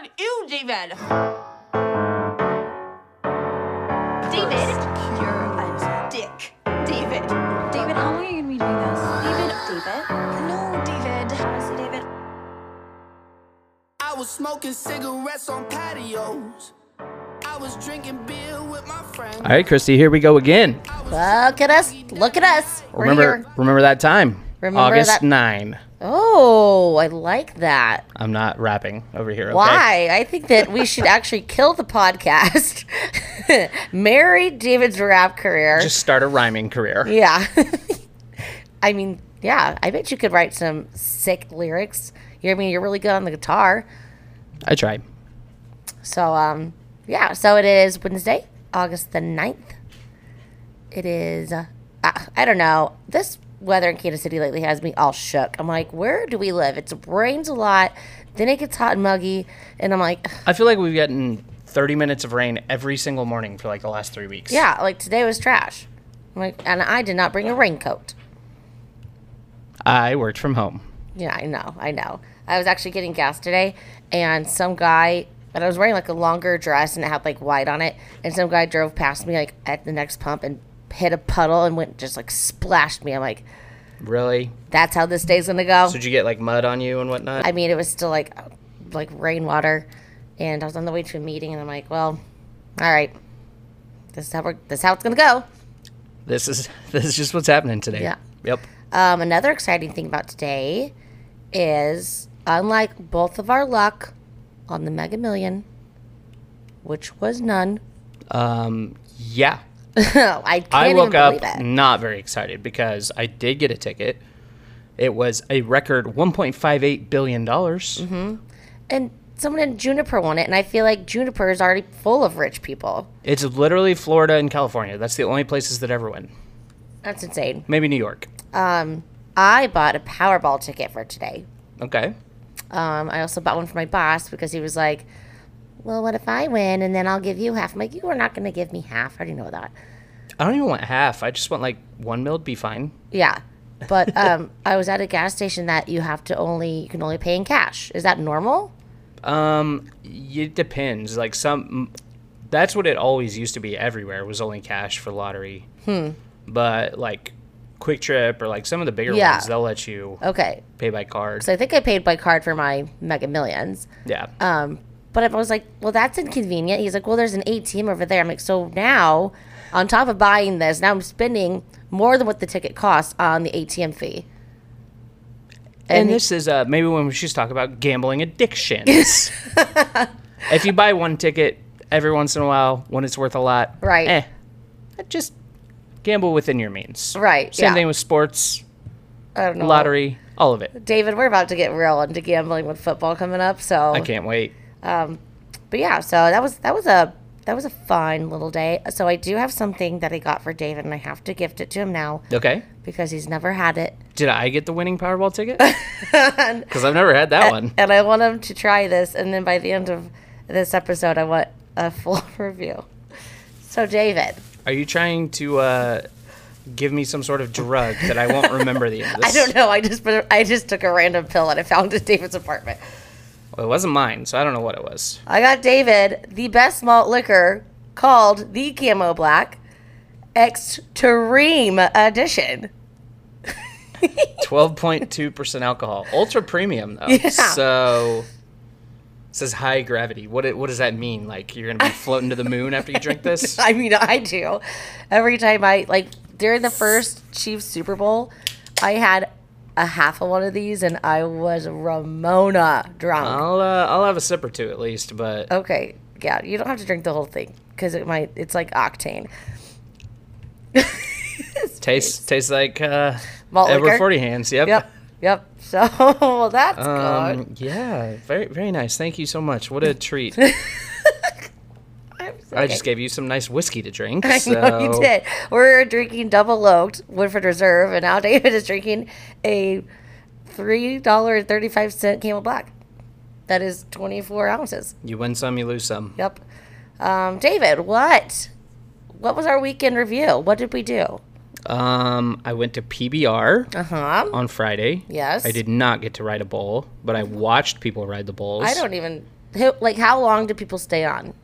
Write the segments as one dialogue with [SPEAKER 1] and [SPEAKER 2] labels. [SPEAKER 1] David. David, you're a dick. David.
[SPEAKER 2] David, how long are you gonna be doing this? David, David.
[SPEAKER 1] No, David.
[SPEAKER 2] Honestly, David.
[SPEAKER 3] I was smoking cigarettes on patios. I was drinking beer with my friends.
[SPEAKER 4] All right, Christy, here we go again.
[SPEAKER 5] Look at us. Look at us. We're
[SPEAKER 4] remember,
[SPEAKER 5] here.
[SPEAKER 4] remember that time.
[SPEAKER 5] Remember
[SPEAKER 4] August
[SPEAKER 5] that-
[SPEAKER 4] 9.
[SPEAKER 5] Oh, I like that.
[SPEAKER 4] I'm not rapping over here. Okay?
[SPEAKER 5] Why? I think that we should actually kill the podcast. Marry David's rap career.
[SPEAKER 4] Just start a rhyming career.
[SPEAKER 5] yeah. I mean, yeah, I bet you could write some sick lyrics. You know what I mean? You're really good on the guitar.
[SPEAKER 4] I tried.
[SPEAKER 5] So, um, yeah, so it is Wednesday, August the 9th. It is, uh, ah, I don't know. This weather in Kansas City lately has me all shook. I'm like, where do we live? It rains a lot, then it gets hot and muggy, and I'm like,
[SPEAKER 4] I feel like we've gotten 30 minutes of rain every single morning for like the last three weeks.
[SPEAKER 5] Yeah, like today was trash. I'm like, and I did not bring a raincoat.
[SPEAKER 4] I worked from home.
[SPEAKER 5] Yeah, I know, I know. I was actually getting gas today, and some guy, and I was wearing like a longer dress and it had like white on it, and some guy drove past me like at the next pump and hit a puddle and went just like splashed me. I'm like,
[SPEAKER 4] Really?
[SPEAKER 5] that's how this day's gonna go.
[SPEAKER 4] So did you get like mud on you and whatnot?
[SPEAKER 5] I mean, it was still like like rainwater, and I was on the way to a meeting, and I'm like, well, all right, this is how we're this is how it's gonna go.
[SPEAKER 4] this is this is just what's happening today.
[SPEAKER 5] Yeah.
[SPEAKER 4] Yep.
[SPEAKER 5] Um, another exciting thing about today is, unlike both of our luck on the Mega Million, which was none,
[SPEAKER 4] Um, yeah.
[SPEAKER 5] I can't
[SPEAKER 4] I woke
[SPEAKER 5] even
[SPEAKER 4] up
[SPEAKER 5] believe it.
[SPEAKER 4] not very excited because I did get a ticket. It was a record 1.58 billion
[SPEAKER 5] Mm-hmm.
[SPEAKER 4] dollars.
[SPEAKER 5] And someone in Juniper won it, and I feel like Juniper is already full of rich people.
[SPEAKER 4] It's literally Florida and California. That's the only places that ever win.
[SPEAKER 5] That's insane.
[SPEAKER 4] Maybe New York.
[SPEAKER 5] I bought a Powerball ticket for today.
[SPEAKER 4] Okay.
[SPEAKER 5] Um, I also bought one for my boss because he was like, "Well, what if I win and then I'll give you half?" I'm like, "You are not going to give me half. I already know that."
[SPEAKER 4] I don't even want half. I just want like one mil to be fine.
[SPEAKER 5] Yeah. But um, I was at a gas station that you have to only you can only pay in cash. Is that normal?
[SPEAKER 4] Um, it depends. Like some, that's what it always used to be everywhere was only cash for lottery. Hmm. But like Quick Trip or like some of the bigger
[SPEAKER 5] Yeah.
[SPEAKER 4] ones, they'll let you
[SPEAKER 5] Okay.
[SPEAKER 4] pay by card.
[SPEAKER 5] So I think I paid by card for my Mega Millions.
[SPEAKER 4] yeah.
[SPEAKER 5] Um, but I was like, well, that's inconvenient. He's like, well, there's an ATM over there. I'm like, so now, on top of buying this, now I'm spending more than what the ticket costs on the ATM fee.
[SPEAKER 4] and,
[SPEAKER 5] and he-
[SPEAKER 4] this is uh maybe when we should talk about gambling addictions. if you buy one ticket every once in a while when it's worth a lot,
[SPEAKER 5] Right.
[SPEAKER 4] Eh, just gamble within your means.
[SPEAKER 5] Right,
[SPEAKER 4] Same
[SPEAKER 5] yeah.
[SPEAKER 4] thing with sports,
[SPEAKER 5] I don't know.
[SPEAKER 4] lottery, all of it.
[SPEAKER 5] David, we're about to get real into gambling with football coming up. So
[SPEAKER 4] I can't wait.
[SPEAKER 5] but yeah, so that was that was a that was a fun little day. So I do have something that I got for David, and I have to gift it to him now
[SPEAKER 4] Okay.
[SPEAKER 5] because he's never had it,
[SPEAKER 4] Did I get the winning Powerball ticket? Because I've never had that one.
[SPEAKER 5] and I want him to try this. And then by the end of this episode, I want a full review. So David,
[SPEAKER 4] Are you trying to uh, give me some sort of drug that I won't remember the end of
[SPEAKER 5] I
[SPEAKER 4] this?
[SPEAKER 5] don't know. I just put, I just took a random pill and I found it at David's apartment.
[SPEAKER 4] Well, it wasn't mine, so I don't know what it was.
[SPEAKER 5] I got David the best malt liquor called the Camo Black Extreme Edition.
[SPEAKER 4] 12.2% alcohol. Ultra premium, though. So it says high gravity. What, it, what does that mean? Like you're going to be floating to the moon after you drink this?
[SPEAKER 5] I mean, I do. Every time I like during the first Chiefs Super Bowl, I had a half of one of these, and I was Ramona drunk.
[SPEAKER 4] I'll, uh, I'll have a sip or two at least,
[SPEAKER 5] Oh,
[SPEAKER 4] but
[SPEAKER 5] Okay, yeah, you don't have to drink the whole thing because it might. It's like octane.
[SPEAKER 4] tastes tastes like uh,
[SPEAKER 5] Malt
[SPEAKER 4] Edward
[SPEAKER 5] liquor?
[SPEAKER 4] Forty Hands. Yep.
[SPEAKER 5] Yep, yep. So well, that's good.
[SPEAKER 4] Um, yeah. Very very nice. Thank you so much. What a treat.
[SPEAKER 5] I'm so
[SPEAKER 4] I just gave you some nice whiskey to drink.
[SPEAKER 5] I know you
[SPEAKER 4] so-
[SPEAKER 5] did. We're drinking double oaked Woodford Reserve, and now David is drinking a three dollar thirty five cent Camel Black. That is twenty four ounces.
[SPEAKER 4] You win some, you lose some.
[SPEAKER 5] Yep. Um, David, what? What was our weekend review? What did we do?
[SPEAKER 4] Um, I went to PBR
[SPEAKER 5] Uh
[SPEAKER 4] Uh-huh.
[SPEAKER 5] huh.
[SPEAKER 4] on Friday.
[SPEAKER 5] Yes.
[SPEAKER 4] I did not get to ride a bull, but I watched people ride the bulls.
[SPEAKER 5] I don't even. Who, like, how long do people stay on?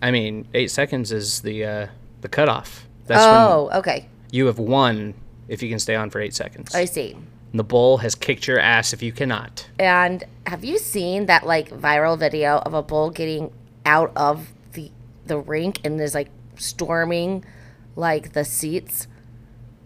[SPEAKER 4] I mean, eight seconds is the uh, the cutoff. That's
[SPEAKER 5] Oh, okay.
[SPEAKER 4] when you have won if you can stay on for eight seconds.
[SPEAKER 5] I see.
[SPEAKER 4] And the bull has kicked your ass if you cannot.
[SPEAKER 5] And have you seen that like viral video of a bull getting out of the the rink and is like storming like the seats?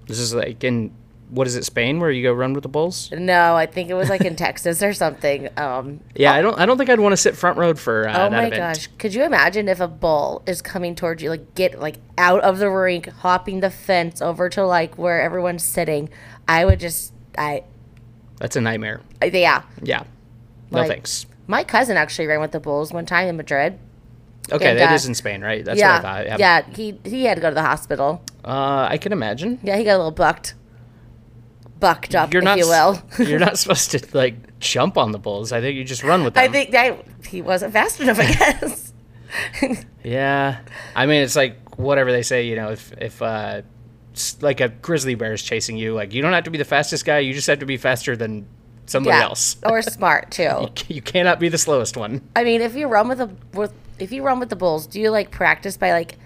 [SPEAKER 4] This is like in what is it, Spain, where you go run with the bulls?
[SPEAKER 5] No, I think it was like in Texas or something. Um,
[SPEAKER 4] Yeah, I don't. I don't think I'd want to sit front road for uh,
[SPEAKER 5] oh
[SPEAKER 4] that
[SPEAKER 5] my
[SPEAKER 4] event.
[SPEAKER 5] gosh, could you imagine if a bull is coming towards you, like get like out of the rink, hopping the fence over to like where everyone's sitting? I would just, I
[SPEAKER 4] That's a nightmare.
[SPEAKER 5] yeah.
[SPEAKER 4] Yeah. No
[SPEAKER 5] Like-
[SPEAKER 4] thanks.
[SPEAKER 5] My cousin actually ran with the bulls one time in Madrid.
[SPEAKER 4] Okay,
[SPEAKER 5] and,
[SPEAKER 4] that
[SPEAKER 5] uh,
[SPEAKER 4] is in Spain, right? That's
[SPEAKER 5] yeah,
[SPEAKER 4] what I thought.
[SPEAKER 5] yeah, he he had to go to the hospital.
[SPEAKER 4] Uh, I can imagine.
[SPEAKER 5] Yeah, he got a little bucked. Bucked up,
[SPEAKER 4] You're
[SPEAKER 5] if
[SPEAKER 4] not.
[SPEAKER 5] you will.
[SPEAKER 4] s- you're not supposed to like jump on the bulls. I think you just run with them.
[SPEAKER 5] I think that he wasn't fast enough, I guess.
[SPEAKER 4] Yeah, I mean it's like whatever they say. You know, if if uh, s- like a grizzly bear is chasing you, like you don't have to be the fastest guy. You just have to be faster than somebody
[SPEAKER 5] yeah.
[SPEAKER 4] else.
[SPEAKER 5] or smart too.
[SPEAKER 4] You cannot be the slowest one.
[SPEAKER 5] I mean, if you run with the with, if you run with the bulls, do you like practice by like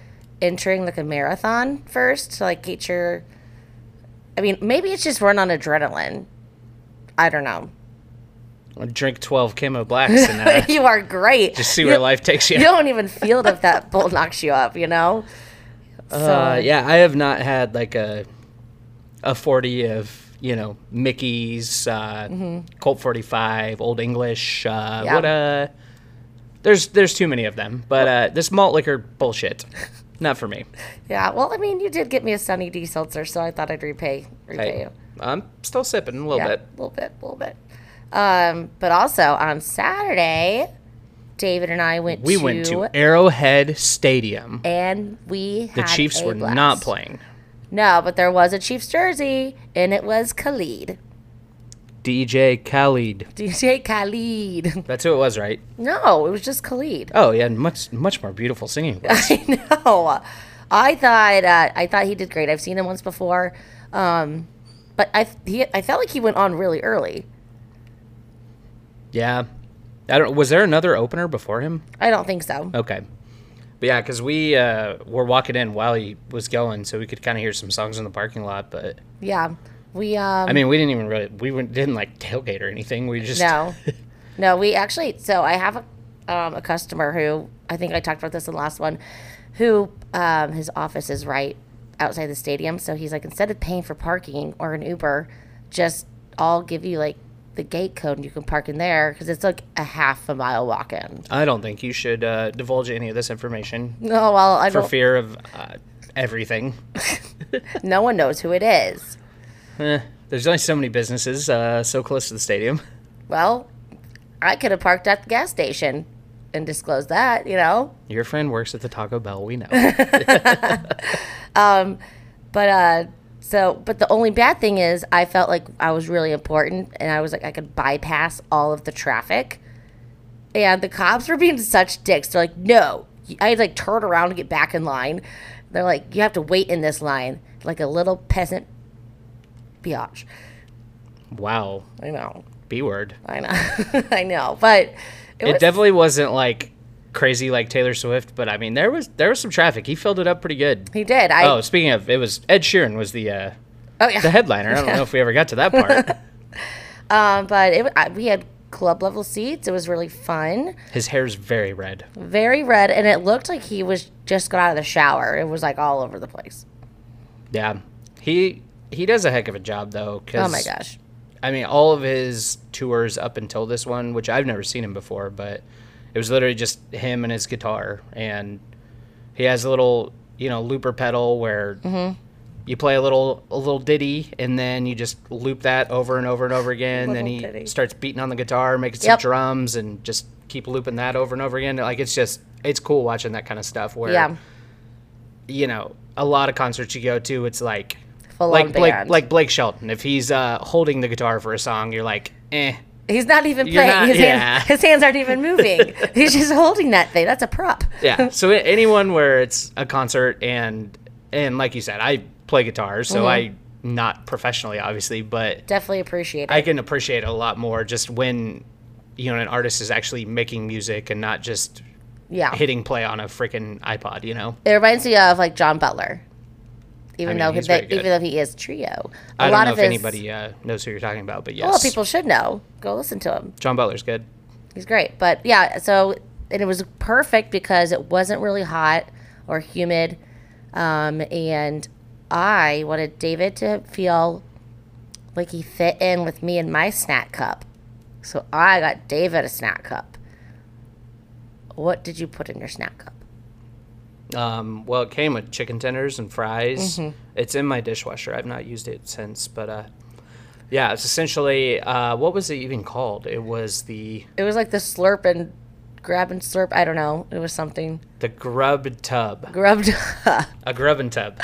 [SPEAKER 5] entering like a marathon first to like get your I mean, maybe it's just run on adrenaline. I don't know.
[SPEAKER 4] Drink twelve camo blacks and uh,
[SPEAKER 5] you are great.
[SPEAKER 4] just see
[SPEAKER 5] You-
[SPEAKER 4] where life takes you.
[SPEAKER 5] You don't even feel it if that bull knocks you up, you know?
[SPEAKER 4] Uh, yeah, I have not had like a a forty of you know Mickey's uh, Colt forty five Old English. Uh,
[SPEAKER 5] Mm-hmm. Yeah.
[SPEAKER 4] What uh There's there's too many of them, but uh, this malt liquor bullshit, not for me.
[SPEAKER 5] Yeah, well, I mean, you did get me a Sunny D seltzer, so I thought I'd repay repay
[SPEAKER 4] Hey,
[SPEAKER 5] you.
[SPEAKER 4] I'm still sipping a little
[SPEAKER 5] Yeah, a
[SPEAKER 4] bit.
[SPEAKER 5] little bit, a little bit. Um, but also on Saturday, David and I went.
[SPEAKER 4] We
[SPEAKER 5] to,
[SPEAKER 4] went to Arrowhead Stadium.
[SPEAKER 5] and we
[SPEAKER 4] The
[SPEAKER 5] had
[SPEAKER 4] Chiefs
[SPEAKER 5] a
[SPEAKER 4] were
[SPEAKER 5] blast.
[SPEAKER 4] not playing.
[SPEAKER 5] No, but there was a Chiefs jersey, and it was Khalid,
[SPEAKER 4] DJ Khalid.
[SPEAKER 5] DJ Khalid.
[SPEAKER 4] That's who it was, right?
[SPEAKER 5] No, it was just Khalid.
[SPEAKER 4] Oh yeah, much much more beautiful singing. voice.
[SPEAKER 5] I know. I thought uh, I thought he did great. I've seen him once before, um, but I he, I felt like he went on really early.
[SPEAKER 4] yeah. I don't. Was there another opener before him?
[SPEAKER 5] I don't think so.
[SPEAKER 4] Okay. But yeah, because we uh, were walking in while he was going, so we could kind of hear some songs in the parking lot. But
[SPEAKER 5] Yeah, we. Um,
[SPEAKER 4] I mean, we didn't even really we went, didn't like tailgate or anything. We just
[SPEAKER 5] No, no, we actually. So I have a um, a customer who I think I talked about this in the last one, who um, his office is right outside the stadium. So he's like, instead of paying for parking or an Uber, just I'll give you like the gate code and you can park in there because it's like a half a mile walk in.
[SPEAKER 4] I don't think you should uh, divulge any of this information
[SPEAKER 5] No, Oh, well, I
[SPEAKER 4] for
[SPEAKER 5] don't.
[SPEAKER 4] fear of uh, everything.
[SPEAKER 5] No one knows who it is.
[SPEAKER 4] Eh, there's only so many businesses uh, so close to the stadium.
[SPEAKER 5] Well, I could have parked at the gas station and disclosed that, you know.
[SPEAKER 4] Your friend works at the Taco Bell. We know.
[SPEAKER 5] But uh so but the only bad thing is I felt like I was really important and I was like I could bypass all of the traffic. And the cops were being such dicks. They're like, "No." I had to, like turn around and get back in line. They're like, "You have to wait in this line like a little peasant biatch."
[SPEAKER 4] wow.
[SPEAKER 5] I know.
[SPEAKER 4] B word.
[SPEAKER 5] I know. I know. But it,
[SPEAKER 4] It
[SPEAKER 5] was,
[SPEAKER 4] definitely wasn't like crazy like Taylor Swift, but I mean there was there was some traffic. He filled it up pretty good.
[SPEAKER 5] he did. I
[SPEAKER 4] oh, speaking of, it was Ed Sheeran was the uh,
[SPEAKER 5] oh yeah.
[SPEAKER 4] the headliner. I don't know if we ever got to that part.
[SPEAKER 5] Um, but it, I, we had club level seats. It was really fun.
[SPEAKER 4] His hair's very red.
[SPEAKER 5] very red, and it looked like he was just got out of the shower. It was like all over the place.
[SPEAKER 4] Yeah, he he does a heck of a job though. Cause,
[SPEAKER 5] Oh my gosh!
[SPEAKER 4] I mean, all of his tours up until this one, which I've never seen him before, but it was literally just him and his guitar. And he has a little, you know, looper pedal where
[SPEAKER 5] Mm-hmm.
[SPEAKER 4] you play a little a little ditty and then you just loop that over and over and over again. then
[SPEAKER 5] Little
[SPEAKER 4] he
[SPEAKER 5] ditty.
[SPEAKER 4] starts beating on the guitar, making some
[SPEAKER 5] Yep.
[SPEAKER 4] drums and just keep looping that over and over again. Like it's just it's cool watching that kind of stuff where
[SPEAKER 5] Yeah,
[SPEAKER 4] you know, a lot of concerts you go to, it's like
[SPEAKER 5] Full-on
[SPEAKER 4] like Blake,
[SPEAKER 5] band.
[SPEAKER 4] like Blake Shelton. If he's uh, holding the guitar for a song, you're like, eh.
[SPEAKER 5] he's not even
[SPEAKER 4] You're
[SPEAKER 5] playing.
[SPEAKER 4] not-
[SPEAKER 5] his,
[SPEAKER 4] yeah.
[SPEAKER 5] hands, his hands aren't even moving. he's just holding that thing. That's a prop.
[SPEAKER 4] Yeah. so a- anyone where it's a concert and and like you said, I play guitar, so
[SPEAKER 5] Mm-hmm.
[SPEAKER 4] I not professionally obviously, but
[SPEAKER 5] Definitely appreciate it.
[SPEAKER 4] I can appreciate it a lot more just when you know an artist is actually making music and not just
[SPEAKER 5] Yeah.
[SPEAKER 4] hitting play on a freaking iPod. You know,
[SPEAKER 5] It reminds me of like John Butler, even
[SPEAKER 4] mean,
[SPEAKER 5] though
[SPEAKER 4] he's
[SPEAKER 5] they,
[SPEAKER 4] very good.
[SPEAKER 5] even though he is trio. A
[SPEAKER 4] I I don't
[SPEAKER 5] lot
[SPEAKER 4] know
[SPEAKER 5] of
[SPEAKER 4] if
[SPEAKER 5] his,
[SPEAKER 4] anybody uh, knows who you're talking about, but yes,
[SPEAKER 5] Well, people should know. Go listen to him.
[SPEAKER 4] John Butler's good.
[SPEAKER 5] He's great. But yeah, so and it was perfect because it wasn't really hot or humid, um, and I wanted David to feel like he fit in with me and my snack cup. So I got David a snack cup. What did you put in your snack cup?
[SPEAKER 4] Um, well, it came with chicken tenders and fries. It's in my dishwasher. I've not used it since, but uh, yeah, it's essentially uh, what was it even called? It was the
[SPEAKER 5] It was like the slurp and grab and slurp. I don't know. It was something
[SPEAKER 4] the grub tub,
[SPEAKER 5] grubbed.
[SPEAKER 4] a grub and tub.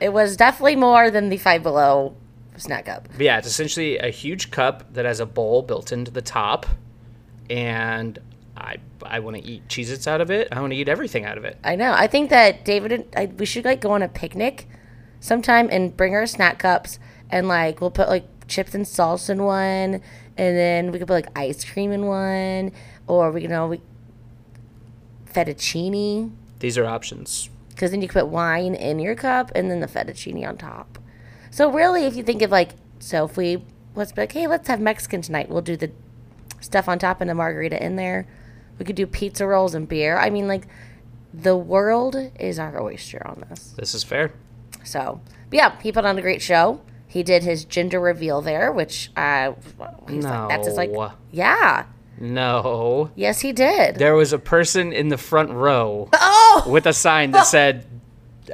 [SPEAKER 5] it was definitely more than the five below snack cup.
[SPEAKER 4] But yeah, it's essentially a huge cup that has a bowl built into the top, and I I want to eat Cheez-Its out of it. I want to eat everything out of it.
[SPEAKER 5] I know. I think that David and I, we should like go on a picnic sometime and bring our snack cups and like we'll put like chips and salsa in one, and then we could put like ice cream in one, or we you know we fettuccine
[SPEAKER 4] These are options.
[SPEAKER 5] because then you could put wine in your cup and then the fettuccine on top. So really, if you think of like, so if we let's be like, hey, let's have Mexican tonight. We'll do the stuff on top and the margarita in there. We could do pizza rolls and beer. I mean, like, the world is our oyster on this.
[SPEAKER 4] This is fair.
[SPEAKER 5] So but yeah, he put on a great show. He did his gender reveal there, which uh, he's like, that's his like,
[SPEAKER 4] No.
[SPEAKER 5] yeah,
[SPEAKER 4] No,
[SPEAKER 5] yes, he did.
[SPEAKER 4] there was a person in the front row
[SPEAKER 5] oh,
[SPEAKER 4] with a sign that said,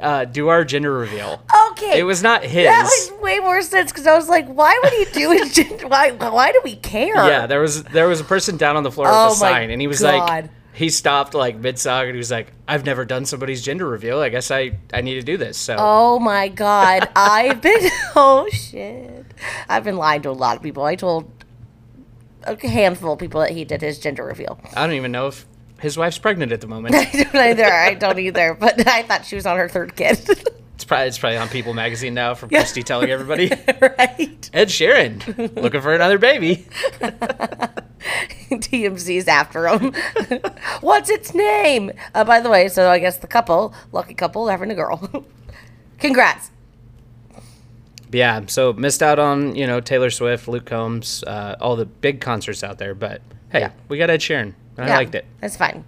[SPEAKER 4] uh, "Do our gender reveal."
[SPEAKER 5] okay.
[SPEAKER 4] It was not his.
[SPEAKER 5] That makes way more sense because I was like, why would he do it? Just- why? Why do we care?
[SPEAKER 4] Yeah, there was there was a person down on the floor
[SPEAKER 5] Oh
[SPEAKER 4] with a
[SPEAKER 5] my
[SPEAKER 4] sign, and he was
[SPEAKER 5] God.
[SPEAKER 4] like, he stopped like mid song, and he was like, "I've never done somebody's gender reveal. I guess I I need to do this." So
[SPEAKER 5] Oh my god, I've been oh shit, I've been lying to a lot of people. I told a handful of people that he did his gender reveal.
[SPEAKER 4] I don't even know if his wife's pregnant at the moment.
[SPEAKER 5] I don't either. I don't either. But I thought she was on her third kid.
[SPEAKER 4] It's probably it's probably on People Magazine now from Christy telling everybody
[SPEAKER 5] right?
[SPEAKER 4] Ed Sheeran looking for another baby.
[SPEAKER 5] TMZ's after him. What's its name? Uh, by the way, so I guess the couple, lucky couple, having a girl. Congrats.
[SPEAKER 4] But yeah, so missed out on you know Taylor Swift, Luke Combs, uh, all the big concerts out there. But hey,
[SPEAKER 5] Yeah.
[SPEAKER 4] we got Ed Sheeran. and I
[SPEAKER 5] Yeah,
[SPEAKER 4] liked it.
[SPEAKER 5] That's fine.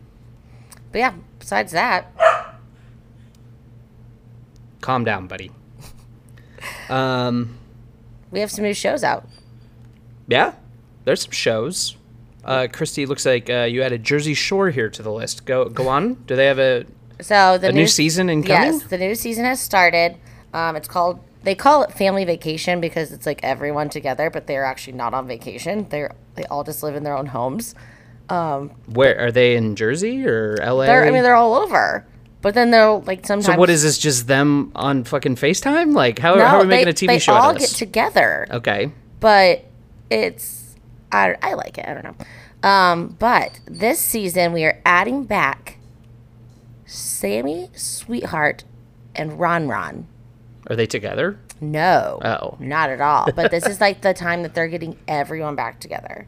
[SPEAKER 5] But yeah, besides that,
[SPEAKER 4] Calm down, buddy. Um,
[SPEAKER 5] we have some new shows out.
[SPEAKER 4] yeah, there's some shows. Uh, Christy, looks like uh, you added Jersey Shore here to the list. Go go on. Do they have a
[SPEAKER 5] So the
[SPEAKER 4] a new season incoming?
[SPEAKER 5] Yes, the new season has started. Um, it's called. They call it family vacation because it's like everyone together, but they're actually not on vacation. They're they all just live in their own homes.
[SPEAKER 4] Where are they in Jersey or L.A.?
[SPEAKER 5] They're I mean they're all over, but then they're like sometimes.
[SPEAKER 4] So what is this? Just them on fucking Facetime? Like how, how are we making
[SPEAKER 5] they,
[SPEAKER 4] a TV
[SPEAKER 5] they
[SPEAKER 4] show
[SPEAKER 5] all
[SPEAKER 4] out of
[SPEAKER 5] get
[SPEAKER 4] this?
[SPEAKER 5] together,
[SPEAKER 4] okay,
[SPEAKER 5] but it's I, I like it. I don't know. Um, but this season we are adding back Sammy Sweetheart and Ron Ron.
[SPEAKER 4] are they together?
[SPEAKER 5] No.
[SPEAKER 4] Oh.
[SPEAKER 5] Not at all. But this is like the time that they're getting everyone back together.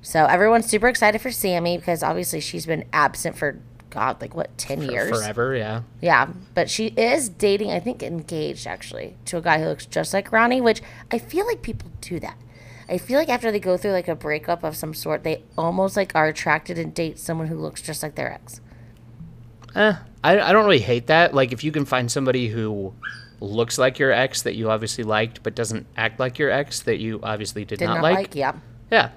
[SPEAKER 5] So everyone's super excited for Sammy because obviously she's been absent for God, like what, ten years?
[SPEAKER 4] Forever, yeah.
[SPEAKER 5] Yeah. But she is dating, I think engaged actually, to a guy who looks just like Ronnie, which I feel like people do that. I feel like after they go through like a breakup of some sort, they almost like are attracted and date someone who looks just like their ex.
[SPEAKER 4] Eh, I I don't really hate that. Like if you can find somebody who looks like your ex that you obviously liked but doesn't act like your ex that you obviously did,
[SPEAKER 5] Did
[SPEAKER 4] not,
[SPEAKER 5] not,
[SPEAKER 4] like.
[SPEAKER 5] like, yeah.
[SPEAKER 4] Yeah.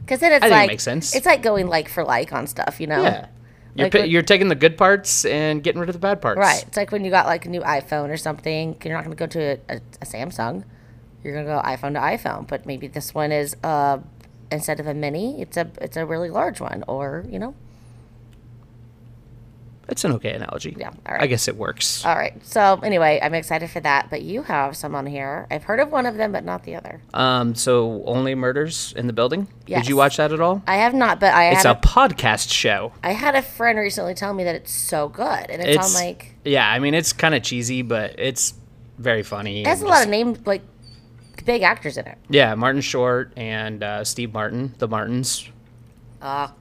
[SPEAKER 5] Because then it's
[SPEAKER 4] I think it
[SPEAKER 5] like
[SPEAKER 4] makes sense.
[SPEAKER 5] it's like going like for like on stuff, you know?
[SPEAKER 4] Yeah. You're,
[SPEAKER 5] Like
[SPEAKER 4] pi-
[SPEAKER 5] what-
[SPEAKER 4] you're taking the good parts and getting rid of the bad parts.
[SPEAKER 5] Right. It's like when you got like a new iPhone or something, you're not going to go to a, a, a Samsung. You're going to go iPhone to iPhone, but maybe this one is uh instead of a mini, it's a it's a really large one or, you know.
[SPEAKER 4] It's an okay analogy.
[SPEAKER 5] Yeah, all right. Uh,
[SPEAKER 4] I guess it works.
[SPEAKER 5] All right. So, anyway, I'm excited for that, but you have some on here. I've heard of one of them but not the other.
[SPEAKER 4] um. So only murders in the building. Did
[SPEAKER 5] Yes.
[SPEAKER 4] you watch that at all?
[SPEAKER 5] I have not, but I
[SPEAKER 4] it's
[SPEAKER 5] had
[SPEAKER 4] a
[SPEAKER 5] a,
[SPEAKER 4] podcast show.
[SPEAKER 5] I had a friend recently tell me that it's so good and it's,
[SPEAKER 4] It's
[SPEAKER 5] on like
[SPEAKER 4] yeah. I mean, it's kind of cheesy, but it's very funny.
[SPEAKER 5] it has a
[SPEAKER 4] and
[SPEAKER 5] lot
[SPEAKER 4] just-
[SPEAKER 5] of name like big actors in it.
[SPEAKER 4] Yeah, Martin Short and uh, Steve Martin, the Martins.
[SPEAKER 5] Ah,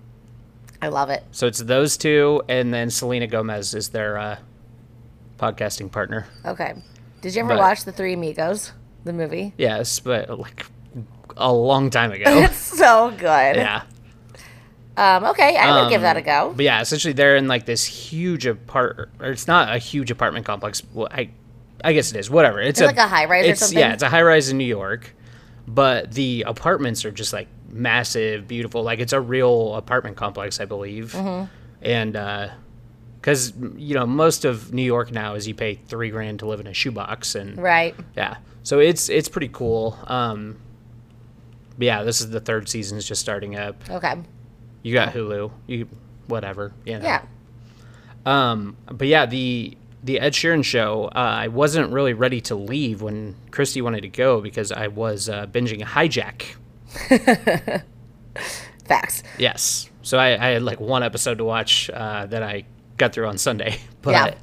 [SPEAKER 5] I love it.
[SPEAKER 4] So it's those two, and then Selena Gomez is their uh, podcasting partner.
[SPEAKER 5] Okay. Did you ever
[SPEAKER 4] But-
[SPEAKER 5] watch The Three Amigos, the movie?
[SPEAKER 4] Yes, but like a long time ago.
[SPEAKER 5] It's so good.
[SPEAKER 4] yeah.
[SPEAKER 5] Um, okay, I would give that a go.
[SPEAKER 4] But yeah, essentially they're in like this huge apart, or it's not a huge apartment complex. Well, I, I guess it is. Whatever. It's,
[SPEAKER 5] It's like a high-rise or
[SPEAKER 4] it's-
[SPEAKER 5] something?
[SPEAKER 4] Yeah, it's a high rise in New York, but the apartments are just like massive, beautiful. Like it's a real apartment complex, I believe.
[SPEAKER 5] Mm-hmm.
[SPEAKER 4] And because you know most of New York now is you pay three grand to live in a shoebox, and
[SPEAKER 5] Right.
[SPEAKER 4] yeah, so it's it's pretty cool. Um, but yeah, this is the third season is just starting up.
[SPEAKER 5] Okay.
[SPEAKER 4] You got Hulu. You whatever. You know.
[SPEAKER 5] Yeah.
[SPEAKER 4] Um. But yeah, the the Ed Sheeran show. Uh, I wasn't really ready to leave when Christy wanted to go because I was uh, binging Hijack.
[SPEAKER 5] Facts.
[SPEAKER 4] Yes. So I, I had like one episode to watch uh, that I got through on Sunday. But
[SPEAKER 5] Yeah.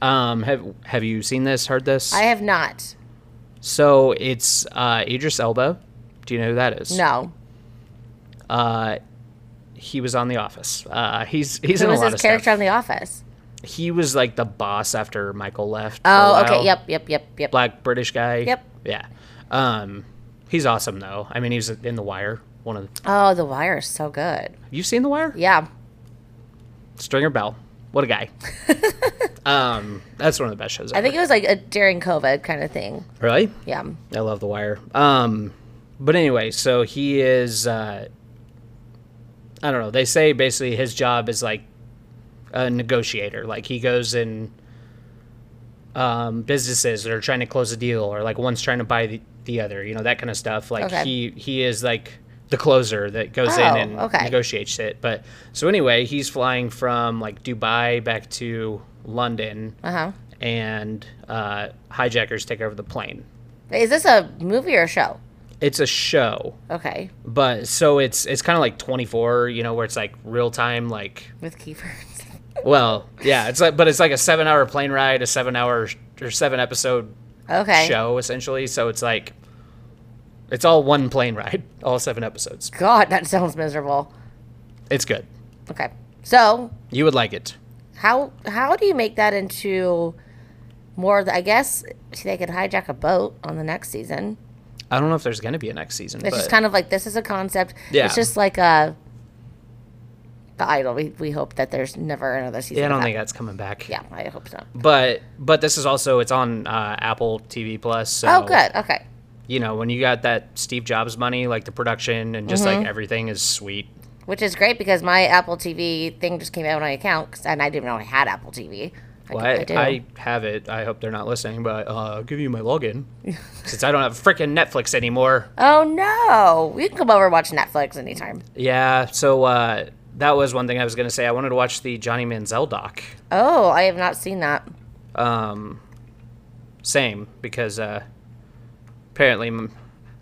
[SPEAKER 4] um, have have you seen this? Heard this?
[SPEAKER 5] I have not.
[SPEAKER 4] so it's uh, Idris Elba. Do you know who that is?
[SPEAKER 5] No.
[SPEAKER 4] Uh, he was on The Office. Uh, he's he's
[SPEAKER 5] Who
[SPEAKER 4] in a
[SPEAKER 5] was
[SPEAKER 4] lot of
[SPEAKER 5] his character
[SPEAKER 4] stuff.
[SPEAKER 5] on The Office?
[SPEAKER 4] he was like the boss after Michael left. for a
[SPEAKER 5] Oh, okay.
[SPEAKER 4] while.
[SPEAKER 5] Yep, yep, yep, yep.
[SPEAKER 4] Black British guy.
[SPEAKER 5] Yep.
[SPEAKER 4] Yeah. Um, he's awesome though. I mean, he was in The Wire. One of the,
[SPEAKER 5] Oh, The Wire is so good.
[SPEAKER 4] have you seen The Wire?
[SPEAKER 5] Yeah.
[SPEAKER 4] Stringer Bell. What a guy. um, that's one of the best shows. Ever.
[SPEAKER 5] I think it was like a during COVID kind of thing.
[SPEAKER 4] really.
[SPEAKER 5] Yeah.
[SPEAKER 4] I love The Wire. Um, but anyway, so he is. Uh, I don't know. They say basically his job is like a negotiator. Like he goes in um, businesses that are trying to close a deal, or like one's trying to buy the, the other. You know that kind of stuff. Like
[SPEAKER 5] Okay.
[SPEAKER 4] he he is like the closer that goes
[SPEAKER 5] Oh,
[SPEAKER 4] in and
[SPEAKER 5] okay.
[SPEAKER 4] negotiates it. But so anyway, he's flying from like Dubai back to London,
[SPEAKER 5] Uh huh.
[SPEAKER 4] and uh, hijackers take over the plane
[SPEAKER 5] Is this a movie or a show?
[SPEAKER 4] it's a show
[SPEAKER 5] Okay.
[SPEAKER 4] but so it's it's kind of like 24 you know where it's like real time like
[SPEAKER 5] With Kiefer.
[SPEAKER 4] well yeah it's like but it's like a seven hour plane ride a seven hour or seven episode
[SPEAKER 5] okay.
[SPEAKER 4] show essentially so it's like it's all one plane ride all seven episodes
[SPEAKER 5] God, that sounds miserable.
[SPEAKER 4] it's good
[SPEAKER 5] Okay. So
[SPEAKER 4] you would like it
[SPEAKER 5] how how do you make that into more? of the- I guess they could hijack a boat on the next season.
[SPEAKER 4] i don't know if there's gonna be a next season
[SPEAKER 5] It's
[SPEAKER 4] but
[SPEAKER 5] just kind of like this is a concept.
[SPEAKER 4] Yeah.
[SPEAKER 5] It's just like a the idol. We, we hope that there's never another season.
[SPEAKER 4] yeah, i
[SPEAKER 5] of
[SPEAKER 4] don't
[SPEAKER 5] that.
[SPEAKER 4] think that's coming back
[SPEAKER 5] Yeah, I hope so.
[SPEAKER 4] but but this is also it's on uh, apple tv plus so
[SPEAKER 5] Oh, good. Okay.
[SPEAKER 4] you know when you got that steve jobs money like the production and just
[SPEAKER 5] Mm-hmm.
[SPEAKER 4] like everything is sweet
[SPEAKER 5] Which is great because my Apple TV thing just came out on my account, 'cause- and I didn't know I had Apple TV. I,
[SPEAKER 4] Well,
[SPEAKER 5] do-
[SPEAKER 4] I,
[SPEAKER 5] do.
[SPEAKER 4] I have it. I hope they're not listening, but uh, I'll give you my login since I don't have frickin' Netflix anymore.
[SPEAKER 5] oh no! You can come over and watch Netflix anytime.
[SPEAKER 4] Yeah, so uh, that was one thing I was gonna say. I wanted to watch the Johnny Manziel doc.
[SPEAKER 5] Oh, I have not seen that.
[SPEAKER 4] Um, same because uh, apparently m-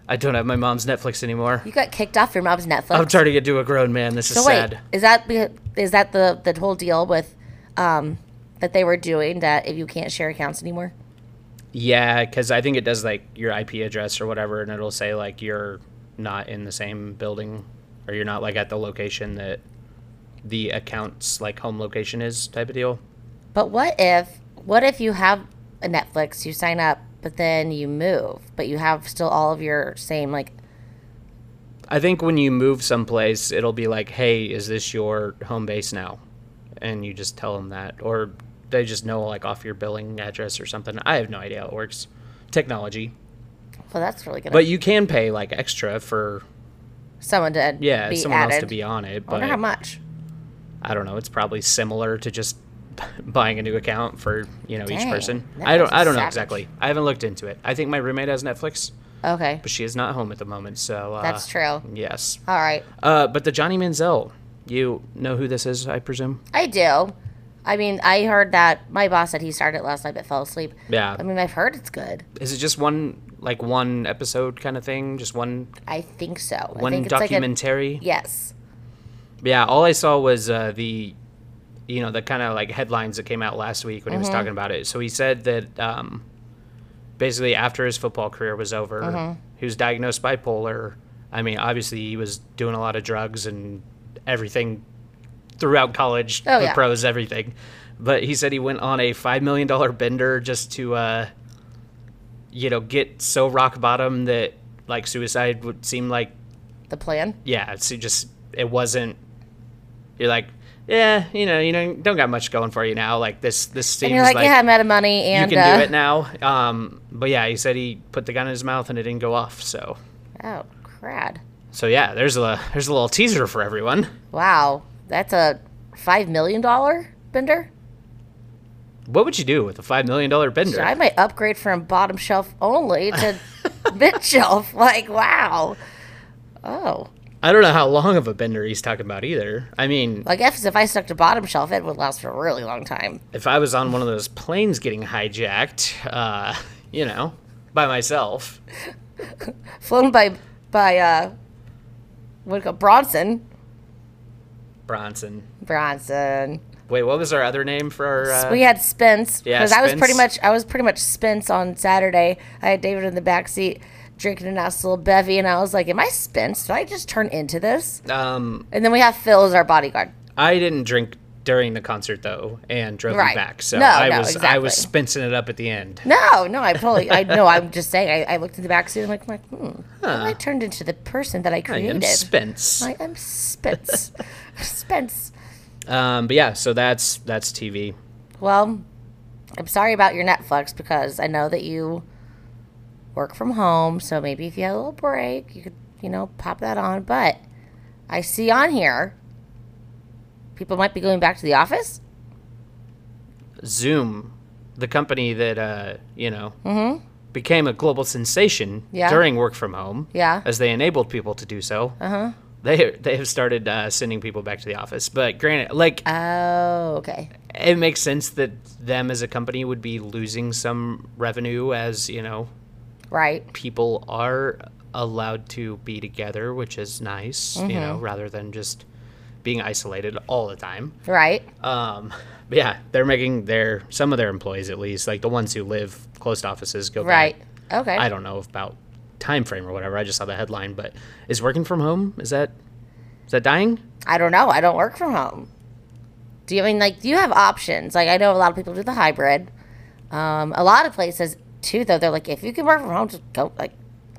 [SPEAKER 4] I don't have my mom's Netflix anymore.
[SPEAKER 5] You got kicked off your mom's Netflix.
[SPEAKER 4] I'm turning into a grown man. This is
[SPEAKER 5] So wait,
[SPEAKER 4] Oh, sad.
[SPEAKER 5] is that be- is that the the whole deal with um that they were doing that if you can't share accounts anymore?
[SPEAKER 4] Yeah, because I think it does like your IP address or whatever, and it'll say like you're not in the same building or you're not like at the location that the account's like home location is type of deal.
[SPEAKER 5] But what if what if you have a Netflix, you sign up, but then you move, but you have still all of your same like
[SPEAKER 4] I think when you move someplace, it'll be like, hey, is this your home base now? And you just tell them that. Or they just know like off your billing address or something. I have no idea how it works. Technology.
[SPEAKER 5] well that's really good.
[SPEAKER 4] But you can pay like extra for,
[SPEAKER 5] someone to
[SPEAKER 4] yeah,
[SPEAKER 5] be
[SPEAKER 4] someone
[SPEAKER 5] added.
[SPEAKER 4] else to be on it.
[SPEAKER 5] I wonder
[SPEAKER 4] but-
[SPEAKER 5] how much.
[SPEAKER 4] I don't know. It's probably similar to just buying a new account for you know each
[SPEAKER 5] Dang,
[SPEAKER 4] person.
[SPEAKER 5] that
[SPEAKER 4] I don't.
[SPEAKER 5] guy's
[SPEAKER 4] I don't know
[SPEAKER 5] savage.
[SPEAKER 4] exactly. I haven't looked into it. I think my roommate has Netflix,
[SPEAKER 5] Okay.
[SPEAKER 4] but she is not home at the moment. So uh,
[SPEAKER 5] That's true. All
[SPEAKER 4] Yes.
[SPEAKER 5] right.
[SPEAKER 4] Uh, but the Johnny Manziel, you know who this is, I presume.
[SPEAKER 5] I do. I mean, I heard that my boss said he started last night but fell asleep.
[SPEAKER 4] Yeah.
[SPEAKER 5] I mean, I've heard it's good.
[SPEAKER 4] Is it just one like one episode kind of thing? Just one
[SPEAKER 5] I think so. I
[SPEAKER 4] one
[SPEAKER 5] think It's like
[SPEAKER 4] documentary?
[SPEAKER 5] a, yes.
[SPEAKER 4] Yeah, all I saw was uh, the, you know, the kind of like headlines that came out last week when he
[SPEAKER 5] Mm-hmm.
[SPEAKER 4] was talking about it. So he said that um, basically after his football career was over,
[SPEAKER 5] Mm-hmm.
[SPEAKER 4] he was diagnosed bipolar. I mean, obviously he was doing a lot of drugs and everything throughout college,
[SPEAKER 5] Oh,
[SPEAKER 4] the
[SPEAKER 5] yeah.
[SPEAKER 4] pros, everything. But he said he went on a five million dollar bender just to, uh, you know, get so rock bottom that like suicide would seem like
[SPEAKER 5] The plan.
[SPEAKER 4] yeah, it's it just it wasn't. You're like, yeah, you know, you don't don't got much going for you now. Like this, this seems
[SPEAKER 5] And you're like, yeah, I'm out of money, and
[SPEAKER 4] you can
[SPEAKER 5] uh,
[SPEAKER 4] do it now. Um, but yeah, he said he put the gun in his mouth and it didn't go off. So,
[SPEAKER 5] Oh, crad.
[SPEAKER 4] so yeah, there's a there's a little teaser for everyone.
[SPEAKER 5] Wow, that's a five million dollar bender.
[SPEAKER 4] What would you do with a five million dollar bender?
[SPEAKER 5] So I might upgrade from bottom shelf only to mid shelf. Like, wow. Oh,
[SPEAKER 4] I don't know how long of a bender he's talking about either. I mean,
[SPEAKER 5] I guess if I stuck to bottom shelf, it would last for a really long time.
[SPEAKER 4] if I was on one of those planes getting hijacked, uh, you know, by myself,
[SPEAKER 5] Flown by by uh, what do you call Bronson?
[SPEAKER 4] Bronson.
[SPEAKER 5] Bronson.
[SPEAKER 4] Wait, what was our other name for our? Uh,
[SPEAKER 5] we had Spence
[SPEAKER 4] yeah,
[SPEAKER 5] because I was pretty
[SPEAKER 4] Spence.
[SPEAKER 5] much I was pretty much Spence on Saturday. I had David in the back seat drinking a nice little bevy, and I was like, "Am I Spence? Did I just turn into this?"
[SPEAKER 4] um,
[SPEAKER 5] And then we have Phil as our bodyguard.
[SPEAKER 4] I didn't drink during the concert though, and drove
[SPEAKER 5] Right.
[SPEAKER 4] him back. So
[SPEAKER 5] No,
[SPEAKER 4] I
[SPEAKER 5] no,
[SPEAKER 4] was I was
[SPEAKER 5] exactly.
[SPEAKER 4] spincing it up at the end.
[SPEAKER 5] No, no, I totally I no, I'm just saying. I, I looked in the back seat. I'm like, I'm like hmm, I turned into the person that I
[SPEAKER 4] I am
[SPEAKER 5] created.
[SPEAKER 4] Spence.
[SPEAKER 5] I am Spence. Spence.
[SPEAKER 4] Um, but yeah, so that's that's TV.
[SPEAKER 5] Well, I'm sorry about your Netflix because I know that you work from home, so maybe if you had a little break, you could, you know, pop that on. But I see on here people might be going back to the office.
[SPEAKER 4] Zoom, the company that uh, you know became a global sensation
[SPEAKER 5] Mm-hmm. Yeah.
[SPEAKER 4] during work from home,
[SPEAKER 5] Yeah.
[SPEAKER 4] as they enabled people to do so. Uh-huh. They they have started uh, sending people back to the office. But granted, like
[SPEAKER 5] Oh, okay.
[SPEAKER 4] it makes sense that them as a company would be losing some revenue as you know
[SPEAKER 5] Right.
[SPEAKER 4] people are allowed to be together, which is nice, you know, rather than just being isolated all the time.
[SPEAKER 5] Right.
[SPEAKER 4] Um, but yeah, they're making their some of their employees at least, like the ones who live close to offices, go
[SPEAKER 5] Right.
[SPEAKER 4] Back.
[SPEAKER 5] Okay.
[SPEAKER 4] I don't know about time frame or whatever. I just saw the headline, but is working from home is that is that dying?
[SPEAKER 5] I don't know. I don't work from home. Do you I mean like do you have options? Like I know a lot of people do the hybrid. Um, a lot of places too, though. They're like, if you can work from home, just go. Like,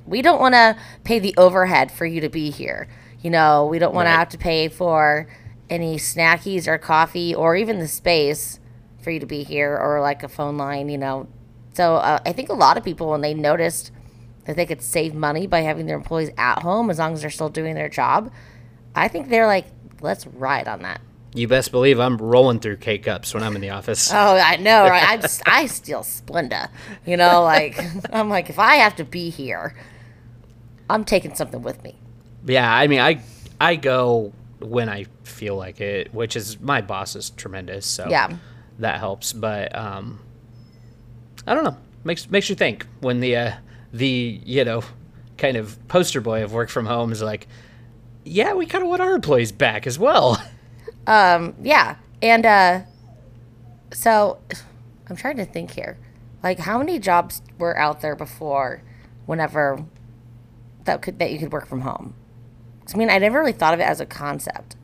[SPEAKER 5] we don't want to pay the overhead for you to be here. You know, we don't want to
[SPEAKER 4] Right.
[SPEAKER 5] have to pay for any snackies or coffee or even the space for you to be here or like a phone line. You know, so uh, I think a lot of people when they noticed that they could save money by having their employees at home as long as they're still doing their job, I think they're like, let's ride on that.
[SPEAKER 4] You best believe I'm rolling through K cups when I'm in the office.
[SPEAKER 5] Oh, I know, right? I just, I steal Splenda. You know, like I'm like if I have to be here, I'm taking something with me.
[SPEAKER 4] Yeah, I mean, I I go when I feel like it, which is my boss is tremendous, so
[SPEAKER 5] Yeah.
[SPEAKER 4] that helps. But um, I don't know, makes makes you think when the uh, the you know kind of poster boy of work from home is like, yeah, we kind of want our employees back as well.
[SPEAKER 5] Yeah. And uh so I'm trying to think here. Like how many jobs were out there before whenever that could that you could work from home? 'Cause, I mean, I never really thought of it as a concept.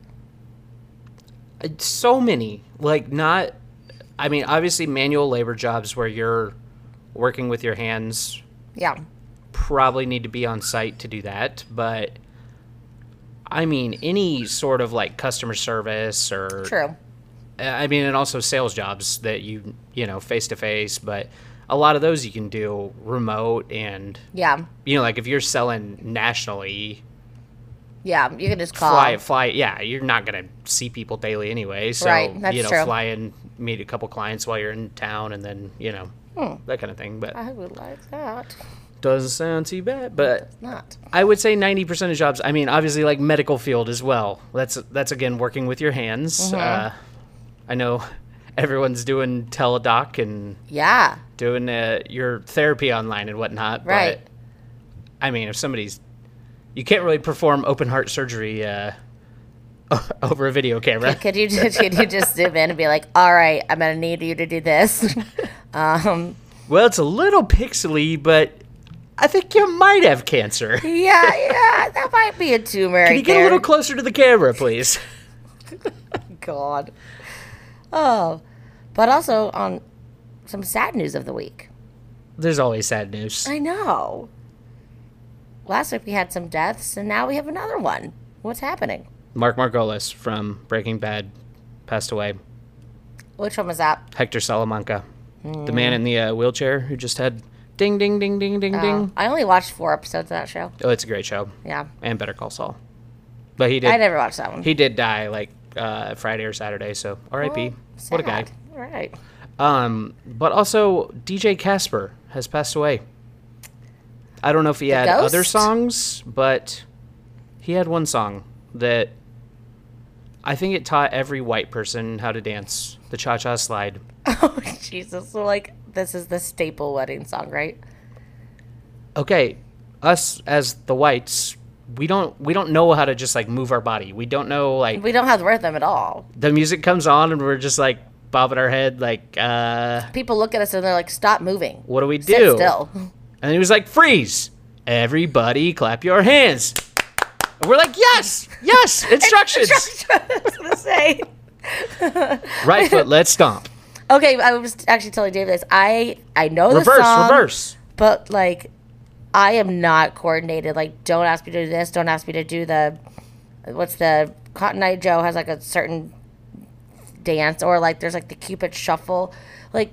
[SPEAKER 4] so many like not i mean obviously manual labor jobs where you're working with your hands
[SPEAKER 5] Yeah.
[SPEAKER 4] probably need to be on site to do that but i mean any sort of like customer service or
[SPEAKER 5] True.
[SPEAKER 4] i mean and also sales jobs that you you know face to face but a lot of those you can do remote and
[SPEAKER 5] Yeah.
[SPEAKER 4] you know like if you're selling nationally
[SPEAKER 5] Yeah. You can just call.
[SPEAKER 4] fly fly yeah you're not gonna see people daily anyway so
[SPEAKER 5] Right, that's
[SPEAKER 4] you know
[SPEAKER 5] true.
[SPEAKER 4] fly in meet a couple clients while you're in town and then you know
[SPEAKER 5] Hmm.
[SPEAKER 4] that kind of thing but
[SPEAKER 5] I would like that.
[SPEAKER 4] doesn't sound too bad but
[SPEAKER 5] Not.
[SPEAKER 4] i would say 90% of jobs i mean obviously like medical field as well that's that's again working with your hands uh, i know everyone's doing teledoc and
[SPEAKER 5] Yeah.
[SPEAKER 4] doing uh, your therapy online and whatnot
[SPEAKER 5] Right.
[SPEAKER 4] but I mean, if somebody's, you can't really perform open heart surgery uh, over a video camera.
[SPEAKER 5] Could you just, could you just zoom in and be like, "All right, I'm gonna need you to do this."
[SPEAKER 4] well, it's a little pixely, but I think you might have cancer. Can
[SPEAKER 5] Yeah, yeah, that might be a tumor.
[SPEAKER 4] you get a little closer to the camera, please?
[SPEAKER 5] God. Oh, but also on some sad news of the week.
[SPEAKER 4] There's always sad news.
[SPEAKER 5] I know. Last week we had some deaths, and now we have another one. What's happening?
[SPEAKER 4] Mark Margolis from Breaking Bad passed away.
[SPEAKER 5] Which one was that?
[SPEAKER 4] Hector Salamanca,
[SPEAKER 5] Mm.
[SPEAKER 4] the man in the uh, wheelchair who just had ding, ding, ding, ding, ding,
[SPEAKER 5] Oh,
[SPEAKER 4] ding.
[SPEAKER 5] I only watched four episodes of that show.
[SPEAKER 4] Oh, it's a great show.
[SPEAKER 5] Yeah,
[SPEAKER 4] And Better Call Saul. But he
[SPEAKER 5] I
[SPEAKER 4] did.
[SPEAKER 5] never watched that one.
[SPEAKER 4] He did die like uh, Friday or Saturday. So R.I.P. what a guy.
[SPEAKER 5] All right.
[SPEAKER 4] Um, but also DJ Casper has passed away. I don't know if he had other
[SPEAKER 5] ghost?
[SPEAKER 4] songs, but he had one song that I think it taught every white person how to dance the cha cha slide.
[SPEAKER 5] Oh Jesus! So like, this is the staple wedding song, right?
[SPEAKER 4] Okay, us as the whites, we don't we don't know how to just like move our body. We don't know like
[SPEAKER 5] We don't have the rhythm at all.
[SPEAKER 4] the music comes on and we're just like bobbing our head like uh
[SPEAKER 5] People look at us and they're like, "Stop moving.
[SPEAKER 4] what do we do?
[SPEAKER 5] Sit still."
[SPEAKER 4] And he was like, freeze! Everybody clap your hands. And we're like, yes, yes, instructions.
[SPEAKER 5] I was gonna say.
[SPEAKER 4] right foot, let's stomp.
[SPEAKER 5] Okay, I was actually telling David this. I I know the
[SPEAKER 4] Reverse,
[SPEAKER 5] song,
[SPEAKER 4] reverse.
[SPEAKER 5] but like, I am not coordinated. Like, don't ask me to do this. Don't ask me to do the. What's the Cotton Eye Joe has like a certain dance, or like there's like the Cupid Shuffle, like.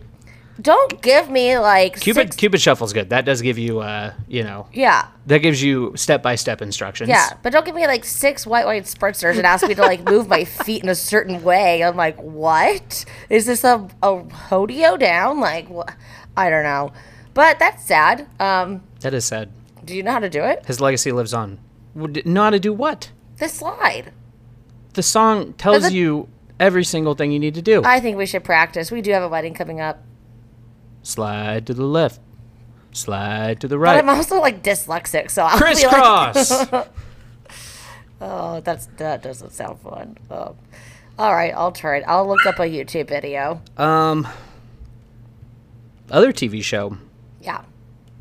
[SPEAKER 5] Don't give me like
[SPEAKER 4] Cupid,
[SPEAKER 5] six-
[SPEAKER 4] Cupid shuffle's good. That does give you, uh, you know,
[SPEAKER 5] yeah,
[SPEAKER 4] that gives you step by step instructions.
[SPEAKER 5] Yeah, but don't give me like six white white spritzers and ask me to like move my feet in a certain way. I'm like, what is this a a rodeo down? Like, wh- I don't know, but that's sad. Um,
[SPEAKER 4] That is sad.
[SPEAKER 5] do you know how to do it?
[SPEAKER 4] His legacy lives on. Would- Know how to do what?
[SPEAKER 5] The slide.
[SPEAKER 4] The song tells
[SPEAKER 5] Does it-
[SPEAKER 4] you every single thing you need to do.
[SPEAKER 5] I think we should practice. We do have a wedding coming up,
[SPEAKER 4] Slide to the left. Slide to the
[SPEAKER 5] but
[SPEAKER 4] right.
[SPEAKER 5] I'm also like dyslexic, so I'll be like,
[SPEAKER 4] Crisscross.
[SPEAKER 5] oh, that's that doesn't sound fun. Oh. All right, I'll try it. I'll look up a YouTube video.
[SPEAKER 4] um, other TV show,
[SPEAKER 5] Yeah.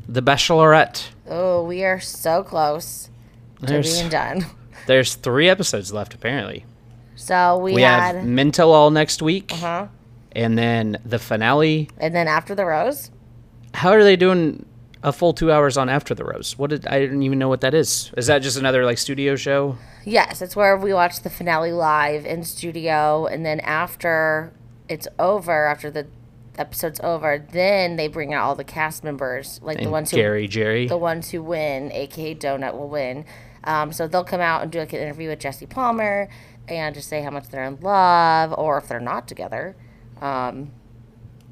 [SPEAKER 4] The Bachelorette.
[SPEAKER 5] Oh, we are so close to
[SPEAKER 4] There's
[SPEAKER 5] being done.
[SPEAKER 4] there's three episodes left apparently.
[SPEAKER 5] So we,
[SPEAKER 4] We
[SPEAKER 5] had.
[SPEAKER 4] have Mental all next week,
[SPEAKER 5] Huh?
[SPEAKER 4] and then the finale.
[SPEAKER 5] And then after the rose,
[SPEAKER 4] How are they doing a full two hours on After the Rose? What did I didn't even know what that is. Is that just another like studio show?
[SPEAKER 5] yes, it's where we watch the finale live in studio. And then after it's over, after the episode's over, then they bring out all the cast members, like the
[SPEAKER 4] And
[SPEAKER 5] ones who
[SPEAKER 4] Gary Jerry.
[SPEAKER 5] the ones who win, aka Donut, will win. Um, so they'll come out and do like an interview with Jesse Palmer and just say how much they're in love or if they're not together. Um,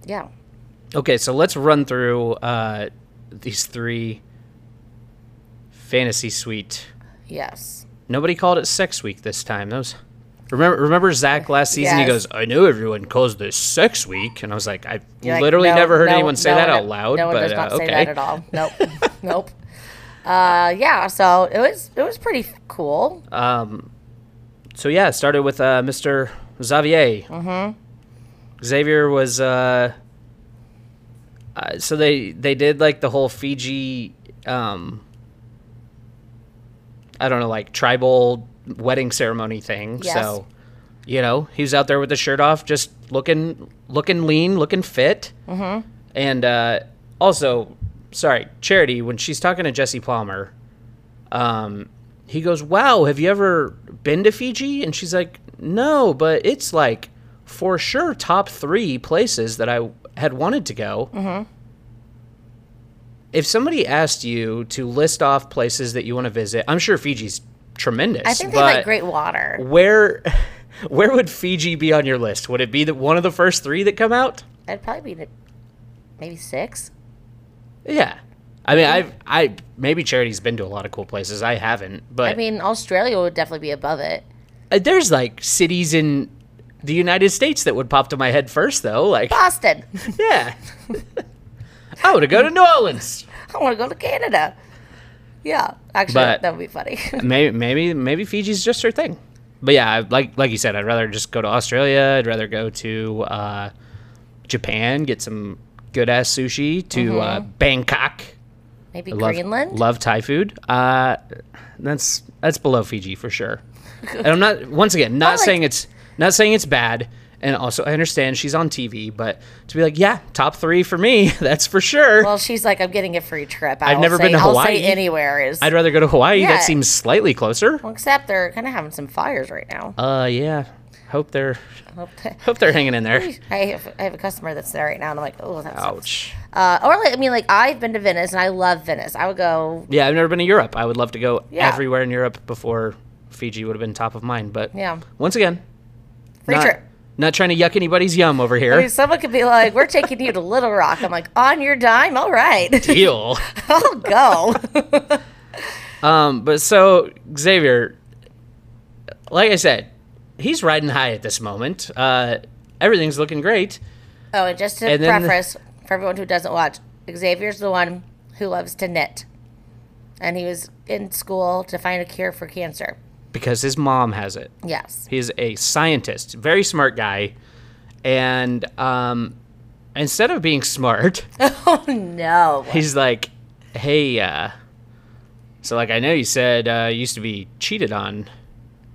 [SPEAKER 5] yeah.
[SPEAKER 4] Okay, so let's run through uh, these three. Fantasy Suite.
[SPEAKER 5] Yes.
[SPEAKER 4] Nobody called it Sex Week this time. That was. Remember, remember Zach last season? He
[SPEAKER 5] Yes.
[SPEAKER 4] goes, "I know everyone calls this Sex Week," and I was like, "I've
[SPEAKER 5] You're like,
[SPEAKER 4] literally
[SPEAKER 5] no,
[SPEAKER 4] never heard
[SPEAKER 5] no,
[SPEAKER 4] anyone say
[SPEAKER 5] no
[SPEAKER 4] that
[SPEAKER 5] one-
[SPEAKER 4] out loud."
[SPEAKER 5] No one
[SPEAKER 4] but,
[SPEAKER 5] does not
[SPEAKER 4] uh,
[SPEAKER 5] say
[SPEAKER 4] okay.
[SPEAKER 5] that at all. Nope. nope. Uh, yeah, so it was it was pretty f- cool.
[SPEAKER 4] Um, So yeah, it started with uh, Mr. Xavier. Mm-hmm. Xavier was uh, uh, so they they did like the whole Fiji, um, I don't know, like tribal wedding ceremony thing.
[SPEAKER 5] Yes.
[SPEAKER 4] So you know, he was out there with the shirt off, just looking looking lean, looking fit, mm-hmm. and uh, also sorry, Charity when she's talking to Jesse Palmer um, he goes, "Wow, have you ever been to Fiji?" And she's like, "No, but it's like for sure top three places that I had wanted to go."
[SPEAKER 5] Mm-hmm.
[SPEAKER 4] If somebody asked you to list off places that you want to visit, I'm sure Fiji's tremendous.
[SPEAKER 5] I think they
[SPEAKER 4] but
[SPEAKER 5] like great water.
[SPEAKER 4] Where, where would Fiji be on your list? Would it be the, one of the first three that come out?
[SPEAKER 5] I'd probably be maybe six.
[SPEAKER 4] Yeah. I mean, I've I maybe Charity's been to a lot of cool places. I haven't, but
[SPEAKER 5] I mean, Australia would definitely be above it.
[SPEAKER 4] Uh, There's like cities in the United States that would pop to my head first, though. Like,
[SPEAKER 5] Boston.
[SPEAKER 4] yeah, I would go to New Orleans.
[SPEAKER 5] I want to go to Canada. Yeah, actually,
[SPEAKER 4] But-
[SPEAKER 5] that would be funny.
[SPEAKER 4] Maybe, maybe, maybe Fiji's just her thing. But yeah, I- like like you said, I'd rather just go to Australia. I'd rather go to uh, Mm-hmm. Japan, get some good ass sushi. To uh, Bangkok,
[SPEAKER 5] Maybe
[SPEAKER 4] Love-
[SPEAKER 5] Greenland.
[SPEAKER 4] Love, Thai food. Uh, that's that's below Fiji for sure. and I'm not once again not
[SPEAKER 5] Oh, like-
[SPEAKER 4] saying it's not saying it's bad. And also, I understand she's on TV, but to be like, yeah, top three for me, that's for sure.
[SPEAKER 5] well, she's like, I'm getting a free trip. I
[SPEAKER 4] I've
[SPEAKER 5] will
[SPEAKER 4] never
[SPEAKER 5] say-
[SPEAKER 4] been to
[SPEAKER 5] I'll
[SPEAKER 4] Hawaii.
[SPEAKER 5] say anywhere is.
[SPEAKER 4] I'd rather go to Hawaii.
[SPEAKER 5] Yeah.
[SPEAKER 4] That seems slightly closer.
[SPEAKER 5] except they're kind of having some fires right now.
[SPEAKER 4] Uh, yeah. Hope they're
[SPEAKER 5] Hope that-
[SPEAKER 4] hope they're hanging in there.
[SPEAKER 5] I have, I have a customer that's there right now, and I'm like, oh, that's
[SPEAKER 4] Ouch.
[SPEAKER 5] Uh, or like, I mean, like I've been to Venice, and I love Venice. I would go.
[SPEAKER 4] Yeah, I've never been to Europe. I would love to go
[SPEAKER 5] Yeah.
[SPEAKER 4] everywhere in Europe before Fiji would have been top of mind. But
[SPEAKER 5] Yeah.
[SPEAKER 4] once again,
[SPEAKER 5] Free
[SPEAKER 4] not,
[SPEAKER 5] trip.
[SPEAKER 4] not trying to yuck anybody's yum over
[SPEAKER 5] I
[SPEAKER 4] here.
[SPEAKER 5] mean, someone could be like, "We're taking you to Little Rock." I'm like, "On your dime, all right,
[SPEAKER 4] Deal.
[SPEAKER 5] I'll go."
[SPEAKER 4] Um, but so Xavier, like I said, he's riding high at this moment. Uh, everything's looking great.
[SPEAKER 5] Oh, and just to
[SPEAKER 4] And then-
[SPEAKER 5] preface for everyone who doesn't watch, Xavier's the one who loves to knit, and he was in school to find a cure for cancer.
[SPEAKER 4] because his mom has it.
[SPEAKER 5] Yes,
[SPEAKER 4] He's a scientist, very smart guy, and um, instead of being smart, Oh,
[SPEAKER 5] no,
[SPEAKER 4] he's like, "Hey, uh, so like I know you said uh, you used to be cheated on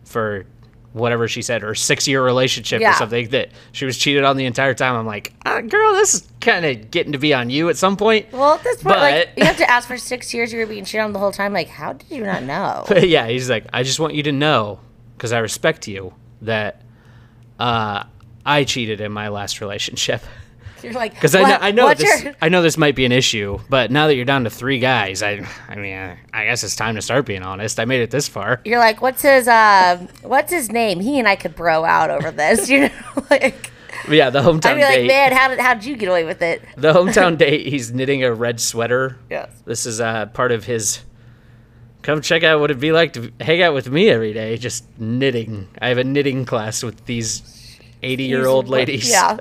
[SPEAKER 4] for whatever she said, or six year relationship
[SPEAKER 5] Yeah.
[SPEAKER 4] or something that she was cheated on the entire time." I'm like, uh, "Girl, this is kind of getting to be on you at some point."
[SPEAKER 5] Well, at this point, like
[SPEAKER 4] But-
[SPEAKER 5] you have to ask for six years. You were being cheated on the whole time. Like, how did you not know?
[SPEAKER 4] But yeah, he's like, I just want you to know, because I respect you, that uh, I cheated in my last relationship.
[SPEAKER 5] You're like,
[SPEAKER 4] Because I know,
[SPEAKER 5] "What-
[SPEAKER 4] I know
[SPEAKER 5] what's
[SPEAKER 4] this,
[SPEAKER 5] your-
[SPEAKER 4] I know this might be an issue, but now that you're down to three guys, I, I mean, I, I guess it's time to start being honest. I made it this far.
[SPEAKER 5] You're like, what's his um, what's his name? He and I could bro out over this. You know, like
[SPEAKER 4] But yeah, the hometown
[SPEAKER 5] I'd be like,
[SPEAKER 4] date,
[SPEAKER 5] man, how did how did you get away with it?
[SPEAKER 4] the hometown date. He's knitting a red sweater.
[SPEAKER 5] Yes.
[SPEAKER 4] This is uh, part of his. Come check out what it'd be like to hang out with me every day, just knitting. I have a knitting class with these eighty-year-old ladies.
[SPEAKER 5] Yeah.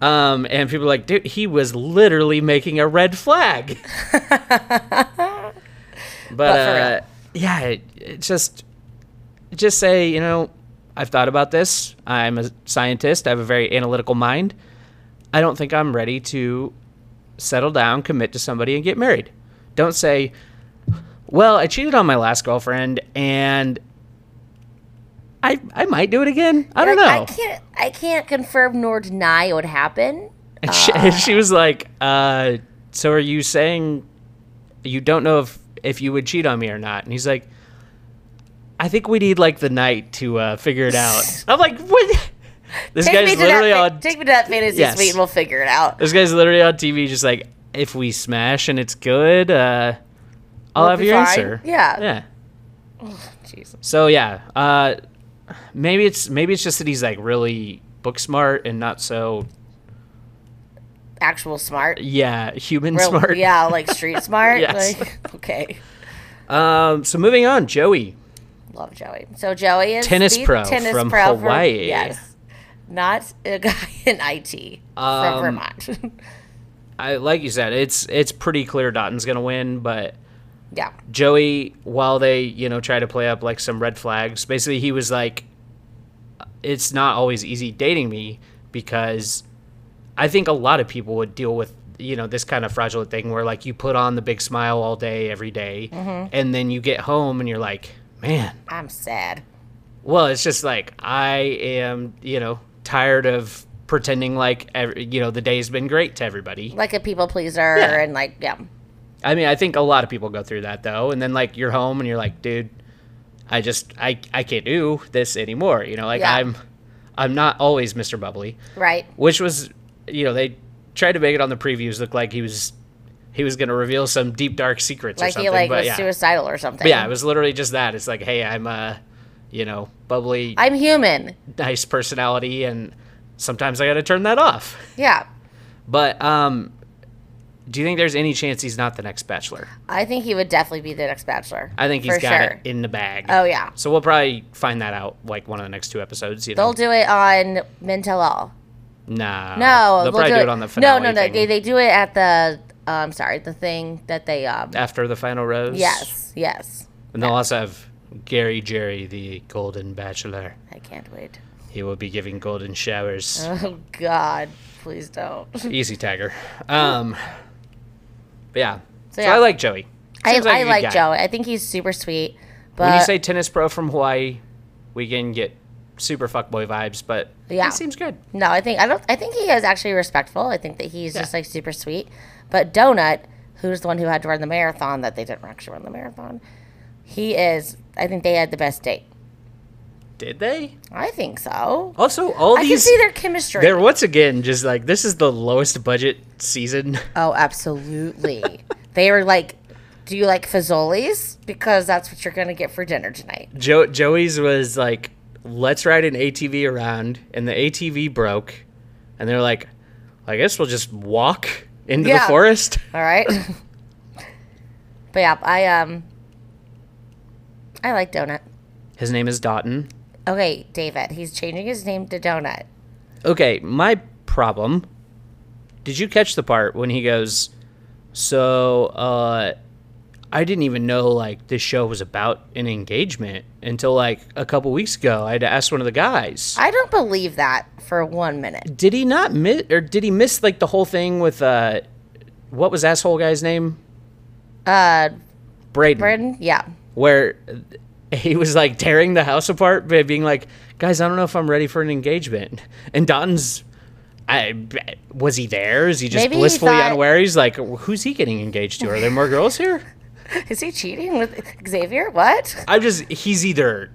[SPEAKER 4] Um, and people are like, dude, he was literally making a red flag. but
[SPEAKER 5] for
[SPEAKER 4] uh, yeah, it, it just just say, you know, I've thought about this. I'm a scientist. I have a very analytical mind. I don't think I'm ready to settle down, commit to somebody, and get married. Don't say, well, I cheated on my last girlfriend, and I I might do it again. I don't
[SPEAKER 5] Like,
[SPEAKER 4] know.
[SPEAKER 5] I can't I can't confirm nor deny it would happen.
[SPEAKER 4] And she,
[SPEAKER 5] Ah.
[SPEAKER 4] and she was like, uh, "So are you saying you don't know if if you would cheat on me or not?" And he's like, "I think we need like the night to uh, figure it out." I'm like, "What?" This
[SPEAKER 5] Take me
[SPEAKER 4] guy's
[SPEAKER 5] to that.
[SPEAKER 4] literally
[SPEAKER 5] fa-
[SPEAKER 4] on.
[SPEAKER 5] take me to that fantasy
[SPEAKER 4] Yes.
[SPEAKER 5] suite, and we'll figure it out.
[SPEAKER 4] This guy's literally on TV, just like, "If we smash and it's good, uh, I'll
[SPEAKER 5] We'll
[SPEAKER 4] have
[SPEAKER 5] be
[SPEAKER 4] your
[SPEAKER 5] fine."
[SPEAKER 4] answer."
[SPEAKER 5] Yeah.
[SPEAKER 4] Yeah.
[SPEAKER 5] Jeez.
[SPEAKER 4] So yeah, uh, maybe it's maybe it's just that he's like really book smart and not so
[SPEAKER 5] Actual smart,
[SPEAKER 4] yeah human
[SPEAKER 5] Real-
[SPEAKER 4] smart.
[SPEAKER 5] yeah, like street smart.
[SPEAKER 4] Yes.
[SPEAKER 5] Like, okay.
[SPEAKER 4] Um. So moving on, Joey.
[SPEAKER 5] Love Joey. So Joey is
[SPEAKER 4] Tennis
[SPEAKER 5] the
[SPEAKER 4] pro from Hawaii.
[SPEAKER 5] yes, not a guy in IT
[SPEAKER 4] Um,
[SPEAKER 5] from Vermont.
[SPEAKER 4] I like you said, it's it's pretty clear Dotton's gonna win, but
[SPEAKER 5] yeah,
[SPEAKER 4] Joey, while they you know try to play up like some red flags, basically he was like, "It's not always easy dating me because I think a lot of people would deal with you know this kind of fraudulent thing where like you put on the big smile all day every day, and then you get home and you're like, man,
[SPEAKER 5] I'm sad.
[SPEAKER 4] well, it's just like I am you know tired of pretending like every, you know the day's been great to everybody.
[SPEAKER 5] Like a people pleaser
[SPEAKER 4] Yeah.
[SPEAKER 5] and like yeah,
[SPEAKER 4] I mean, I think a lot of people go through that though, and then like you're home and you're like, dude, I just I I can't do this anymore. You know, like
[SPEAKER 5] Yeah.
[SPEAKER 4] I'm I'm not always Mr. Bubbly,
[SPEAKER 5] right.
[SPEAKER 4] which was you know they tried to make it on the previews look like he was he was gonna reveal some deep dark secrets or
[SPEAKER 5] Like
[SPEAKER 4] something,
[SPEAKER 5] he like
[SPEAKER 4] but
[SPEAKER 5] was
[SPEAKER 4] yeah,
[SPEAKER 5] suicidal or something.
[SPEAKER 4] but yeah, it was literally just that. It's like, hey, I'm a you know bubbly
[SPEAKER 5] I'm human.
[SPEAKER 4] nice personality, and sometimes I gotta turn that off.
[SPEAKER 5] Yeah,
[SPEAKER 4] But um, do you think there's any chance he's not the next Bachelor?
[SPEAKER 5] I think he would definitely be the next bachelor.
[SPEAKER 4] I think he's
[SPEAKER 5] for
[SPEAKER 4] got
[SPEAKER 5] sure.
[SPEAKER 4] it in the bag.
[SPEAKER 5] Oh, yeah.
[SPEAKER 4] So we'll probably find that out like one of the next two episodes. You know,
[SPEAKER 5] They'll do it on Mental All.
[SPEAKER 4] nah.
[SPEAKER 5] No,
[SPEAKER 4] Oh, they'll
[SPEAKER 5] they'll
[SPEAKER 4] probably do it, on the
[SPEAKER 5] No,
[SPEAKER 4] finale.
[SPEAKER 5] no, no.
[SPEAKER 4] thing
[SPEAKER 5] They, they do it at the. Uh, I'm sorry, the thing that they. um
[SPEAKER 4] after the final rose.
[SPEAKER 5] Yes, yes.
[SPEAKER 4] And they'll also have Gary Jerry, the Golden Bachelor.
[SPEAKER 5] I can't wait.
[SPEAKER 4] He will be giving golden showers.
[SPEAKER 5] Oh God, please don't.
[SPEAKER 4] Easy tagger. Um, but yeah. So
[SPEAKER 5] So, yeah.
[SPEAKER 4] I like Joey.
[SPEAKER 5] I,
[SPEAKER 4] Seems
[SPEAKER 5] I
[SPEAKER 4] a good
[SPEAKER 5] like
[SPEAKER 4] guy.
[SPEAKER 5] Joey. I think he's super sweet. But
[SPEAKER 4] When you say tennis pro from Hawaii, we can get super fuckboy vibes, but
[SPEAKER 5] Yeah.
[SPEAKER 4] he seems good.
[SPEAKER 5] no, I think I don't. I think he is actually respectful. I think that he's just like super sweet. But Donut, who's the one who had to run the marathon that they didn't actually run the marathon, he is. I think they had the best date.
[SPEAKER 4] Did they?
[SPEAKER 5] I think so.
[SPEAKER 4] Also, all
[SPEAKER 5] I can
[SPEAKER 4] these
[SPEAKER 5] see their chemistry.
[SPEAKER 4] they're once again just like this is the lowest budget season.
[SPEAKER 5] Oh, absolutely. they were like, "Do you like fazoli's? Because that's what you're gonna get for dinner tonight."
[SPEAKER 4] Jo- Joey's was like, let's ride an ATV around, and the ATV broke, and they're like, I guess we'll just walk into
[SPEAKER 5] Yeah.
[SPEAKER 4] the forest.
[SPEAKER 5] All right. but yeah, I um, I like donut.
[SPEAKER 4] His name is Dotton.
[SPEAKER 5] Okay, David. He's changing his name to Donut.
[SPEAKER 4] Okay, my problem. Did you catch the part when he goes, so uh, I didn't even know like this show was about an engagement until like a couple weeks ago. I had to ask one of the guys.
[SPEAKER 5] I don't believe that for one minute.
[SPEAKER 4] did he not miss or did he miss like the whole thing with uh what was asshole guy's name
[SPEAKER 5] Uh,
[SPEAKER 4] braden,
[SPEAKER 5] Braden. Yeah.
[SPEAKER 4] where he was like tearing the house apart by being like guys i don't know if i'm ready for an engagement and Don's, I, was he there? Is he just
[SPEAKER 5] Maybe he
[SPEAKER 4] blissfully
[SPEAKER 5] thought-
[SPEAKER 4] unaware? He's like, who's he getting engaged to? Are there more girls here?
[SPEAKER 5] Is he cheating with Xavier? What?
[SPEAKER 4] I'm just he's either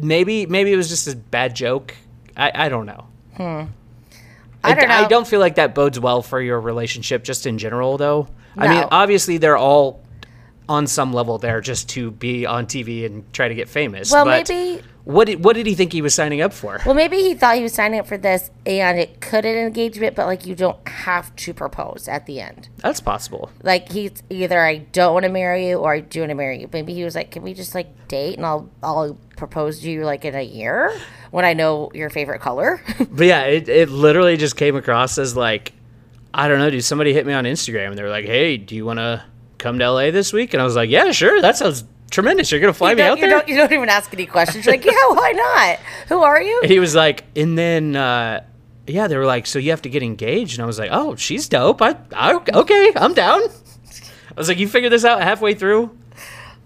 [SPEAKER 4] maybe maybe it was just a bad joke. I, I don't know.
[SPEAKER 5] Hmm. I don't know.
[SPEAKER 4] I don't feel like that bodes well for your relationship just in general though. I mean,
[SPEAKER 5] No.
[SPEAKER 4] obviously they're all on some level there just to be on TV and try to get famous.
[SPEAKER 5] Well,
[SPEAKER 4] but
[SPEAKER 5] maybe-
[SPEAKER 4] what did, what did he think he was signing up for?
[SPEAKER 5] Well, maybe he thought he was signing up for this, and it could an engagement, but like you don't have to propose at the end.
[SPEAKER 4] That's possible.
[SPEAKER 5] Like he's either I don't want to marry you or I do want to marry you. Maybe he was like, can we just like date and I'll I'll propose to you like in a year when I know your favorite color.
[SPEAKER 4] But yeah, it, it literally just came across as like, I don't know, dude. Somebody hit me on Instagram and they were like, hey, do you want to come to LA this week? And I was like, yeah, sure. That sounds tremendous. You're going to fly me out
[SPEAKER 5] you, don't, you,
[SPEAKER 4] there?
[SPEAKER 5] don't, you don't even ask any questions. You're like, yeah, why not? Who are you?
[SPEAKER 4] And he was like, and then, uh, yeah, they were like, so you have to get engaged. And I was like, oh, she's dope. I, I Okay, I'm down. I was like, you figured this out halfway through?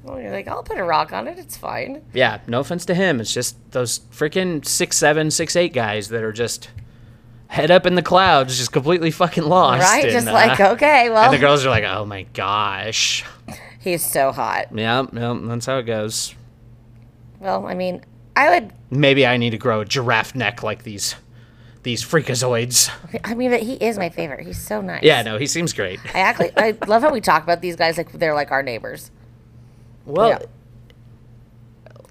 [SPEAKER 5] Well, you're like, I'll put a rock on it. It's fine.
[SPEAKER 4] Yeah, no offense to him. It's just those freaking six seven, six eight guys that are just head up in the clouds, just completely fucking lost.
[SPEAKER 5] Right?
[SPEAKER 4] And,
[SPEAKER 5] Just
[SPEAKER 4] uh,
[SPEAKER 5] like, okay,
[SPEAKER 4] And
[SPEAKER 5] well,
[SPEAKER 4] the girls are like, oh my gosh.
[SPEAKER 5] he's so hot.
[SPEAKER 4] Yeah, yeah, that's how it goes.
[SPEAKER 5] Well, I mean, I would,
[SPEAKER 4] Maybe I need to grow a giraffe neck like these these freakazoids.
[SPEAKER 5] I mean, but he is my favorite. He's so nice.
[SPEAKER 4] Yeah, no, he seems great.
[SPEAKER 5] I actually, I love how we talk about these guys like they're like our neighbors.
[SPEAKER 4] Well,
[SPEAKER 5] Yeah.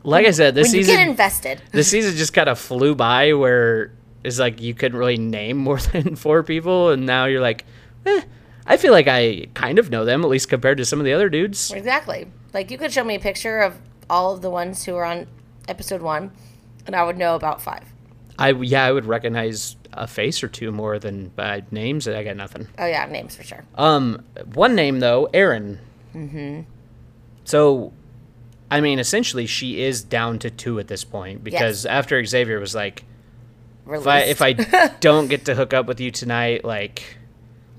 [SPEAKER 4] like I said, this
[SPEAKER 5] When you
[SPEAKER 4] season
[SPEAKER 5] get invested,
[SPEAKER 4] this season just kind of flew by where it's like you couldn't really name more than four people and now you're like, eh, I feel like I kind of know them at least compared to some of the other dudes.
[SPEAKER 5] exactly. Like you could show me a picture of all of the ones who are on episode one, and I would know about five.
[SPEAKER 4] I yeah, I would recognize a face or two more than uh, names. I got nothing.
[SPEAKER 5] Oh yeah, names for sure.
[SPEAKER 4] Um, one name though, Erin. Mm-hmm. So, I mean, essentially, she is down to two at this point because after Xavier was like,
[SPEAKER 5] Released.
[SPEAKER 4] if I, if I don't get to hook up with you tonight, like,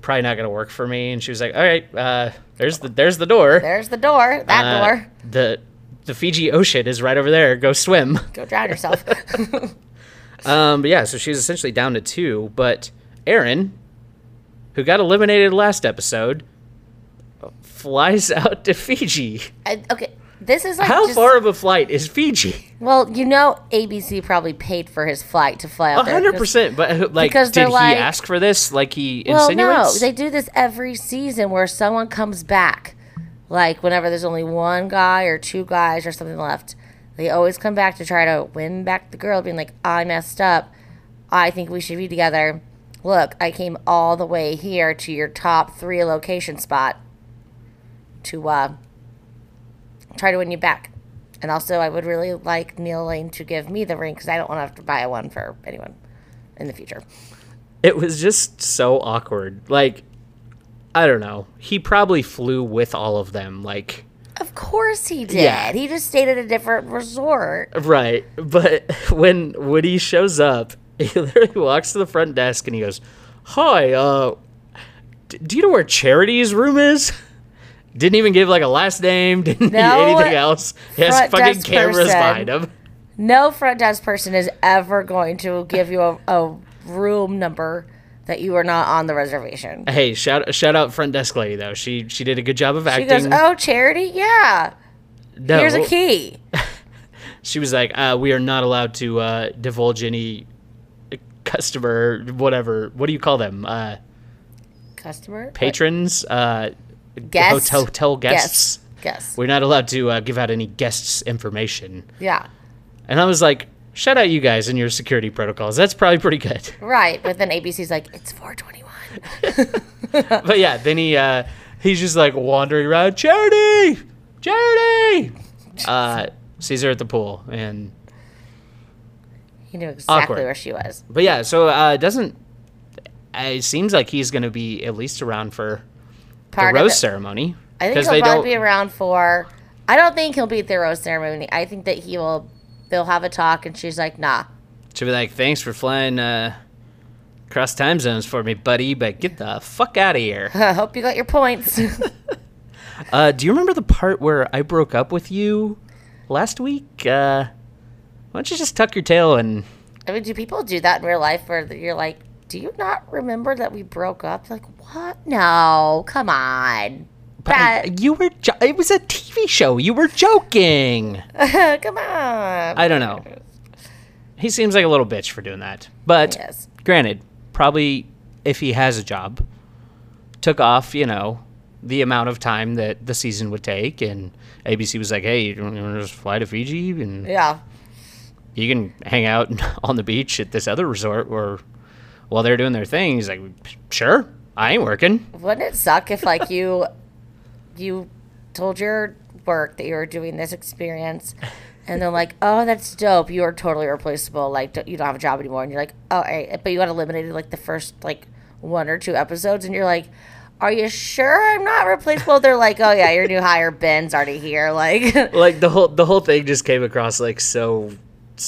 [SPEAKER 4] probably not gonna work for me. And she was like, all right, uh, there's the there's the door.
[SPEAKER 5] There's the door. That
[SPEAKER 4] Uh,
[SPEAKER 5] door.
[SPEAKER 4] The the Fiji Ocean is right over there. Go swim.
[SPEAKER 5] Go drown yourself.
[SPEAKER 4] Um, but yeah, so she's essentially down to two. But Aaron, who got eliminated last episode, flies out to Fiji.
[SPEAKER 5] I, okay, this is like
[SPEAKER 4] How
[SPEAKER 5] just-
[SPEAKER 4] far of a flight is Fiji?
[SPEAKER 5] Well, you know, ABC probably paid for his flight to fly out there.
[SPEAKER 4] hundred percent. But uh, like,
[SPEAKER 5] because
[SPEAKER 4] did
[SPEAKER 5] they're
[SPEAKER 4] he
[SPEAKER 5] like-
[SPEAKER 4] ask for this? Like he
[SPEAKER 5] Well,
[SPEAKER 4] insinuates?
[SPEAKER 5] no, they do this every season where someone comes back. Like whenever there's only one guy or two guys or something left, they always come back to try to win back the girl, being like, "I messed up. I think we should be together. Look, I came all the way here to your top three location spot to uh, try to win you back." And also, I would really like Neil Lane to give me the ring because I don't want to have to buy one for anyone in the future.
[SPEAKER 4] it was just so awkward. Like, I don't know. He probably flew with all of them. Like.
[SPEAKER 5] Of course he did.
[SPEAKER 4] Yeah.
[SPEAKER 5] He just stayed at a different resort.
[SPEAKER 4] Right. But when when he shows up, he literally walks to the front desk and he goes, "Hi, uh D- do you know where Charity's room is? Didn't even give like a last name. Didn't need
[SPEAKER 5] No
[SPEAKER 4] anything else. He has
[SPEAKER 5] front
[SPEAKER 4] fucking
[SPEAKER 5] desk
[SPEAKER 4] cameras
[SPEAKER 5] person.
[SPEAKER 4] behind him.
[SPEAKER 5] No front desk person is ever going to give you a, a room number that you are not on the reservation.
[SPEAKER 4] Hey, shout shout out front desk lady though. She she did a good job of
[SPEAKER 5] She
[SPEAKER 4] acting.
[SPEAKER 5] goes, "Oh, charity? Yeah.
[SPEAKER 4] No.
[SPEAKER 5] Here's a key."
[SPEAKER 4] She was like, uh, "We are not allowed to uh, divulge any uh, customer, whatever. What do you call them? Uh,
[SPEAKER 5] Customer?
[SPEAKER 4] patrons, uh,
[SPEAKER 5] Guest?
[SPEAKER 4] hotel, hotel guests.
[SPEAKER 5] Guess.
[SPEAKER 4] We're not allowed to uh, give out any guests' information."
[SPEAKER 5] Yeah.
[SPEAKER 4] And I was like, "Shout out you guys and your security protocols. That's probably pretty good."
[SPEAKER 5] Right, but then ABC's like, "It's 421."
[SPEAKER 4] But yeah, then he uh, he's just like wandering around, charity, charity. Uh, sees her at the pool, and
[SPEAKER 5] He knew exactly
[SPEAKER 4] Awkward.
[SPEAKER 5] where she was.
[SPEAKER 4] but yeah, so uh, it doesn't. It seems like he's going to be at least around for the
[SPEAKER 5] Part of
[SPEAKER 4] rose
[SPEAKER 5] it-
[SPEAKER 4] ceremony
[SPEAKER 5] I think
[SPEAKER 4] because
[SPEAKER 5] he'll
[SPEAKER 4] they
[SPEAKER 5] probably
[SPEAKER 4] don't.
[SPEAKER 5] be around for. I don't think he'll be at the rose ceremony. I think that he will. They'll have a talk, and she's like, "Nah,
[SPEAKER 4] She'll be like, "Thanks for flying uh, across time zones for me, buddy, but get the fuck out of here."
[SPEAKER 5] I hope you got your points."
[SPEAKER 4] uh, do you remember the part where I broke up with you last week? Uh, why don't you just tuck your tail and
[SPEAKER 5] I mean, do people do that in real life where you're like, do you not remember that we broke up? Like, what? No, come on. That,
[SPEAKER 4] you were jo- it was a TV show. You were joking.
[SPEAKER 5] come on.
[SPEAKER 4] I don't know. He seems like a little bitch for doing that. But
[SPEAKER 5] Yes.
[SPEAKER 4] granted, probably if he has a job, took off, you know, the amount of time that the season would take and ABC was like, "Hey, you want to just fly to Fiji and
[SPEAKER 5] Yeah.
[SPEAKER 4] you can hang out on the beach at this other resort where while they're doing their thing." He's like, "Sure. I ain't working."
[SPEAKER 5] Wouldn't it suck if, like, you you told your work that you were doing this experience and they're like, oh, that's dope. You are totally replaceable. Like, don't, you don't have a job anymore. And you're like, oh, all right. But you got eliminated, like, the first, like, one or two episodes. And you're like, are you sure I'm not replaceable? They're like, oh, yeah, your new hire, Ben's already here. Like,
[SPEAKER 4] like the whole the whole thing just came across like so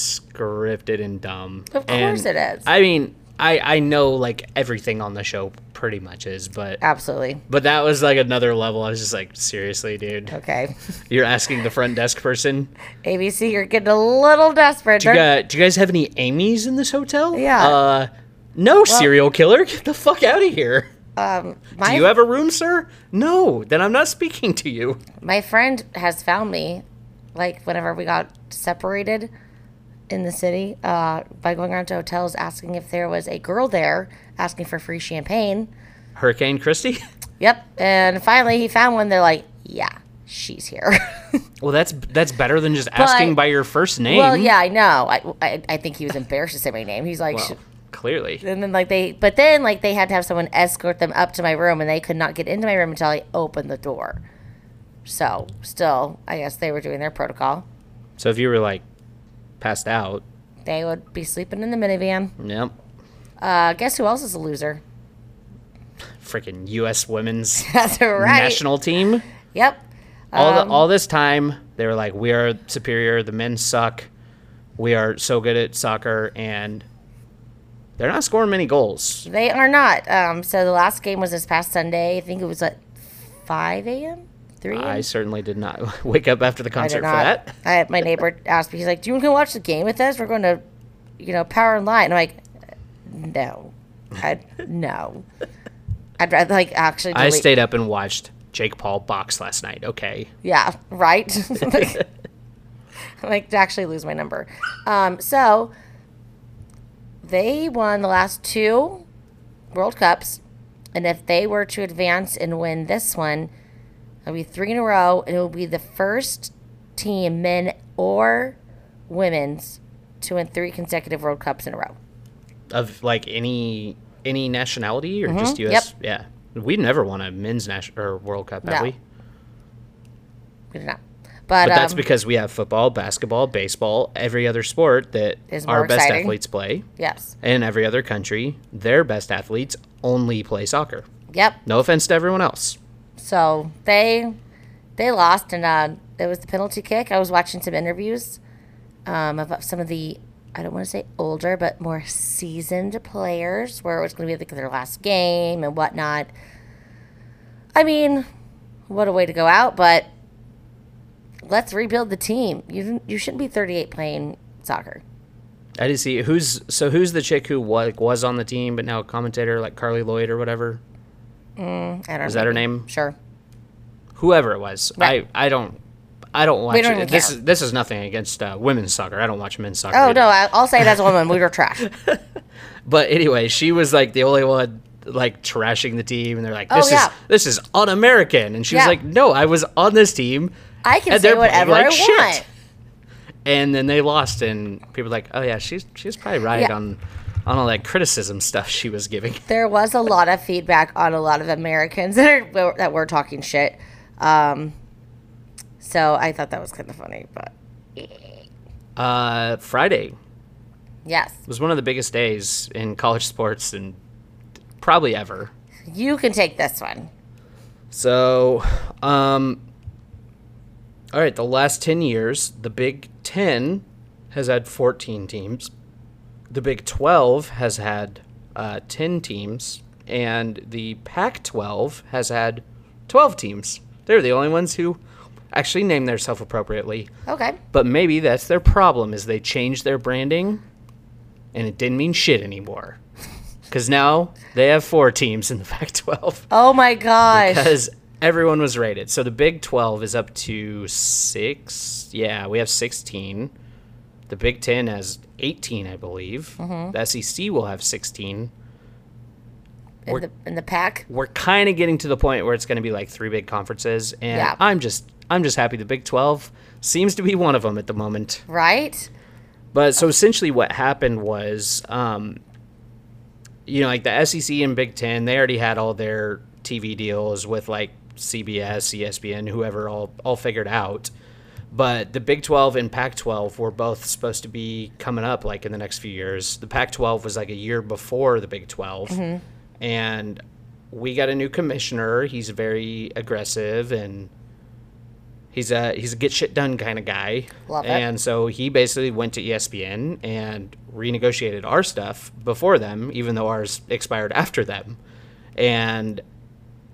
[SPEAKER 4] scripted and dumb.
[SPEAKER 5] Of
[SPEAKER 4] And,
[SPEAKER 5] course it is.
[SPEAKER 4] I mean, I I know like everything on the show pretty much is, but
[SPEAKER 5] Absolutely.
[SPEAKER 4] but that was like another level. I was just like, seriously, dude,
[SPEAKER 5] Okay.
[SPEAKER 4] you're asking the front desk person.
[SPEAKER 5] ABC, you're getting a little desperate.
[SPEAKER 4] Do you,
[SPEAKER 5] They're-
[SPEAKER 4] got, do you guys have any Amy's in this hotel?
[SPEAKER 5] Yeah.
[SPEAKER 4] Uh, no, serial killer, get the fuck out of here.
[SPEAKER 5] my,
[SPEAKER 4] Do you have a room, sir? No, then I'm not speaking to you.
[SPEAKER 5] my friend has found me, like, whenever we got separated in the city, uh, by going around to hotels asking if there was a girl there asking for free champagne.
[SPEAKER 4] Hurricane Christie.
[SPEAKER 5] Yep. And finally, he found one. They're like, yeah, she's here.
[SPEAKER 4] Well, that's that's better than just asking by your first name.
[SPEAKER 5] well, yeah, I know. I, I, I think he was embarrassed to say my name. He's like,
[SPEAKER 4] Well,
[SPEAKER 5] "Sh-
[SPEAKER 4] clearly.
[SPEAKER 5] and then like they but then like they had to have someone escort them up to my room and they could not get into my room until i opened the door so still i guess they were doing their protocol
[SPEAKER 4] So if you were like passed out,
[SPEAKER 5] they would be sleeping in the minivan
[SPEAKER 4] yep.
[SPEAKER 5] uh guess who else is a loser
[SPEAKER 4] Freaking U.S. women's
[SPEAKER 5] that's right
[SPEAKER 4] national team.
[SPEAKER 5] yep
[SPEAKER 4] All the,
[SPEAKER 5] Um,
[SPEAKER 4] all this time, they were like, "We are superior. The men suck. We are so good at soccer, and they're not scoring many goals."
[SPEAKER 5] they are not um so the last game was this past sunday i think it was at 5 a.m 3
[SPEAKER 4] I
[SPEAKER 5] a.m
[SPEAKER 4] certainly did not wake up after the
[SPEAKER 5] I did
[SPEAKER 4] concert for
[SPEAKER 5] not.
[SPEAKER 4] that.
[SPEAKER 5] I, my neighbor asked me, he's like, Do you want to watch the game with us? We're going to, you know, power and light. And I'm like, No. I, no. I'd rather, like, actually.
[SPEAKER 4] I
[SPEAKER 5] delete-
[SPEAKER 4] stayed up and watched Jake Paul box last night. Okay,
[SPEAKER 5] Yeah, right? like, I'm like, to actually lose my number. Um, so they won the last two World Cups. And if they were to advance and win this one, it'll be three in a row. And it will be the first team, men or women's, to win three consecutive World Cups in a row.
[SPEAKER 4] of like any any nationality
[SPEAKER 5] Mm-hmm.
[SPEAKER 4] or just U.S. Yeah, we never won a men's national or World Cup, have
[SPEAKER 5] No.
[SPEAKER 4] we?
[SPEAKER 5] We did not. But,
[SPEAKER 4] But that's
[SPEAKER 5] um,
[SPEAKER 4] because we have football, basketball, baseball, every other sport that
[SPEAKER 5] Is more
[SPEAKER 4] our best
[SPEAKER 5] exciting.
[SPEAKER 4] athletes play,
[SPEAKER 5] yes.
[SPEAKER 4] and every other country, their best athletes only play soccer.
[SPEAKER 5] Yep.
[SPEAKER 4] No offense to everyone else.
[SPEAKER 5] So they they lost, and uh, it was the penalty kick. I was watching some interviews um, of some of the I don't want to say older, but more seasoned players, where it was going to be like their last game and whatnot. I mean, what a way to go out, but let's rebuild the team. You didn't- you shouldn't be 38 playing soccer.
[SPEAKER 4] I did see who's so who's the chick who was, was on the team but now a commentator like Carly Lloyd or whatever,
[SPEAKER 5] I don't
[SPEAKER 4] Is
[SPEAKER 5] know.
[SPEAKER 4] that her name?
[SPEAKER 5] Sure.
[SPEAKER 4] whoever it was.
[SPEAKER 5] Right.
[SPEAKER 4] I I don't. I don't watch
[SPEAKER 5] don't
[SPEAKER 4] it.
[SPEAKER 5] even
[SPEAKER 4] This
[SPEAKER 5] care.
[SPEAKER 4] is this is nothing against uh, women's soccer. I don't watch men's soccer.
[SPEAKER 5] Oh
[SPEAKER 4] either.
[SPEAKER 5] no, I, I'll say it as a woman. We were trash.
[SPEAKER 4] But anyway, she was like the only one like trashing the team, and they're like,
[SPEAKER 5] Oh,
[SPEAKER 4] "This
[SPEAKER 5] yeah.
[SPEAKER 4] is this is un-American," and she
[SPEAKER 5] Yeah.
[SPEAKER 4] was like, "No, I was on this team."
[SPEAKER 5] I can
[SPEAKER 4] And
[SPEAKER 5] say
[SPEAKER 4] they're playing
[SPEAKER 5] whatever
[SPEAKER 4] like
[SPEAKER 5] I
[SPEAKER 4] shit.
[SPEAKER 5] want.
[SPEAKER 4] And then they lost, and people were like, "Oh yeah, she's she's probably right
[SPEAKER 5] Yeah.
[SPEAKER 4] on on all that criticism stuff she was giving."
[SPEAKER 5] There was a lot of feedback on a lot of Americans that are that were talking shit. Um, so I thought that was kind of funny, but
[SPEAKER 4] Uh, Friday
[SPEAKER 5] yes,
[SPEAKER 4] was one of the biggest days in college sports and probably ever.
[SPEAKER 5] you can take this one.
[SPEAKER 4] So, um, all right, the last 10 years, the Big 10 has had 14 teams, the Big 12 has had uh, 10 teams, and the Pac 12 has had 12 teams. They're the only ones who actually name themselves appropriately.
[SPEAKER 5] Okay,
[SPEAKER 4] But maybe that's their problem is they changed their branding and it didn't mean shit anymore. Cuz now they have 4 teams in the Pac-12
[SPEAKER 5] Oh my gosh.
[SPEAKER 4] because everyone was rated. So the Big 12 is up to 6. Yeah, we have 16. The Big 10 has 18, I believe. The SEC will have 16.
[SPEAKER 5] in, the, in the pack.
[SPEAKER 4] We're kind of getting to the point where it's going to be like three big conferences and
[SPEAKER 5] Yeah.
[SPEAKER 4] I'm just I'm just happy the Big 12 seems to be one of them at the moment.
[SPEAKER 5] Right?
[SPEAKER 4] But so essentially, what happened was, um, you know, like the SEC and Big Ten, they already had all their TV deals with like CBS, ESPN, whoever, all all figured out. But the Big 12 and Pac 12 were both supposed to be coming up like in the next few years. The Pac 12 was like a year before the Big 12. And we got a new commissioner. He's very aggressive and he's a he's a get shit done kind of guy.
[SPEAKER 5] Love it.
[SPEAKER 4] And so he basically went to E ESPN and renegotiated our stuff before them, even though ours expired after them. And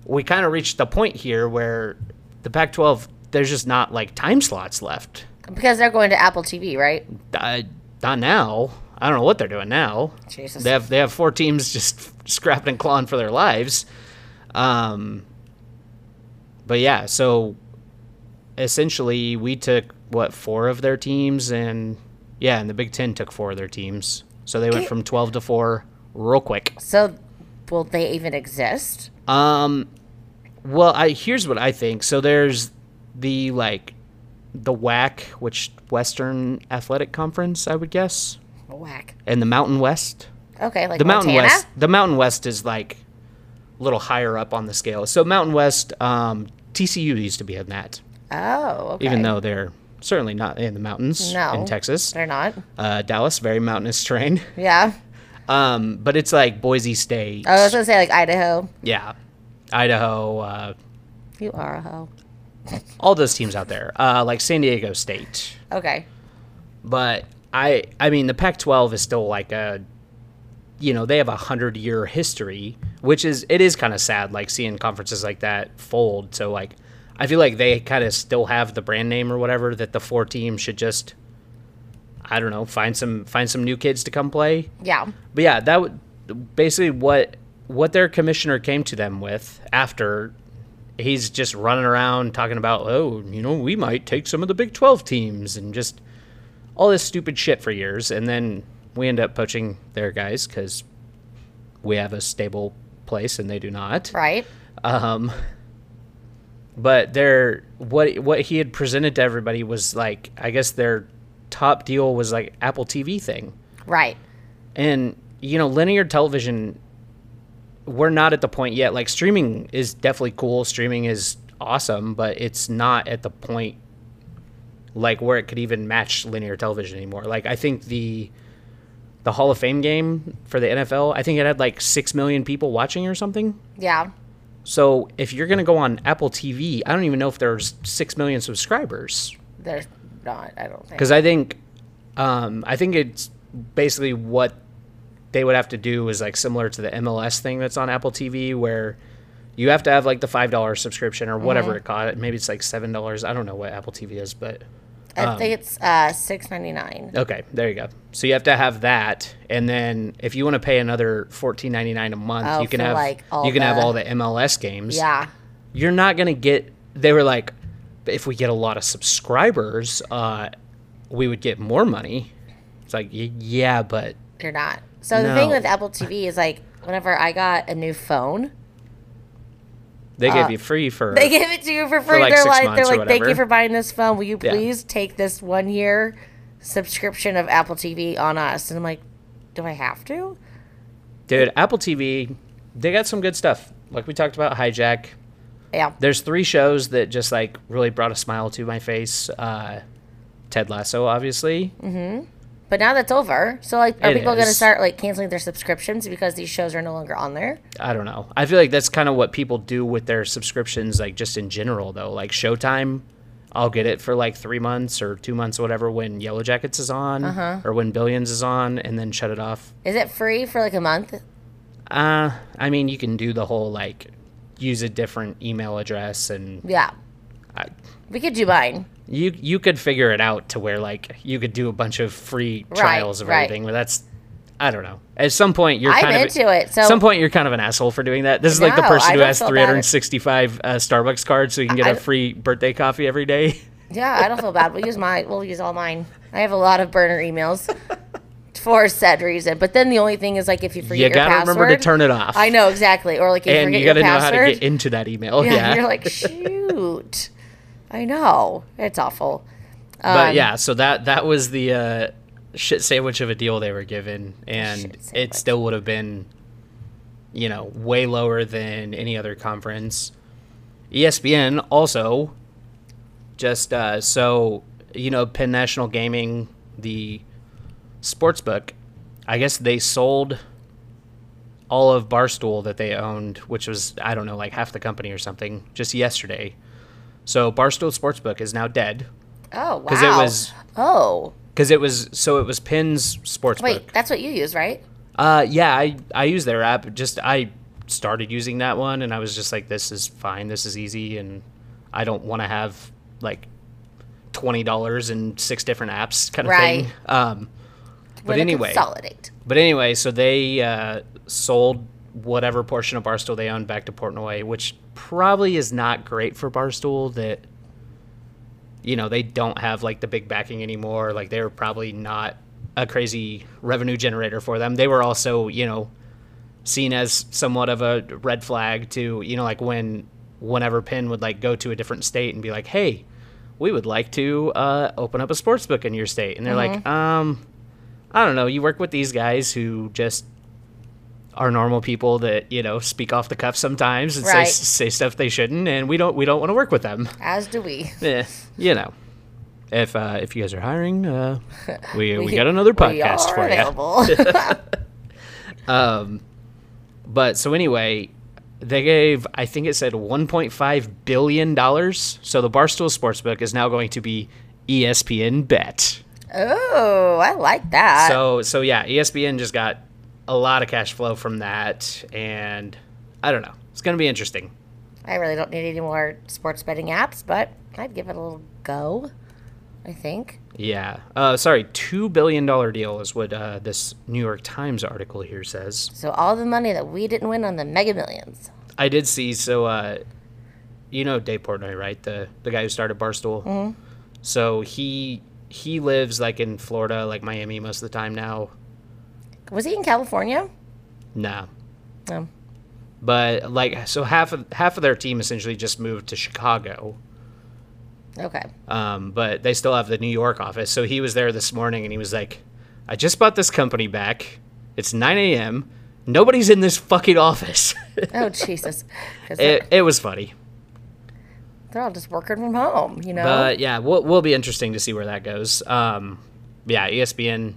[SPEAKER 4] we kind of reached the point here where the Pac 12, there's just not like time slots left.
[SPEAKER 5] Because they're going to Apple TV, right?
[SPEAKER 4] I, not now. I don't know what they're doing now.
[SPEAKER 5] Jesus.
[SPEAKER 4] They have they have four teams just scrapping and clawing for their lives. Um, but yeah, so essentially we took what four of their teams, and yeah, and the Big Ten took four of their teams. So they went from twelve to four real quick.
[SPEAKER 5] So will they even exist?
[SPEAKER 4] Um, well, I here's what I think. So there's the like the WAC, which Western Athletic Conference, I would guess,
[SPEAKER 5] Whack.
[SPEAKER 4] and the Mountain West.
[SPEAKER 5] Okay, like
[SPEAKER 4] The Mountain
[SPEAKER 5] Montana?
[SPEAKER 4] West. The Mountain West is like a little higher up on the scale. So Mountain West, um, TCU used to be in that,
[SPEAKER 5] Oh, okay.
[SPEAKER 4] even though they're certainly not in the mountains
[SPEAKER 5] No,
[SPEAKER 4] in Texas.
[SPEAKER 5] They're not.
[SPEAKER 4] Uh, Dallas, very mountainous terrain.
[SPEAKER 5] Yeah.
[SPEAKER 4] Um, but it's like Boise State.
[SPEAKER 5] I was going to say, like, Idaho.
[SPEAKER 4] yeah. Idaho, uh,
[SPEAKER 5] You are a hoe.
[SPEAKER 4] all those teams out there, uh, like San Diego State.
[SPEAKER 5] Okay.
[SPEAKER 4] But I, I mean, the Pac-12 is still like a, you know, they have a hundred-year history, which is it is kind of sad, like seeing conferences like that fold. So like, I feel like they kind of still have the brand name or whatever that the four teams should just, I don't know, find some find some new kids to come play.
[SPEAKER 5] Yeah.
[SPEAKER 4] But yeah, that would basically what what their commissioner came to them with after he's just running around talking about, oh, you know, we might take some of the Big Twelve teams and just all this stupid shit for years, and then we end up poaching their guys because we have a stable place and they do not.
[SPEAKER 5] Right?
[SPEAKER 4] Um, but their what what he had presented to everybody was like, I guess their top deal was like Apple TV thing.
[SPEAKER 5] Right.
[SPEAKER 4] And you know, linear television we're not at the point yet. Like streaming is definitely cool. Streaming is awesome, but it's not at the point like where it could even match linear television anymore. Like I think the the Hall of Fame game for the NFL, I think it had like 6 million people watching or something.
[SPEAKER 5] Yeah.
[SPEAKER 4] So, if you're going to go on Apple TV, I don't even know if there's 6 million subscribers
[SPEAKER 5] There's not, I don't think.
[SPEAKER 4] because I think, um, I think it's basically what they would have to do is like similar to the MLS thing that's on Apple TV, where You have to have like the five dollar subscription or whatever
[SPEAKER 5] Mm-hmm.
[SPEAKER 4] it cost. Maybe it's like seven dollars. I don't know what Apple TV is, but
[SPEAKER 5] I
[SPEAKER 4] um,
[SPEAKER 5] think it's uh, six ninety nine.
[SPEAKER 4] okay, there you go. So you have to have that, and then if you want to pay another fourteen ninety nine a month,
[SPEAKER 5] Oh,
[SPEAKER 4] you can
[SPEAKER 5] for,
[SPEAKER 4] have
[SPEAKER 5] like, all
[SPEAKER 4] you can have
[SPEAKER 5] the-
[SPEAKER 4] all the MLS games.
[SPEAKER 5] Yeah.
[SPEAKER 4] you're not gonna get. They were like, if we get a lot of subscribers, uh, we would get more money. It's like, y- yeah, but
[SPEAKER 5] You're not. So the thing
[SPEAKER 4] No.
[SPEAKER 5] with Apple TV is like whenever I got a new phone,
[SPEAKER 4] they gave you free for
[SPEAKER 5] they give it to you for free.
[SPEAKER 4] like,
[SPEAKER 5] they're
[SPEAKER 4] six
[SPEAKER 5] like
[SPEAKER 4] months
[SPEAKER 5] they're
[SPEAKER 4] or
[SPEAKER 5] like, Thank you
[SPEAKER 4] whatever.
[SPEAKER 5] for buying this phone. Will you
[SPEAKER 4] Yeah.
[SPEAKER 5] please take this one year subscription of Apple TV on us? And I'm like, Do I have to?
[SPEAKER 4] dude. Apple TV, they got some good stuff. Like we talked about, hijack.
[SPEAKER 5] Yeah.
[SPEAKER 4] there's three shows that just like really brought a smile to my face. Uh, Ted Lasso, obviously.
[SPEAKER 5] But now that's over. So like are
[SPEAKER 4] It
[SPEAKER 5] people gonna
[SPEAKER 4] is.
[SPEAKER 5] start like canceling their subscriptions because these shows are no longer on there?
[SPEAKER 4] I don't know. I feel like that's kind of what people do with their subscriptions, like just in general, though. Like Showtime, I'll get it for like three months or two months, whatever, when Yellow Jackets is on
[SPEAKER 5] Uh-huh.
[SPEAKER 4] or when Billions is on, and then shut it off.
[SPEAKER 5] Is it free for like a month?
[SPEAKER 4] Uh, I mean, you can do the whole like use a different email address and
[SPEAKER 5] Yeah.
[SPEAKER 4] I-
[SPEAKER 5] we could do mine.
[SPEAKER 4] you you could figure it out to where like you could do a bunch of free
[SPEAKER 5] Right,
[SPEAKER 4] trials of
[SPEAKER 5] right.
[SPEAKER 4] everything. But that's I don't know. At some point, you're
[SPEAKER 5] I'm
[SPEAKER 4] kind
[SPEAKER 5] into
[SPEAKER 4] of
[SPEAKER 5] it. So
[SPEAKER 4] At some point, you're kind of an asshole for doing that. This is like the
[SPEAKER 5] No,
[SPEAKER 4] person
[SPEAKER 5] I
[SPEAKER 4] who
[SPEAKER 5] don't
[SPEAKER 4] has
[SPEAKER 5] feel bad.
[SPEAKER 4] 365 uh, Starbucks cards so you can get
[SPEAKER 5] I-
[SPEAKER 4] a free birthday coffee every day.
[SPEAKER 5] Yeah, I don't feel bad. We'll use my we'll use all mine. I have a lot of burner emails for said reason. But then the only thing is like if you forget
[SPEAKER 4] you
[SPEAKER 5] your
[SPEAKER 4] gotta
[SPEAKER 5] password,
[SPEAKER 4] remember to turn it off.
[SPEAKER 5] I know exactly. Or like if
[SPEAKER 4] And
[SPEAKER 5] you forget
[SPEAKER 4] you gotta
[SPEAKER 5] your
[SPEAKER 4] know how
[SPEAKER 5] password,
[SPEAKER 4] to get into that email. Yeah.
[SPEAKER 5] you're like shoot. I know it's awful.
[SPEAKER 4] but
[SPEAKER 5] um,
[SPEAKER 4] yeah, so that that was the uh, shit sandwich of a deal they were given, and
[SPEAKER 5] Shit sandwich.
[SPEAKER 4] it still would have been, you know, way lower than any other conference. E ESPN also just uh, so you know, Penn National Gaming, the sports book, I guess they sold all of Barstool that they owned, which was I don't know, like half the company or something, just yesterday. So Barstool Sportsbook is now dead
[SPEAKER 5] Oh wow.
[SPEAKER 4] 'Cause it was-
[SPEAKER 5] oh
[SPEAKER 4] because it was so it was Penn's sportsbook.
[SPEAKER 5] wait, that's what you use, right?
[SPEAKER 4] Uh, yeah, I I use their app. Just I started using that one, and I was just like, this is fine, this is easy, and I don't want to have like twenty dollars in six different apps kind of
[SPEAKER 5] Right.
[SPEAKER 4] thing. Um, but
[SPEAKER 5] Way to
[SPEAKER 4] anyway,
[SPEAKER 5] consolidate.
[SPEAKER 4] but anyway, so they uh, sold whatever portion of Barstool they owned back to Portnoy, which probably is not great for Barstool that you know, they don't have like the big backing anymore. Like they were probably not a crazy revenue generator for them. They were also, you know, seen as somewhat of a red flag to, you know, like when whenever Penn would like go to a different state and be like, "Hey, we would like to uh, open up a sports book in your state," and they're like, "Um, I don't know. You work with these guys who just are normal people that you know speak off the cuff sometimes and
[SPEAKER 5] Right.
[SPEAKER 4] say say stuff they shouldn't, and we don't we don't want to work with them."
[SPEAKER 5] As do we.
[SPEAKER 4] Eh, you know, if uh, if you guys are hiring, uh, we, we got another podcast
[SPEAKER 5] we
[SPEAKER 4] for
[SPEAKER 5] are available.
[SPEAKER 4] you. But so anyway, they gave I think it said 1.5 billion dollars. So the Barstool Sportsbook is now going to be E ESPN Bet.
[SPEAKER 5] oh, I like that.
[SPEAKER 4] so so yeah, E ESPN just got a lot of cash flow from that, and I don't know. It's gonna be interesting.
[SPEAKER 5] I really don't need any more sports betting apps, but I'd give it a little go. I think.
[SPEAKER 4] Yeah. Uh, sorry, two billion dollar deal is what uh, this New York Times article here says.
[SPEAKER 5] So all the money that we didn't win on the Mega Millions.
[SPEAKER 4] I did see. So, uh, you know Dave Portnoy, right? The the guy who started Barstool. So he he lives like in Florida, like Miami, most of the time now.
[SPEAKER 5] Was he in California?
[SPEAKER 4] Nah,
[SPEAKER 5] No.
[SPEAKER 4] but like so half of half of their team essentially just moved to Chicago.
[SPEAKER 5] Okay.
[SPEAKER 4] Um, but they still have the New York office. So he was there this morning, and he was like, "I just bought this company back. It's 9 a.m. Nobody's in this fucking office."
[SPEAKER 5] Oh Jesus. 'Cause they're,
[SPEAKER 4] it, it was funny.
[SPEAKER 5] they're all just working from home, you know.
[SPEAKER 4] But Uh, yeah, will will be interesting to see where that goes. Um, yeah, ESPN,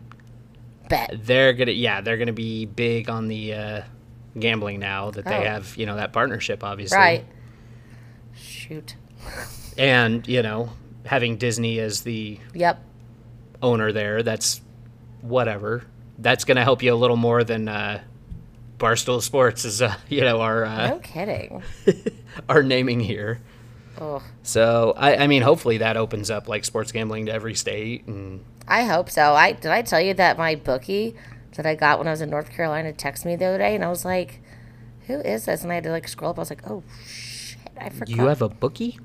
[SPEAKER 5] Bet.
[SPEAKER 4] they're gonna yeah they're gonna be big on the uh, gambling now that they
[SPEAKER 5] Oh.
[SPEAKER 4] have you know that partnership obviously
[SPEAKER 5] Right. Shoot.
[SPEAKER 4] and you know having Disney as the
[SPEAKER 5] Yep.
[SPEAKER 4] owner there that's whatever that's gonna help you a little more than uh, Barstool Sports is uh, you know our uh,
[SPEAKER 5] No kidding.
[SPEAKER 4] our naming here.
[SPEAKER 5] Oh,
[SPEAKER 4] So I, I mean, hopefully that opens up like sports gambling to every state, and
[SPEAKER 5] I hope so. I did I tell you that my bookie that I got when I was in North Carolina texted me the other day, and I was like, "Who is this?" And I had to like scroll up. I was like, "Oh shit, I forgot."
[SPEAKER 4] a bookie?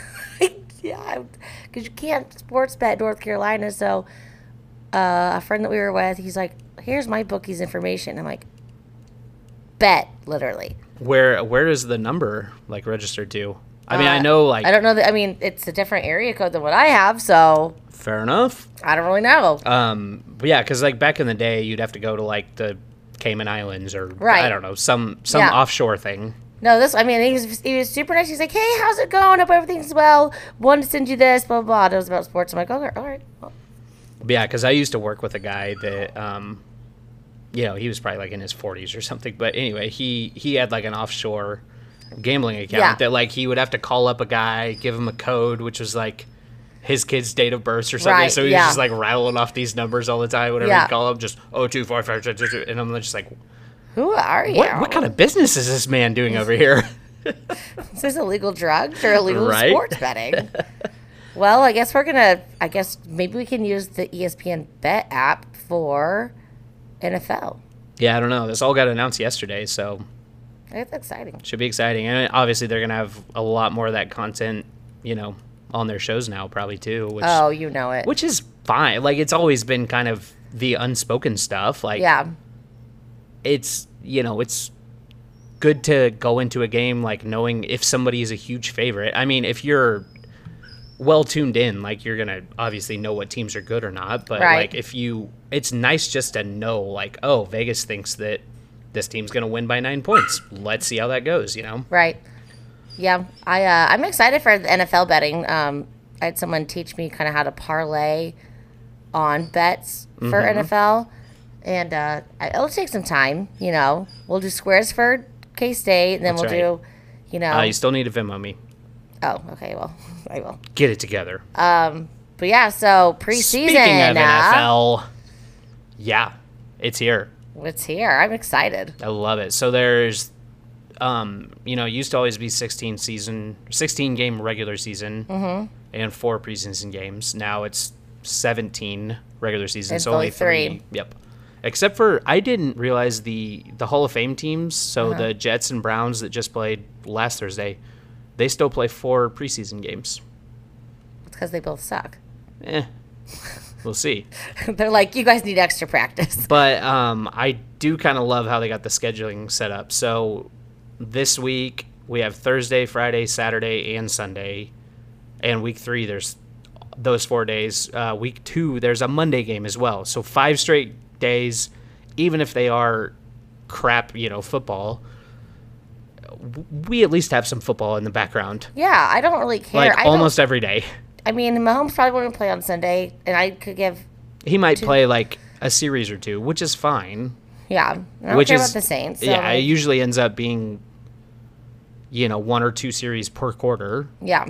[SPEAKER 5] yeah, because you can't sports bet North Carolina. So uh, a friend that we were with, he's like, "Here's my bookie's information." I'm like, "Bet, literally."
[SPEAKER 4] Where where is the number like registered to? I mean, I
[SPEAKER 5] Uh,
[SPEAKER 4] know like
[SPEAKER 5] I don't know. That, I mean, it's a different area code than what I have, so
[SPEAKER 4] fair enough.
[SPEAKER 5] I don't really know.
[SPEAKER 4] Um, but yeah, because like back in the day, you'd have to go to like the Cayman Islands or
[SPEAKER 5] Right.
[SPEAKER 4] I don't know some some
[SPEAKER 5] Yeah.
[SPEAKER 4] offshore thing.
[SPEAKER 5] No, this. I mean, he was, he was super nice. He's like, "Hey, how's it going? Hope everything's well. Wanted to send you this, blah blah." blah. And It was about sports. I'm like, "Okay, all right." Well,
[SPEAKER 4] But yeah, because I used to work with a guy that, um, you know, he was probably like in his 40s or something. But anyway, he he had like an offshore gambling account
[SPEAKER 5] Yeah.
[SPEAKER 4] that like he would have to call up a guy, give him a code, which was like his kid's date of birth or something.
[SPEAKER 5] Right,
[SPEAKER 4] so he
[SPEAKER 5] yeah.
[SPEAKER 4] was just like rattling off these numbers all the time. Whenever
[SPEAKER 5] Yeah.
[SPEAKER 4] he'd call up, just oh two four five six, six, six," and I'm just like,
[SPEAKER 5] Who are you?
[SPEAKER 4] what what kind of business is this man doing over here?
[SPEAKER 5] Is this illegal drugs or illegal
[SPEAKER 4] Right?
[SPEAKER 5] sports betting? well, I guess we're gonna. I guess maybe we can use the E ESPN Bet app for NFL.
[SPEAKER 4] yeah, I don't know. This all got announced yesterday, so
[SPEAKER 5] That's exciting.
[SPEAKER 4] should be exciting. And obviously, they're gonna have a lot more of that content, you know, on their shows now probably too. Which
[SPEAKER 5] Oh, you know it.
[SPEAKER 4] which is fine. Like it's always been kind of the unspoken stuff. Like
[SPEAKER 5] yeah,
[SPEAKER 4] it's you know it's good to go into a game like knowing if somebody is a huge favorite. I mean, if you're well tuned in, like you're gonna obviously know what teams are good or not. But
[SPEAKER 5] Right.
[SPEAKER 4] like if you, it's nice just to know like oh Vegas thinks that this team's gonna win by nine points. Let's see how that goes. You know.
[SPEAKER 5] right. Yeah, I uh, I'm excited for the NFL betting. Um, I had someone teach me kind of how to parlay on bets for
[SPEAKER 4] Mm-hmm.
[SPEAKER 5] NFL, and uh, I- it'll take some time. You know, we'll do squares for K State, and then
[SPEAKER 4] That's
[SPEAKER 5] we'll
[SPEAKER 4] right.
[SPEAKER 5] do, you know,
[SPEAKER 4] Uh, you still need to Venmo me.
[SPEAKER 5] oh, okay, well, I will.
[SPEAKER 4] Get it together.
[SPEAKER 5] But yeah, so preseason.
[SPEAKER 4] Speaking of
[SPEAKER 5] uh,
[SPEAKER 4] NFL, yeah, it's here.
[SPEAKER 5] What's here? I'm excited.
[SPEAKER 4] I love it. So there's, um, you know, it used to always be 16 season, 16 game regular season, and four preseason games. Now it's 17 regular season,
[SPEAKER 5] It's
[SPEAKER 4] so only
[SPEAKER 5] only three.
[SPEAKER 4] three. Yep. Except for I didn't realize the the Hall of Fame teams. So the Jets and Browns that just played last Thursday, they still play four preseason games.
[SPEAKER 5] It's because they both suck.
[SPEAKER 4] Eh, we'll see.
[SPEAKER 5] They're like, you guys need extra practice.
[SPEAKER 4] But um, I do kind of love how they got the scheduling set up. So this week we have Thursday, Friday, Saturday, and Sunday. And week three, there's those four days. Uh, week two, there's a Monday game as well. So five straight days, even if they are crap, you know, football. w- We at least have some football in the background,
[SPEAKER 5] Yeah, I don't really care.
[SPEAKER 4] like
[SPEAKER 5] I don't-
[SPEAKER 4] almost every day.
[SPEAKER 5] I mean, Mahomes probably won't play on Sunday, and I could give.
[SPEAKER 4] He might play like a series or two, which is fine.
[SPEAKER 5] Yeah, I don't
[SPEAKER 4] which
[SPEAKER 5] care
[SPEAKER 4] is
[SPEAKER 5] about the Saints. so,
[SPEAKER 4] yeah, it
[SPEAKER 5] like,
[SPEAKER 4] usually ends up being you know one or two series per quarter,
[SPEAKER 5] yeah,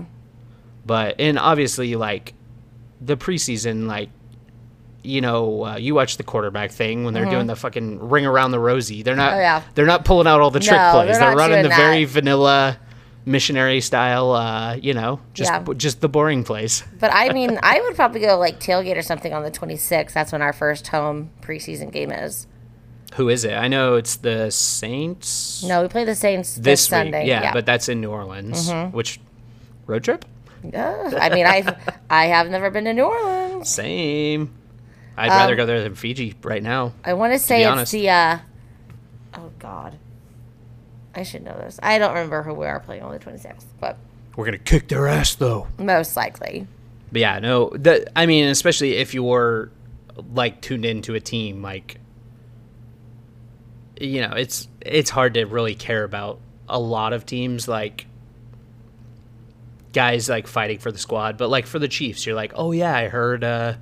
[SPEAKER 4] but and obviously like the preseason like you know uh, you watch the quarterback thing when they're doing the fucking ring around the rosy. They're not
[SPEAKER 5] Mm-hmm. Oh, yeah.
[SPEAKER 4] they're not pulling out all the trick
[SPEAKER 5] No,
[SPEAKER 4] plays.
[SPEAKER 5] they're
[SPEAKER 4] They're,
[SPEAKER 5] not
[SPEAKER 4] running
[SPEAKER 5] doing
[SPEAKER 4] the very
[SPEAKER 5] that.
[SPEAKER 4] vanilla missionary style uh, you know, just
[SPEAKER 5] Yeah.
[SPEAKER 4] just the boring plays.
[SPEAKER 5] but I mean, I would probably go like tailgate or something on the 26th. That's when our first home preseason game is.
[SPEAKER 4] Who is it? I know it's the Saints.
[SPEAKER 5] No, we play the Saints this,
[SPEAKER 4] This week,
[SPEAKER 5] Sunday. Mm-hmm.
[SPEAKER 4] yeah, but that's in New Orleans, which road trip.
[SPEAKER 5] Ugh, I mean, I I have never been to New Orleans.
[SPEAKER 4] Same. I'd
[SPEAKER 5] Um,
[SPEAKER 4] rather go there than Fiji right now.
[SPEAKER 5] I want to say it's
[SPEAKER 4] honest.
[SPEAKER 5] the. Uh, oh God, I should know this. I don't remember who we are playing on the twenty sixth, but
[SPEAKER 4] We're gonna kick their ass though.
[SPEAKER 5] most likely.
[SPEAKER 4] But yeah, no. The I mean, especially if you were like tuned into a team, like you know, it's it's hard to really care about a lot of teams like guys like fighting for the squad, but like for the Chiefs, you're like, "Oh yeah, I heard uh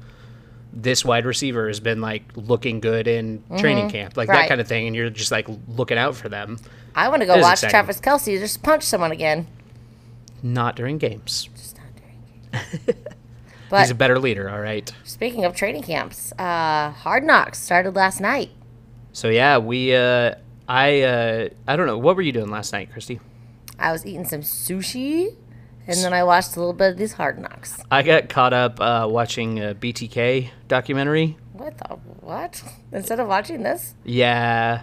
[SPEAKER 4] this wide receiver has been like looking good in training camp." Like
[SPEAKER 5] Mm-hmm. right.
[SPEAKER 4] that kind of thing, and you're just like looking out for them.
[SPEAKER 5] I want to go
[SPEAKER 4] It is
[SPEAKER 5] watch
[SPEAKER 4] exciting.
[SPEAKER 5] Travis Kelsey just punch someone again.
[SPEAKER 4] Not during games.
[SPEAKER 5] Just not doing it.
[SPEAKER 4] He's
[SPEAKER 5] But
[SPEAKER 4] a better leader, all right.
[SPEAKER 5] speaking of training camps, uh, Hard Knocks started last night.
[SPEAKER 4] So yeah, we uh I uh, I don't know. What were you doing last night, Christy?
[SPEAKER 5] I was eating some sushi, and then I watched a little bit of these Hard Knocks.
[SPEAKER 4] I got caught up uh, watching a BTK documentary.
[SPEAKER 5] What the what? Instead of watching this,
[SPEAKER 4] Yeah,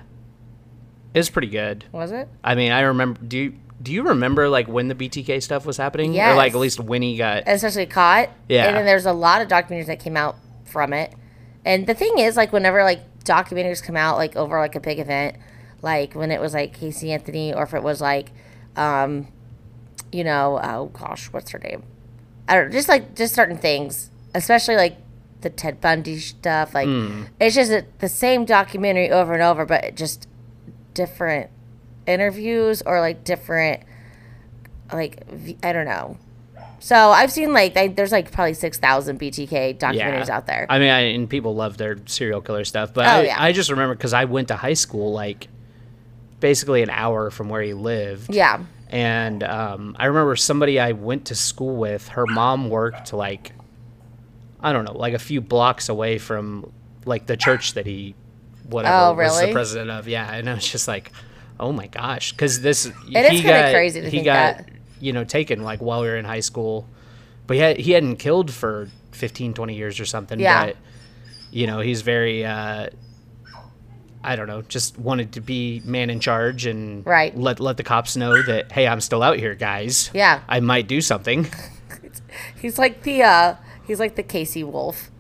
[SPEAKER 4] it was pretty good.
[SPEAKER 5] was it?
[SPEAKER 4] I mean, I remember. Do you do you remember like when the BTK stuff was happening, or like
[SPEAKER 5] Yes.
[SPEAKER 4] at least when he got?
[SPEAKER 5] especially caught.
[SPEAKER 4] Yeah.
[SPEAKER 5] And then there's a lot of documentaries that came out from it. And the thing is, like, whenever like documentaries come out, like over like a big event, like when it was like Casey Anthony, or if it was like, um, you know, oh gosh, what's her name? I don't know, just like just certain things, especially like the Ted Bundy stuff. Like, it's just a, the same documentary over and over, but just different interviews or like different like v- I don't know. So I've seen like I, there's like probably six thousand BTK
[SPEAKER 4] Yeah,
[SPEAKER 5] documentaries out there.
[SPEAKER 4] I mean, I, and people love their serial killer stuff, but
[SPEAKER 5] Oh,
[SPEAKER 4] I,
[SPEAKER 5] yeah.
[SPEAKER 4] I just remember because I went to high school like basically an hour from where he lived.
[SPEAKER 5] yeah,
[SPEAKER 4] and um, I remember somebody I went to school with. Her mom worked like I don't know, like a few blocks away from like the church that he whatever
[SPEAKER 5] Oh,
[SPEAKER 4] was the
[SPEAKER 5] really?
[SPEAKER 4] president of. Yeah, and I was just like, oh my gosh, because this it
[SPEAKER 5] is kinda crazy to
[SPEAKER 4] he
[SPEAKER 5] think
[SPEAKER 4] got
[SPEAKER 5] that.
[SPEAKER 4] you know taken like while we were in high school, but he, had, he hadn't killed for 15, 20 years or something.
[SPEAKER 5] Yeah.
[SPEAKER 4] But, you know, he's very. Uh, I don't know, just wanted to be man in charge and
[SPEAKER 5] Right.
[SPEAKER 4] let let the cops know that hey, I'm still out here, guys.
[SPEAKER 5] Yeah.
[SPEAKER 4] I might do something.
[SPEAKER 5] he's like the uh, he's like the Casey Wolf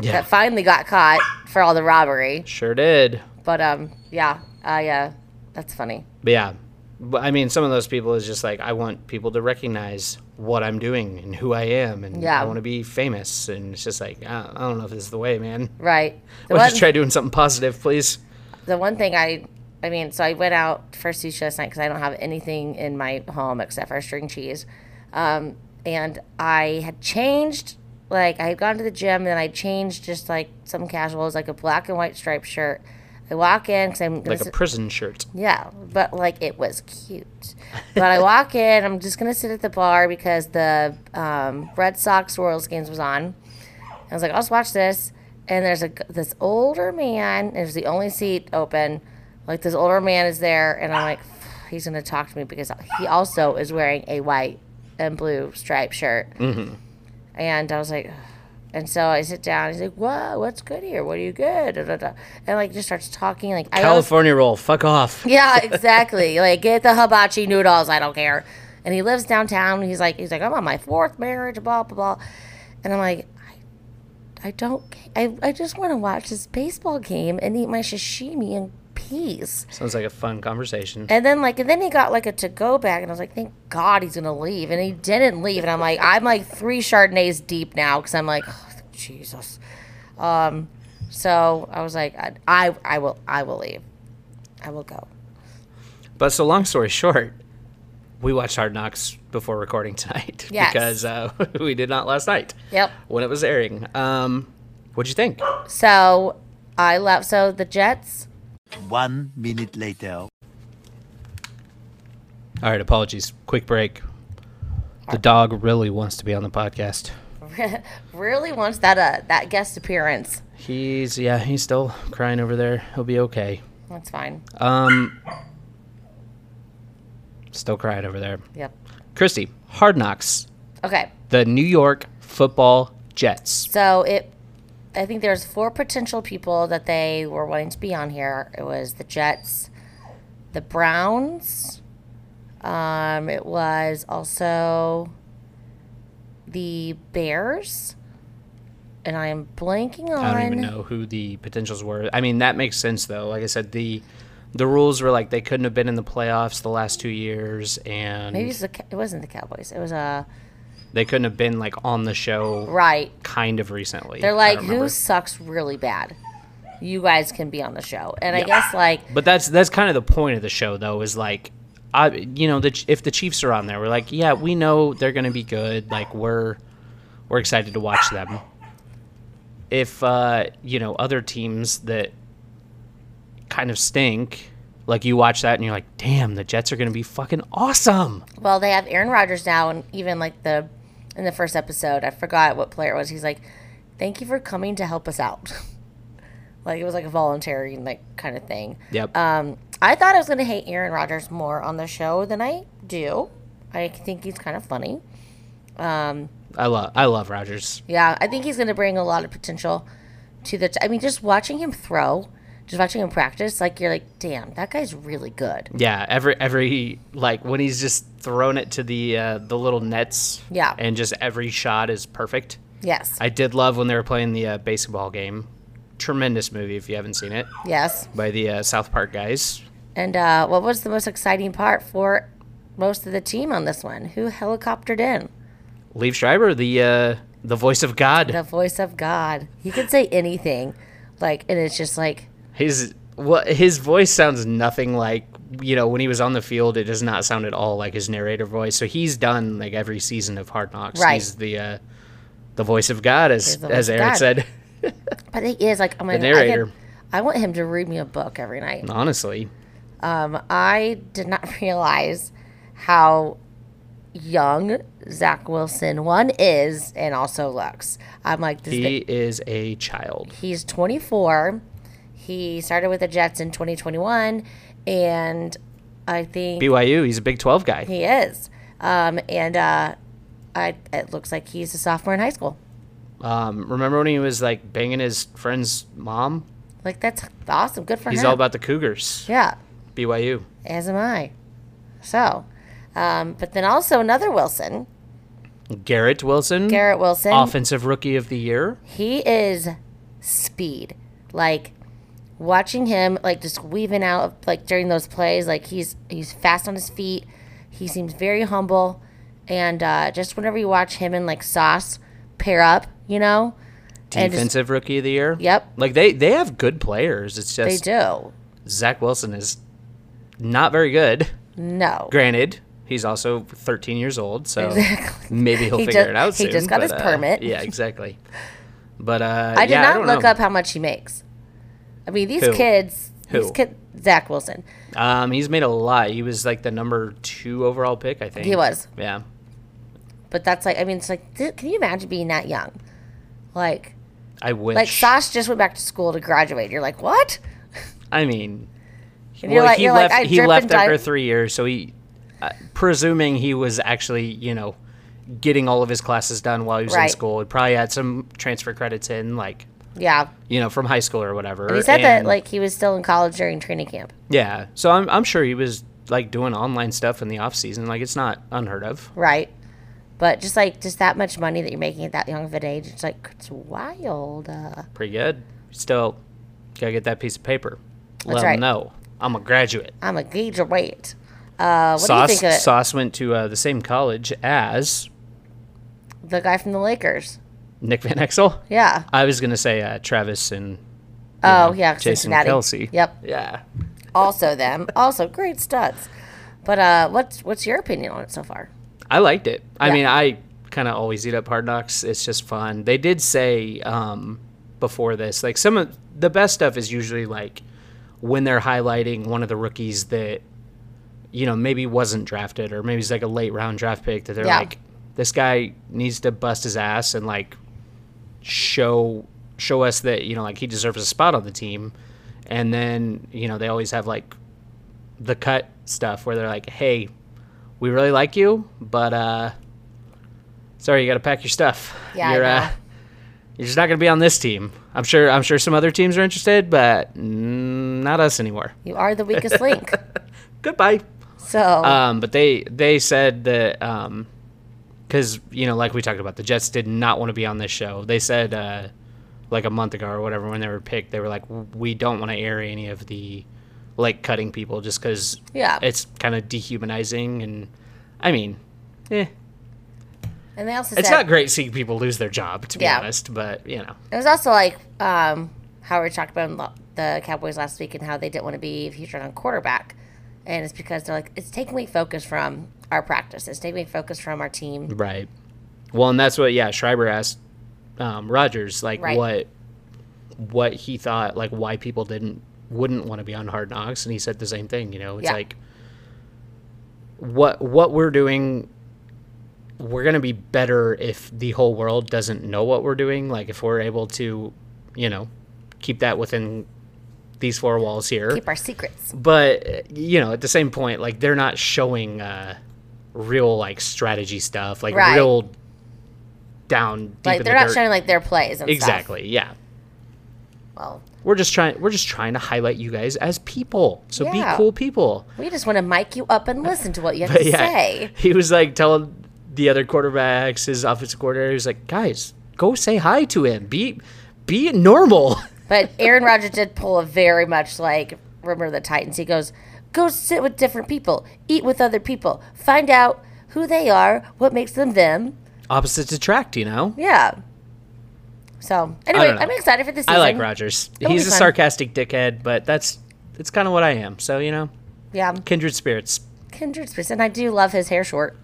[SPEAKER 4] Yeah,
[SPEAKER 5] that finally got caught for all the robbery.
[SPEAKER 4] sure did.
[SPEAKER 5] But um, yeah, I uh, that's funny.
[SPEAKER 4] But yeah, but I mean, some of those people is just like I want people to recognize what I'm doing and who I am, and
[SPEAKER 5] Yeah.
[SPEAKER 4] I want to be famous. And it's just like I I don't know if this is the way, man.
[SPEAKER 5] Right. The
[SPEAKER 4] Why don't
[SPEAKER 5] one-
[SPEAKER 4] you try doing something positive, please?
[SPEAKER 5] the one thing I, I mean, so I went out for sushi last night because I don't have anything in my home except for string cheese. Um, and I had changed, like, I had gone to the gym and I changed just like some casuals, like a black and white striped shirt. I walk in because I'm gonna
[SPEAKER 4] Like a
[SPEAKER 5] sit-
[SPEAKER 4] prison shirt.
[SPEAKER 5] yeah, but like it was cute. But I walk in, I'm just gonna sit at the bar because the um, Red Sox Royals games was on. I was like, I'll just watch this. And there's a g- this older man. and It was the only seat open. Like this older man is there, and I'm like, he's gonna talk to me because he also is wearing a white and blue striped shirt. And I was like, and so I sit down. He's like, "Whoa, what's good here? What are you good?" Da, da, da. And like just starts talking. Like I always-
[SPEAKER 4] California roll. Fuck off.
[SPEAKER 5] yeah, exactly. like get the hibachi noodles. I don't care. And he lives downtown. And he's like, he's like, I'm on my fourth marriage. Blah blah blah. And I'm like, I, I don't. ca- I I just want to watch this baseball game and eat my sashimi in peace.
[SPEAKER 4] Sounds like a fun conversation.
[SPEAKER 5] And then like, and then he got like a to go bag, and I was like, thank God he's gonna leave, and he didn't leave, and I'm like, I'm like three chardonnays deep now because I'm like, oh, Jesus. Um, so I was like, I, I I will I will leave, I will go.
[SPEAKER 4] But so long story short, we watched Hard Knocks before recording tonight
[SPEAKER 5] Yes.
[SPEAKER 4] because uh, we did not last night.
[SPEAKER 5] Yep.
[SPEAKER 4] When it was airing, um, what'd you think?
[SPEAKER 5] So I love so the Jets.
[SPEAKER 6] One minute later.
[SPEAKER 4] All right, apologies. Quick break. The dog really wants to be on the podcast.
[SPEAKER 5] really wants that uh that guest appearance.
[SPEAKER 4] He's yeah, he's still crying over there. He'll be okay.
[SPEAKER 5] That's fine.
[SPEAKER 4] Um, still crying over there.
[SPEAKER 5] Yep.
[SPEAKER 4] Christy, Hard Knocks,
[SPEAKER 5] Okay.
[SPEAKER 4] the New York Football Jets.
[SPEAKER 5] So it, I think there's four potential people that they were wanting to be on here. It was the Jets, the Browns. Um, it was also the Bears, and I am blanking on.
[SPEAKER 4] I don't even know who the potentials were. I mean, that makes sense though. Like I said, the the rules were like they couldn't have been in the playoffs the last two years, and
[SPEAKER 5] Maybe it's the, Ca- it wasn't the Cowboys. It was uh,
[SPEAKER 4] they couldn't have been like on the show
[SPEAKER 5] right.
[SPEAKER 4] kind of recently. I
[SPEAKER 5] They're like,
[SPEAKER 4] don't
[SPEAKER 5] who
[SPEAKER 4] remember.
[SPEAKER 5] sucks really bad? You guys can be on the show. And I guess, like,
[SPEAKER 4] But that's that's kind of the point of the show, though, is like, I you know, the, Ch- if the Chiefs are on there, we're like, yeah, we know they're going to be good. Like we're we're excited to watch them. If uh, you know other teams that kind of stink, like you watch that and you're like, damn, the Jets are going to be fucking awesome.
[SPEAKER 5] well, they have Aaron Rodgers now. And even, like, the in the first episode, I forgot what player it was. He's like, thank you for coming to help us out. like, it was like a voluntary, like, kind of thing.
[SPEAKER 4] Yep.
[SPEAKER 5] Um, I thought I was going to hate Aaron Rodgers more on the show than I do. I think he's kind of funny.
[SPEAKER 4] I love I love Rogers.
[SPEAKER 5] Yeah, I think he's going to bring a lot of potential to the. T- I mean, just watching him throw, just watching him practice, like you're like, damn, that guy's really good.
[SPEAKER 4] Yeah, every every like when he's just thrown it to the uh, the little nets.
[SPEAKER 5] Yeah.
[SPEAKER 4] and just every shot is perfect.
[SPEAKER 5] Yes,
[SPEAKER 4] I did love when they were playing the uh, baseball game. Tremendous movie if you haven't seen it
[SPEAKER 5] yes.
[SPEAKER 4] by the uh, South Park guys.
[SPEAKER 5] And uh, what was the most exciting part for most of the team on this one? Who helicoptered in?
[SPEAKER 4] Leave Schreiber, the uh, the voice of God.
[SPEAKER 5] The voice of God. He could say anything, like, and it's just like,
[SPEAKER 4] His what his voice sounds nothing like you know when he was on the field. It does not sound at all like his narrator voice. So he's done like every season of Hard Knocks.
[SPEAKER 5] Right.
[SPEAKER 4] He's the uh, the voice of God, as
[SPEAKER 5] the voice
[SPEAKER 4] as
[SPEAKER 5] of
[SPEAKER 4] Eric
[SPEAKER 5] God.
[SPEAKER 4] said.
[SPEAKER 5] but he is like, oh
[SPEAKER 4] The
[SPEAKER 5] my God, I could-
[SPEAKER 4] narrator.
[SPEAKER 5] I want him to read me a book every night.
[SPEAKER 4] Honestly,
[SPEAKER 5] I did not realize how young Zach Wilson one is, and also looks. I'm like, this
[SPEAKER 4] he is a child.
[SPEAKER 5] He's 24. He started with the Jets in 2021, and I think
[SPEAKER 4] BYU. He's a Big Twelve guy.
[SPEAKER 5] he is. Um, and uh, I, it looks like he's a sophomore in high school.
[SPEAKER 4] Um, remember when he was like banging his friend's mom?
[SPEAKER 5] Like that's awesome. Good for him.
[SPEAKER 4] He's all about the Cougars.
[SPEAKER 5] yeah.
[SPEAKER 4] BYU.
[SPEAKER 5] As am I. So, um, but then also another Wilson,
[SPEAKER 4] Garrett Wilson,
[SPEAKER 5] Garrett Wilson.
[SPEAKER 4] offensive rookie of the year.
[SPEAKER 5] He is speed. Like watching him like just weaving out of like during those plays, like he's he's fast on his feet. He seems very humble. And uh, just whenever you watch him and like Sauce pair up, you know? And just-
[SPEAKER 4] Defensive rookie of the year.
[SPEAKER 5] Yep.
[SPEAKER 4] Like they they have good players. It's
[SPEAKER 5] They
[SPEAKER 4] just
[SPEAKER 5] do.
[SPEAKER 4] Zach Wilson is not very good.
[SPEAKER 5] No.
[SPEAKER 4] Granted, he's also 13 years old, so maybe he'll
[SPEAKER 5] He
[SPEAKER 4] figure
[SPEAKER 5] ju-
[SPEAKER 4] it out
[SPEAKER 5] he
[SPEAKER 4] soon.
[SPEAKER 5] just got his
[SPEAKER 4] uh,
[SPEAKER 5] permit.
[SPEAKER 4] Yeah, exactly. But uh,
[SPEAKER 5] I did
[SPEAKER 4] yeah,
[SPEAKER 5] not
[SPEAKER 4] don't
[SPEAKER 5] look
[SPEAKER 4] know.
[SPEAKER 5] up how much he makes. I mean these
[SPEAKER 4] Who?
[SPEAKER 5] kids these
[SPEAKER 4] Who?
[SPEAKER 5] kid Zach Wilson.
[SPEAKER 4] Um, he's made a lot. He was like the number two overall pick, I think.
[SPEAKER 5] He was.
[SPEAKER 4] Yeah.
[SPEAKER 5] But that's like I mean it's like dude, can you imagine being that young? Like
[SPEAKER 4] I wish.
[SPEAKER 5] like Sauce just went back to school to graduate. You're like, what?
[SPEAKER 4] I mean,
[SPEAKER 5] And you're
[SPEAKER 4] well,
[SPEAKER 5] like-
[SPEAKER 4] he
[SPEAKER 5] you're like,
[SPEAKER 4] left.
[SPEAKER 5] I
[SPEAKER 4] he
[SPEAKER 5] drip
[SPEAKER 4] left
[SPEAKER 5] and dye-
[SPEAKER 4] after three years, so he, uh, presuming he was actually, you know, getting all of his classes done while he was in
[SPEAKER 5] Right.
[SPEAKER 4] school. He probably had some transfer credits in, like
[SPEAKER 5] Yeah.
[SPEAKER 4] you know, from high school or whatever.
[SPEAKER 5] He said that
[SPEAKER 4] and-
[SPEAKER 5] like he was still in college during training camp.
[SPEAKER 4] yeah. So I'm I'm sure he was like doing online stuff in the off season. Like it's not unheard of.
[SPEAKER 5] Right. But just like just that much money that you're making at that young of an age, it's like it's wild. Uh,
[SPEAKER 4] Pretty good. Still, gotta get that piece of paper. Let him
[SPEAKER 5] right.
[SPEAKER 4] know I'm a graduate.
[SPEAKER 5] I'm a gauge of weight. Uh, what do you
[SPEAKER 4] Sauce
[SPEAKER 5] think of it?
[SPEAKER 4] Sauce went to uh, the same college as
[SPEAKER 5] The guy from the Lakers.
[SPEAKER 4] Nick Van Exel.
[SPEAKER 5] Yeah.
[SPEAKER 4] I was gonna say uh, Travis and
[SPEAKER 5] Oh yeah.
[SPEAKER 4] Jason
[SPEAKER 5] Cincinnati.
[SPEAKER 4] Kelsey.
[SPEAKER 5] Yep.
[SPEAKER 4] yeah.
[SPEAKER 5] Also them. Also great studs. But uh, what's what's your opinion on it so far?
[SPEAKER 4] I liked it. I
[SPEAKER 5] Yeah.
[SPEAKER 4] mean, I kind of always eat up Hard Knocks. It's just fun. They did say um, before this, like some of the best stuff is usually like when they're highlighting one of the rookies that you know maybe wasn't drafted or maybe he's like a late round draft pick that they're
[SPEAKER 5] Yeah.
[SPEAKER 4] like this guy needs to bust his ass and like show show us that you know like he deserves a spot on the team and then you know they always have like the cut stuff where they're like hey we really like you but uh sorry you gotta pack your stuff
[SPEAKER 5] Yeah, I
[SPEAKER 4] you're
[SPEAKER 5] know.
[SPEAKER 4] uh you're just not gonna be on this team i'm sure i'm sure some other teams are interested but mm, not us anymore
[SPEAKER 5] You are the weakest link.
[SPEAKER 4] goodbye
[SPEAKER 5] So
[SPEAKER 4] um, but they they said that um 'cause because you know, like we talked about, the Jets did not want to be on this show. They said uh, like a month ago or whatever when they were picked, they were like, we don't want to air any of the like cutting people just because
[SPEAKER 5] Yeah.
[SPEAKER 4] it's kind of dehumanizing and I mean, eh,
[SPEAKER 5] and they also said
[SPEAKER 4] it's not great seeing people lose their job to be
[SPEAKER 5] Yeah.
[SPEAKER 4] honest, but you know,
[SPEAKER 5] It was also like um, how we talked about in lo- the Cowboys last week and how they didn't want to be featured on quarterback. And it's because they're like, it's taking away focus from our practice. It's taking away focus from our team.
[SPEAKER 4] right? Well, and that's what yeah, Schreiber asked um, Rogers like
[SPEAKER 5] Right.
[SPEAKER 4] what what he thought like why people didn't wouldn't want to be on Hard Knocks, and he said the same thing. You know, it's
[SPEAKER 5] Yeah.
[SPEAKER 4] like what what we're doing. We're gonna be better if the whole world doesn't know what we're doing. Like if we're able to, you know, keep that within these four walls here.
[SPEAKER 5] Keep our secrets.
[SPEAKER 4] but you know at the same point like they're not showing uh real like strategy stuff like
[SPEAKER 5] Right.
[SPEAKER 4] real down deep
[SPEAKER 5] Like
[SPEAKER 4] in
[SPEAKER 5] they're
[SPEAKER 4] the
[SPEAKER 5] not
[SPEAKER 4] dirt.
[SPEAKER 5] showing like their plays and stuff.
[SPEAKER 4] exactly yeah
[SPEAKER 5] Well,
[SPEAKER 4] we're just trying we're just trying to highlight you guys as people so
[SPEAKER 5] Yeah.
[SPEAKER 4] be cool people
[SPEAKER 5] we just want to mic you up and listen to what you have
[SPEAKER 4] but
[SPEAKER 5] to
[SPEAKER 4] yeah
[SPEAKER 5] say.
[SPEAKER 4] he was like telling the other quarterbacks his offensive coordinator he was like guys go say hi to him be be normal
[SPEAKER 5] But Aaron Rodgers did pull a very much like remember the Titans. He goes, go sit with different people, eat with other people, find out who they are, what makes them them.
[SPEAKER 4] opposites attract you know
[SPEAKER 5] Yeah. So anyway,
[SPEAKER 4] don't know.
[SPEAKER 5] I'm excited for this season.
[SPEAKER 4] i like rogers
[SPEAKER 5] It'll
[SPEAKER 4] he's
[SPEAKER 5] be
[SPEAKER 4] a
[SPEAKER 5] fun.
[SPEAKER 4] sarcastic dickhead but that's that's kind of what i am so you know
[SPEAKER 5] Yeah,
[SPEAKER 4] kindred spirits
[SPEAKER 5] kindred spirits, and I do love his hair short.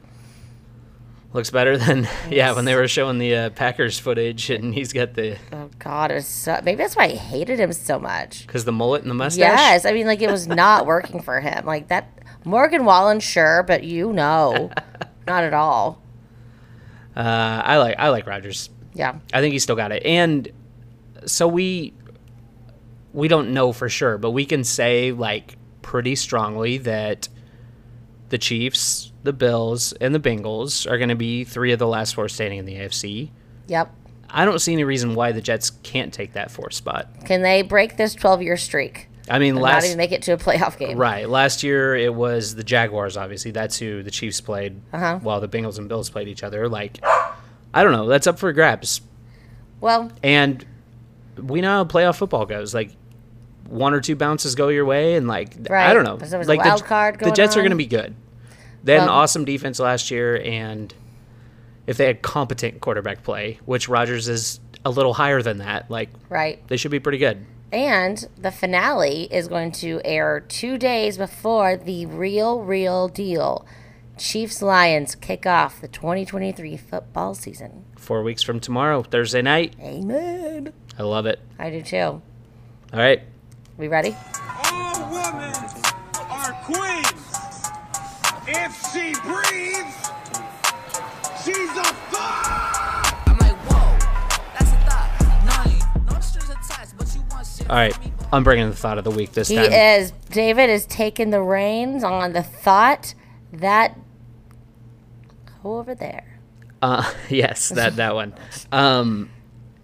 [SPEAKER 4] looks better than yeah when they were showing the uh, Packers footage and he's got the
[SPEAKER 5] Oh God, it was so. Maybe that's why I hated him so much.
[SPEAKER 4] because the mullet and the mustache.
[SPEAKER 5] Yes, I mean like it was not working for him. Like that Morgan Wallen, sure, but you know, not at all.
[SPEAKER 4] uh, I like I like Rogers.
[SPEAKER 5] Yeah,
[SPEAKER 4] I think he's still got it. And so we we don't know for sure, but we can say like pretty strongly that the Chiefs, the Bills, and the Bengals are going to be three of the last four standing in the AFC.
[SPEAKER 5] yep.
[SPEAKER 4] I don't see any reason why the Jets can't take that fourth spot.
[SPEAKER 5] Can they break this 12 year streak?
[SPEAKER 4] I mean,
[SPEAKER 5] Not
[SPEAKER 4] last
[SPEAKER 5] even make it to a playoff game.
[SPEAKER 4] Right. Last year it was the Jaguars, obviously. That's who the Chiefs played
[SPEAKER 5] Uh-huh.
[SPEAKER 4] while the Bengals and Bills played each other. Like, I don't know. That's up for grabs.
[SPEAKER 5] Well,
[SPEAKER 4] And we know how playoff football goes. Like, one or two bounces go your way, and like, I
[SPEAKER 5] Right.
[SPEAKER 4] don't know.
[SPEAKER 5] Because there was a
[SPEAKER 4] like,
[SPEAKER 5] wild
[SPEAKER 4] the,
[SPEAKER 5] card
[SPEAKER 4] the
[SPEAKER 5] going
[SPEAKER 4] Jets are
[SPEAKER 5] on.
[SPEAKER 4] going to be good. They had an
[SPEAKER 5] Well-
[SPEAKER 4] awesome defense last year, and if they had competent quarterback play, which Rogers is a little higher than that, like,
[SPEAKER 5] right.
[SPEAKER 4] they should be pretty good.
[SPEAKER 5] And the finale is going to air two days before the real, real deal. Chiefs Lions kick off the 2023 football season.
[SPEAKER 4] Four weeks from tomorrow, Thursday night.
[SPEAKER 5] Amen.
[SPEAKER 4] I love it.
[SPEAKER 5] I do too.
[SPEAKER 4] All right.
[SPEAKER 5] We ready?
[SPEAKER 7] All women are queens. If she breathes, she's a thought.
[SPEAKER 8] I'm like, whoa, that's a thought. Nine. No strings attached, but you want shit.
[SPEAKER 4] All right, I'm bringing the thought of the week this
[SPEAKER 5] He
[SPEAKER 4] time.
[SPEAKER 5] is. David is taking the reins on the thought that. Go over there.
[SPEAKER 4] Uh, yes, that that one. Um,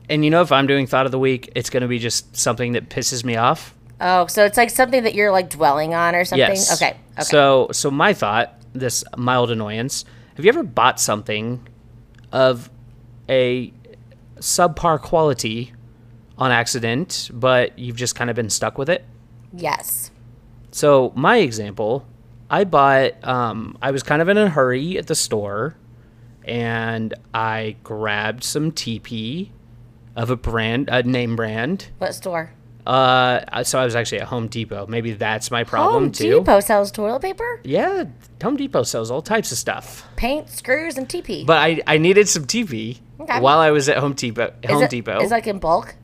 [SPEAKER 4] and you know, if I'm doing thought of the week, it's going to be just something that pisses me off.
[SPEAKER 5] Oh, so it's like something that you're like dwelling on or something?
[SPEAKER 4] Yes.
[SPEAKER 5] Okay. Okay.
[SPEAKER 4] So, so my thought, this mild annoyance. Have you ever bought something of a subpar quality on accident, but you've just kind of been stuck with it?
[SPEAKER 5] yes.
[SPEAKER 4] So my example, I bought. Um, I was kind of in a hurry at the store, and I grabbed some TP of a brand, a name brand.
[SPEAKER 5] What store?
[SPEAKER 4] Uh, so I was actually at Home Depot. Maybe that's my problem
[SPEAKER 5] Home
[SPEAKER 4] too.
[SPEAKER 5] Depot sells toilet paper,
[SPEAKER 4] Yeah, Home Depot sells all types of stuff.
[SPEAKER 5] paint, screws, and TP.
[SPEAKER 4] But I, I needed some TP
[SPEAKER 5] Okay.
[SPEAKER 4] while I was at Home Depot.
[SPEAKER 5] is
[SPEAKER 4] Home
[SPEAKER 5] it-
[SPEAKER 4] Depot.
[SPEAKER 5] Is like in bulk.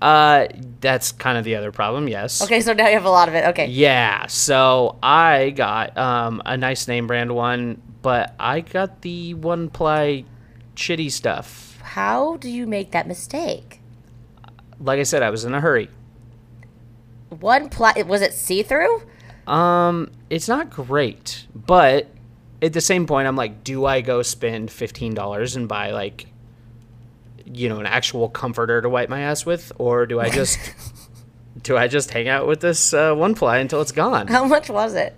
[SPEAKER 4] uh, that's kind of the other problem. Yes.
[SPEAKER 5] Okay, so now you have a lot of it. Okay.
[SPEAKER 4] Yeah, so I got um, a nice name brand one, but I got the one ply shitty stuff.
[SPEAKER 5] How do you make that mistake?
[SPEAKER 4] Like I said, I was in a hurry.
[SPEAKER 5] One ply was it see through?
[SPEAKER 4] Um, it's not great, but at the same point, I'm like, do I go spend fifteen dollars and buy like, you know, an actual comforter to wipe my ass with, or do I just do I just hang out with this uh, one ply until it's gone?
[SPEAKER 5] How much was it?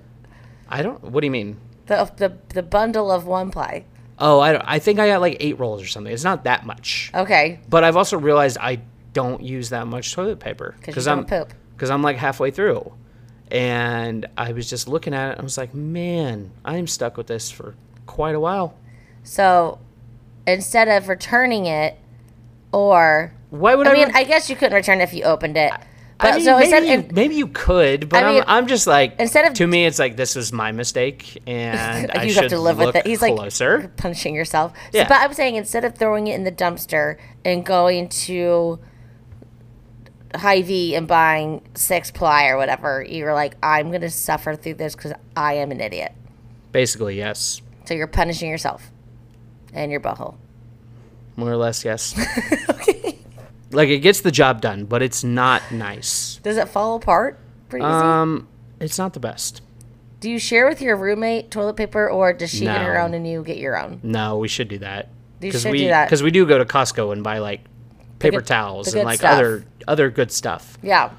[SPEAKER 4] I don't. What do you mean?
[SPEAKER 5] The the the bundle of one ply.
[SPEAKER 4] Oh, I don't. I think I got like eight rolls or something. It's not that much.
[SPEAKER 5] Okay.
[SPEAKER 4] But I've also realized I don't use that much toilet paper
[SPEAKER 5] 'Cause you
[SPEAKER 4] I'm
[SPEAKER 5] don't poop.
[SPEAKER 4] because I'm like halfway through, and I was just looking at it. and I was like, man, I'm stuck with this for quite a while.
[SPEAKER 5] So instead of returning it, or
[SPEAKER 4] Why would I?
[SPEAKER 5] I mean,
[SPEAKER 4] re-
[SPEAKER 5] I guess you couldn't return it if you opened it.
[SPEAKER 4] I
[SPEAKER 5] But
[SPEAKER 4] mean,
[SPEAKER 5] so
[SPEAKER 4] maybe,
[SPEAKER 5] instead,
[SPEAKER 4] you, maybe you could, but
[SPEAKER 5] I
[SPEAKER 4] I
[SPEAKER 5] mean,
[SPEAKER 4] am I'm just like
[SPEAKER 5] instead of-
[SPEAKER 4] to me, it's like this was my mistake, and I
[SPEAKER 5] you
[SPEAKER 4] should
[SPEAKER 5] have to live
[SPEAKER 4] look
[SPEAKER 5] with it. He's like
[SPEAKER 4] closer.
[SPEAKER 5] you're punching yourself. So-
[SPEAKER 4] Yeah.
[SPEAKER 5] but I'm saying instead of throwing it in the dumpster and going to Hy-Vee and buying six ply or whatever, you were like, I'm gonna suffer through this because I am an idiot.
[SPEAKER 4] Basically, yes,
[SPEAKER 5] So you're punishing yourself and your butthole.
[SPEAKER 4] more or less, yes. Like it gets the job done, but it's not nice.
[SPEAKER 5] Does it fall apart pretty easy?
[SPEAKER 4] Um, it's not the best.
[SPEAKER 5] Do you share with your roommate toilet paper, or does she get her
[SPEAKER 4] No.
[SPEAKER 5] own and you get your own?
[SPEAKER 4] No, we should do that.
[SPEAKER 5] You
[SPEAKER 4] 'Cause
[SPEAKER 5] should
[SPEAKER 4] we,
[SPEAKER 5] do that.
[SPEAKER 4] Because we do go to Costco and buy like paper
[SPEAKER 5] good-
[SPEAKER 4] towels
[SPEAKER 5] the
[SPEAKER 4] and
[SPEAKER 5] good
[SPEAKER 4] like
[SPEAKER 5] stuff.
[SPEAKER 4] other other good stuff.
[SPEAKER 5] Yeah.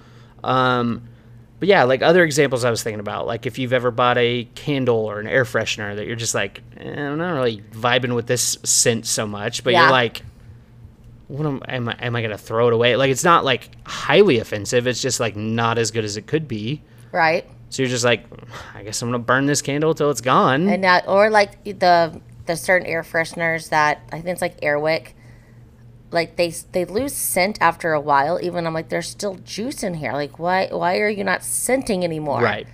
[SPEAKER 4] But yeah, like other examples I was thinking about, like if you've ever bought a candle or an air freshener that you're just like, eh, I'm not really vibing with this scent so much, but
[SPEAKER 5] Yeah.
[SPEAKER 4] you're like, what am, am I? Am I gonna throw it away? Like it's not like highly offensive. It's just like not as good as it could be.
[SPEAKER 5] Right.
[SPEAKER 4] So you're just like, "Hmm, I guess I'm gonna burn this candle till it's gone.
[SPEAKER 5] And now, or like the the certain air fresheners that I think it's like Airwick, like they they lose scent after a while. Even I'm like, there's still juice in here. Like, why why are you not scenting anymore?
[SPEAKER 4] right.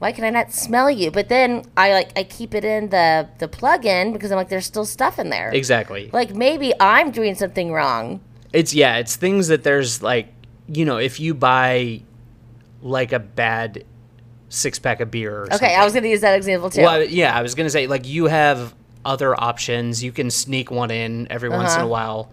[SPEAKER 5] Why can I not smell you? But then I like I keep it in the the plug in because I'm like, there's still stuff in there.
[SPEAKER 4] Exactly.
[SPEAKER 5] Like maybe I'm doing something wrong.
[SPEAKER 4] It's yeah, it's things that there's like you know, if you buy like a bad six pack of beer or something.
[SPEAKER 5] Okay, I was gonna use that example too.
[SPEAKER 4] Well, yeah, I was gonna say like you have other options. You can sneak one in every once in
[SPEAKER 5] Uh-huh.
[SPEAKER 4] a while.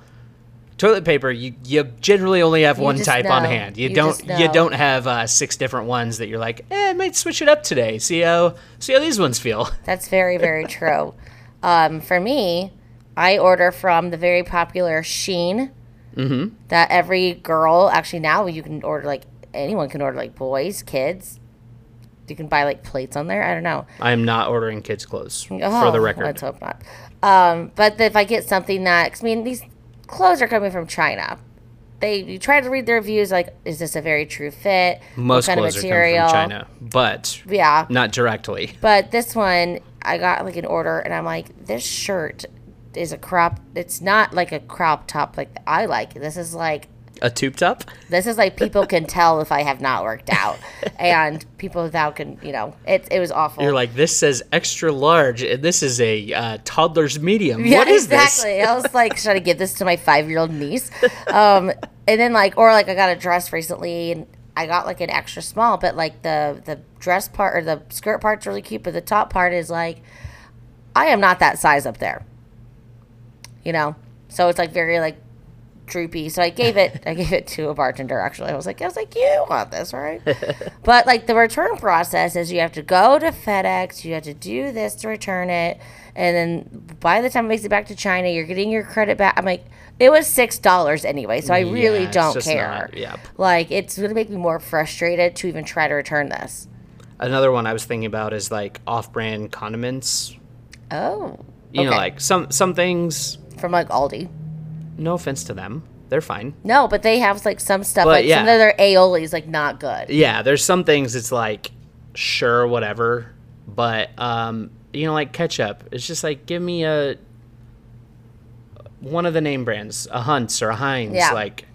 [SPEAKER 4] Toilet paper, you, you generally only have one
[SPEAKER 5] just
[SPEAKER 4] type on
[SPEAKER 5] know.
[SPEAKER 4] hand. You,
[SPEAKER 5] You
[SPEAKER 4] don't
[SPEAKER 5] just
[SPEAKER 4] you
[SPEAKER 5] know.
[SPEAKER 4] don't have uh, six different ones that you're like, eh, I might switch it up today. See how see how these ones feel.
[SPEAKER 5] That's very, very true. Um, for me, I order from the very popular Sheen. Mm-hmm. That every girl, actually now you can order like anyone can order like boys, kids. You can buy like plates on there. I don't know.
[SPEAKER 4] I am not ordering kids' clothes for
[SPEAKER 5] Oh,
[SPEAKER 4] the record.
[SPEAKER 5] Let's hope not. Um, but if I get something that, 'cause I mean, these clothes are coming from China. They you try to read the reviews like, is this a very true fit? What
[SPEAKER 4] Most
[SPEAKER 5] kind of
[SPEAKER 4] clothes are coming
[SPEAKER 5] material?
[SPEAKER 4] from China, but
[SPEAKER 5] Yeah.
[SPEAKER 4] not directly.
[SPEAKER 5] But this one, I got like an order, and I'm like, this shirt is a crop. It's not like a crop top like I like. This is like
[SPEAKER 4] A tube top?
[SPEAKER 5] this is like people can tell if I have not worked out, and people without can you know it. It was awful.
[SPEAKER 4] You're like, this says extra large, and this is a uh, toddler's medium.
[SPEAKER 5] Yeah,
[SPEAKER 4] what is
[SPEAKER 5] exactly. I was like, should I give this to my five year old niece? Um, and then like, or like, I got a dress recently, and I got like an extra small, but like the the dress part or the skirt part's really cute, but the top part is like, I am not that size up there. You know, so it's like very like droopy. So I gave it, I gave it to a bartender. Actually, I was like, I was like, you want this, right? But like the return process is you have to go to FedEx, you have to do this to return it, and then by the time it makes it back to China, you're getting your credit back. I'm like, it was six dollars anyway, so I really
[SPEAKER 4] Yeah, it's
[SPEAKER 5] don't
[SPEAKER 4] just
[SPEAKER 5] care.
[SPEAKER 4] not- yep.
[SPEAKER 5] Like it's gonna make me more frustrated to even try to return
[SPEAKER 4] this?
[SPEAKER 5] this.
[SPEAKER 4] Another one I was thinking about is like off-brand condiments.
[SPEAKER 5] Oh.
[SPEAKER 4] You know,
[SPEAKER 5] okay.
[SPEAKER 4] like some some things.
[SPEAKER 5] from like Aldi.
[SPEAKER 4] No offense to them, they're fine.
[SPEAKER 5] No, but they have like some stuff
[SPEAKER 4] But
[SPEAKER 5] like some
[SPEAKER 4] yeah.
[SPEAKER 5] of their aioli's like not good.
[SPEAKER 4] Yeah, there's some things it's like, sure, whatever, but um, you know, like ketchup. It's just like, give me a one of the name brands, a Hunt's or a Heinz.
[SPEAKER 5] Yeah.
[SPEAKER 4] Like,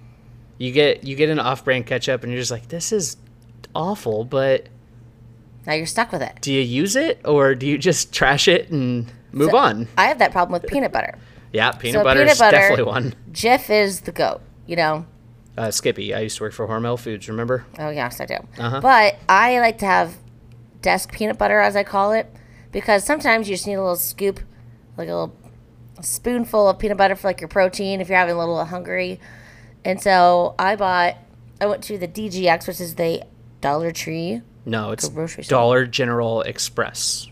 [SPEAKER 4] you get you get an off-brand ketchup, and you're just like, this is awful, but.
[SPEAKER 5] Now you're stuck with it.
[SPEAKER 4] do you use it or do you just trash it and move on?
[SPEAKER 5] I have that problem with peanut butter.
[SPEAKER 4] Yeah, peanut
[SPEAKER 5] so
[SPEAKER 4] butter
[SPEAKER 5] peanut
[SPEAKER 4] is
[SPEAKER 5] butter-
[SPEAKER 4] definitely one.
[SPEAKER 5] Jif is the goat, you know?
[SPEAKER 4] Uh, Skippy, I used to work for Hormel Foods, remember?
[SPEAKER 5] Oh yes, I do.
[SPEAKER 4] Uh-huh.
[SPEAKER 5] But I like to have desk peanut butter, as I call it, because sometimes you just need a little scoop, like a little spoonful of peanut butter for like your protein if you're having a little hungry. And so I bought. I went to the DGX, which is the Dollar Tree,
[SPEAKER 4] No, it's
[SPEAKER 5] grocery store.
[SPEAKER 4] Dollar General Express.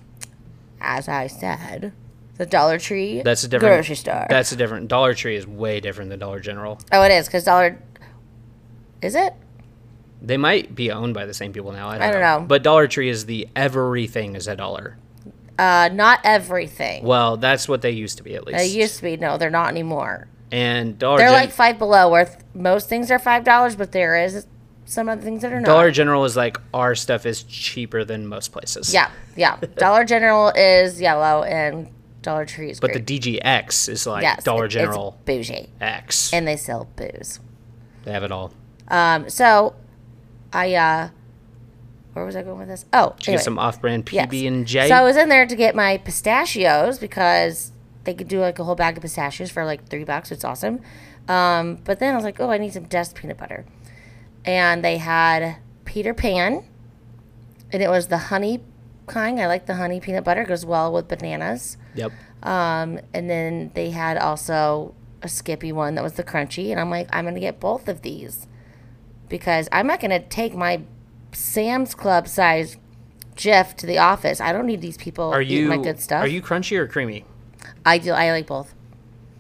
[SPEAKER 5] as I said, the Dollar Tree.
[SPEAKER 4] That's a different
[SPEAKER 5] grocery store.
[SPEAKER 4] That's a different Dollar Tree is way different than Dollar General.
[SPEAKER 5] oh, it is because Dollar. Is it?
[SPEAKER 4] They might be owned by the same people now. I don't,
[SPEAKER 5] I don't know.
[SPEAKER 4] But Dollar Tree is the everything is a dollar.
[SPEAKER 5] Uh, not everything.
[SPEAKER 4] Well, that's what they used to be at least.
[SPEAKER 5] They used to be. No, they're not anymore.
[SPEAKER 4] and Dollar
[SPEAKER 5] They're
[SPEAKER 4] Gen-
[SPEAKER 5] like five below, where th- most things are five dollars, but there is some other things that are not.
[SPEAKER 4] Dollar General is like our stuff is cheaper than most places.
[SPEAKER 5] yeah, yeah. Dollar General is yellow, and Dollar Tree is
[SPEAKER 4] But
[SPEAKER 5] green.
[SPEAKER 4] the DGX is like
[SPEAKER 5] Yes,
[SPEAKER 4] Dollar
[SPEAKER 5] it's- it's
[SPEAKER 4] General
[SPEAKER 5] bougie,
[SPEAKER 4] X.
[SPEAKER 5] and they sell booze.
[SPEAKER 4] They have it all.
[SPEAKER 5] Um, so I uh, where was I going with this? Oh,
[SPEAKER 4] Get
[SPEAKER 5] anyway.
[SPEAKER 4] some off-brand
[SPEAKER 5] Yes.
[SPEAKER 4] PB and J.
[SPEAKER 5] So I was in there to get my pistachios because they could do like a whole bag of pistachios for like three bucks. It's awesome. Um, but then I was like, oh, I need some dust peanut butter, and they had Peter Pan, and it was the honey kind. I like the honey peanut butter; It goes well with bananas.
[SPEAKER 4] yep.
[SPEAKER 5] Um, and then they had also a Skippy one that was the crunchy, and I'm like, I'm gonna get both of these because I'm not gonna take my Sam's Club size Jeff to the office. I don't need these people
[SPEAKER 4] Are
[SPEAKER 5] eating
[SPEAKER 4] you
[SPEAKER 5] my good stuff.
[SPEAKER 4] Are you crunchy or creamy?
[SPEAKER 5] I do. I like both.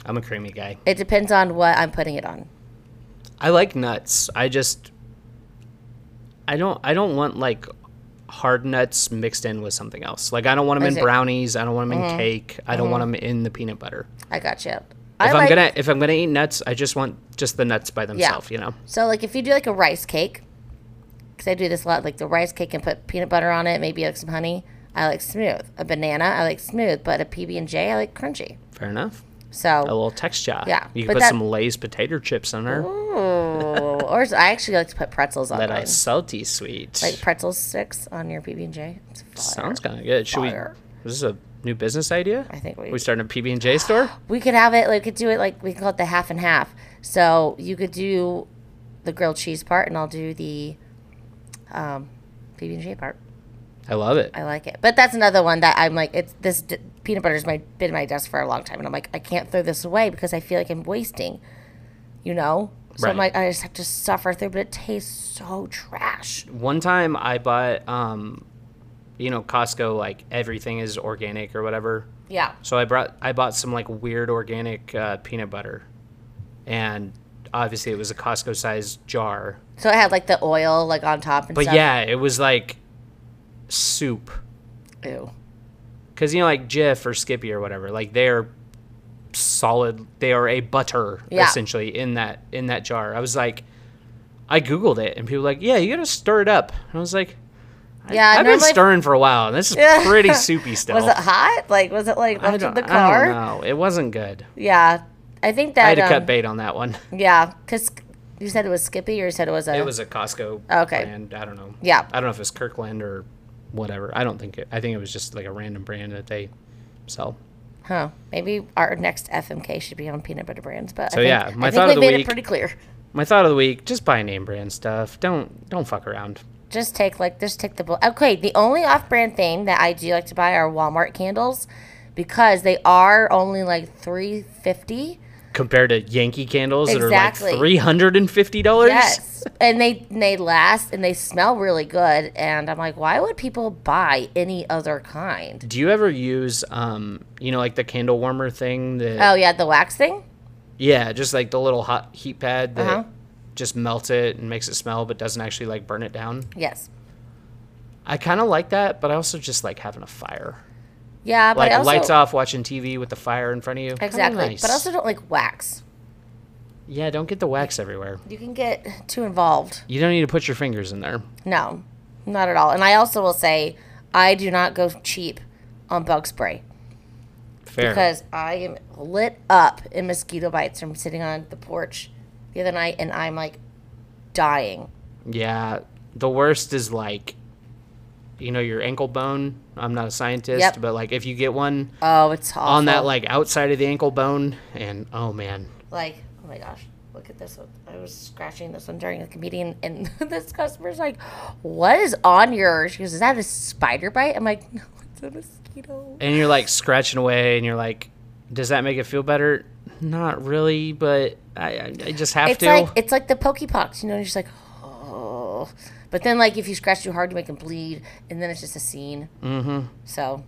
[SPEAKER 4] I'm a creamy guy.
[SPEAKER 5] It depends on what I'm putting it on.
[SPEAKER 4] I like nuts. I just I don't I don't want like hard nuts mixed in with something else. Like I don't want them
[SPEAKER 5] Is
[SPEAKER 4] in
[SPEAKER 5] it-
[SPEAKER 4] brownies. I don't want them
[SPEAKER 5] Mm-hmm.
[SPEAKER 4] in cake. I don't want 'em want them in the peanut butter.
[SPEAKER 5] I got you. If
[SPEAKER 4] If I'm gonna if I'm gonna eat nuts, I just want just the nuts by themselves. You know.
[SPEAKER 5] So, like, if you do like a rice cake, because I do this a lot, like the rice cake and put peanut butter on it, maybe like some honey. I like smooth. A banana, I like smooth, but a PB and J, I like crunchy.
[SPEAKER 4] Fair enough. A
[SPEAKER 5] So,
[SPEAKER 4] little texture.
[SPEAKER 5] Yeah,
[SPEAKER 4] You
[SPEAKER 5] but
[SPEAKER 4] can put
[SPEAKER 5] that-
[SPEAKER 4] some Lay's potato chips on there.
[SPEAKER 5] Ooh, or I actually like to put pretzels on
[SPEAKER 4] That
[SPEAKER 5] mine.
[SPEAKER 4] I salty sweet.
[SPEAKER 5] Like pretzel sticks on your PB and J. It's fire.
[SPEAKER 4] Sounds kind of good. Should
[SPEAKER 5] Fire.
[SPEAKER 4] we? Is this a new business idea?
[SPEAKER 5] I think we-
[SPEAKER 4] we starting a PB and J store.
[SPEAKER 5] We could have it like we could do it like we can call it the half and half. So you could do the grilled cheese part, and I'll do the um, PB and J part.
[SPEAKER 4] I love it.
[SPEAKER 5] I like it, but that's another one that I'm like, it's this d- peanut butter's my been in my desk for a long time, and I'm like, I can't throw this away because I feel like I'm wasting, you know. So I'm
[SPEAKER 4] Right.
[SPEAKER 5] like, I just have to suffer through, but it tastes so trash.
[SPEAKER 4] One time I bought, um, you know, Costco like everything is organic or whatever.
[SPEAKER 5] Yeah.
[SPEAKER 4] So I brought I bought some like weird organic uh, peanut butter, and obviously it was a Costco sized jar.
[SPEAKER 5] So it had like the oil like on top and
[SPEAKER 4] But
[SPEAKER 5] stuff.
[SPEAKER 4] yeah, it was like soup
[SPEAKER 5] Ew.
[SPEAKER 4] because you know like Jif or Skippy or whatever like they're solid. They are a butter
[SPEAKER 5] Yeah.
[SPEAKER 4] essentially in that in that jar. I was like, I googled it and people were like, yeah, you gotta stir it up. And I was like.
[SPEAKER 5] Yeah.
[SPEAKER 4] I've been
[SPEAKER 5] normally-
[SPEAKER 4] stirring for a while, and this is
[SPEAKER 5] Yeah.
[SPEAKER 4] pretty soupy still.
[SPEAKER 5] Was it hot? Like was it like
[SPEAKER 4] I
[SPEAKER 5] left
[SPEAKER 4] don't,
[SPEAKER 5] in the
[SPEAKER 4] I
[SPEAKER 5] car?
[SPEAKER 4] don't know. It wasn't good.
[SPEAKER 5] Yeah. I think that.
[SPEAKER 4] I had to
[SPEAKER 5] um,
[SPEAKER 4] cut bait on that one.
[SPEAKER 5] Yeah, because you said it was Skippy, or you said it was a.
[SPEAKER 4] It was a Costco
[SPEAKER 5] Okay.
[SPEAKER 4] brand. I don't know.
[SPEAKER 5] Yeah.
[SPEAKER 4] I don't know if it was Kirkland or whatever. I don't think it. I think it was just like a random brand that they sell.
[SPEAKER 5] Huh. Maybe our next FMK should be on peanut butter brands, but
[SPEAKER 4] So,
[SPEAKER 5] I think,
[SPEAKER 4] yeah, my
[SPEAKER 5] I think
[SPEAKER 4] thought
[SPEAKER 5] we
[SPEAKER 4] of the
[SPEAKER 5] made it
[SPEAKER 4] week-
[SPEAKER 5] pretty clear.
[SPEAKER 4] My thought of the week: just buy name brand stuff. Don't don't fuck around.
[SPEAKER 5] Just take like just take the bull. Okay, the only off-brand thing that I do like to buy are Walmart candles because they are only like three fifty.
[SPEAKER 4] Compared to Yankee candles that are
[SPEAKER 5] Exactly.
[SPEAKER 4] like three hundred and fifty dollars.
[SPEAKER 5] Yes, and they they last and they smell really good. And I'm like, why would people buy any other kind?
[SPEAKER 4] Do you ever use um you know like the candle warmer thing that
[SPEAKER 5] Oh yeah, the wax thing.
[SPEAKER 4] Yeah, just like the little hot heat pad that
[SPEAKER 5] Uh-huh.
[SPEAKER 4] just melts it and makes it smell, but doesn't actually like burn it down.
[SPEAKER 5] Yes.
[SPEAKER 4] I kind of like that, but I also just like having a fire,
[SPEAKER 5] Yeah, but
[SPEAKER 4] like
[SPEAKER 5] I also,
[SPEAKER 4] lights off, watching TV with the fire in front of you. Kinda
[SPEAKER 5] Exactly,
[SPEAKER 4] nice.
[SPEAKER 5] but I also don't like wax.
[SPEAKER 4] yeah, don't get the wax everywhere.
[SPEAKER 5] You can get too involved.
[SPEAKER 4] You don't need to put your fingers in there.
[SPEAKER 5] No, not at all. And I also will say, I do not go cheap on bug spray
[SPEAKER 4] Fair.
[SPEAKER 5] because I am lit up in mosquito bites from sitting on the porch the other night, and I'm like dying.
[SPEAKER 4] yeah, the worst is like, you know, your ankle bone. I'm not a scientist,
[SPEAKER 5] Yep.
[SPEAKER 4] but like if you get one
[SPEAKER 5] Oh, it's awful.
[SPEAKER 4] on that like outside of the ankle bone, and oh man,
[SPEAKER 5] like oh my gosh look at this one i was scratching this one during a comedian and this customer's like what is on yours she goes is that a spider bite i'm like no it's a mosquito
[SPEAKER 4] and you're like scratching away and you're like does that make it feel better not really but i, I I just have
[SPEAKER 5] it's
[SPEAKER 4] to
[SPEAKER 5] like it's like the pokepox you know you're just like oh but then like if you scratch too hard you make them bleed and then it's just a scene mm-hmm so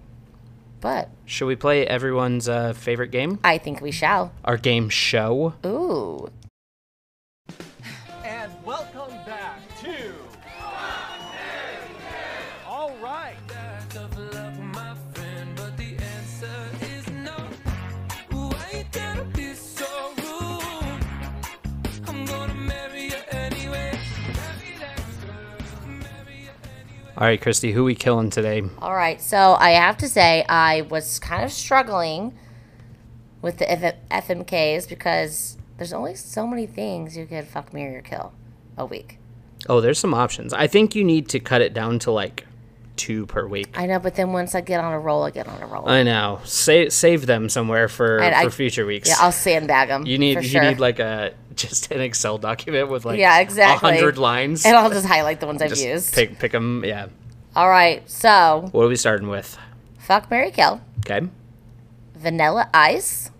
[SPEAKER 5] but
[SPEAKER 4] should we play everyone's uh, favorite game
[SPEAKER 5] i think we shall
[SPEAKER 4] our game show
[SPEAKER 5] ooh
[SPEAKER 9] And welcome back to. All right.
[SPEAKER 4] all right christy who we killing today
[SPEAKER 5] All right, so I have to say I was kind of struggling with the F- FMKs because there's only so many things you could fuck, marry, or kill a week.
[SPEAKER 4] oh there's some options i think you need to cut it down to like two per week
[SPEAKER 5] I know, but then once I get on a roll, I get on a roll.
[SPEAKER 4] i know save, save them somewhere for,
[SPEAKER 5] And I-
[SPEAKER 4] for future weeks
[SPEAKER 5] yeah, I'll sandbag them.
[SPEAKER 4] you need
[SPEAKER 5] for
[SPEAKER 4] you
[SPEAKER 5] sure.
[SPEAKER 4] need like a just an excel document with like
[SPEAKER 5] Yeah, exactly.
[SPEAKER 4] 100 lines
[SPEAKER 5] and I'll just highlight the ones I've
[SPEAKER 4] just
[SPEAKER 5] used.
[SPEAKER 4] pick pick them yeah
[SPEAKER 5] All right, so
[SPEAKER 4] what are we starting with
[SPEAKER 5] fuck, marry, kill,
[SPEAKER 4] okay
[SPEAKER 5] vanilla ice,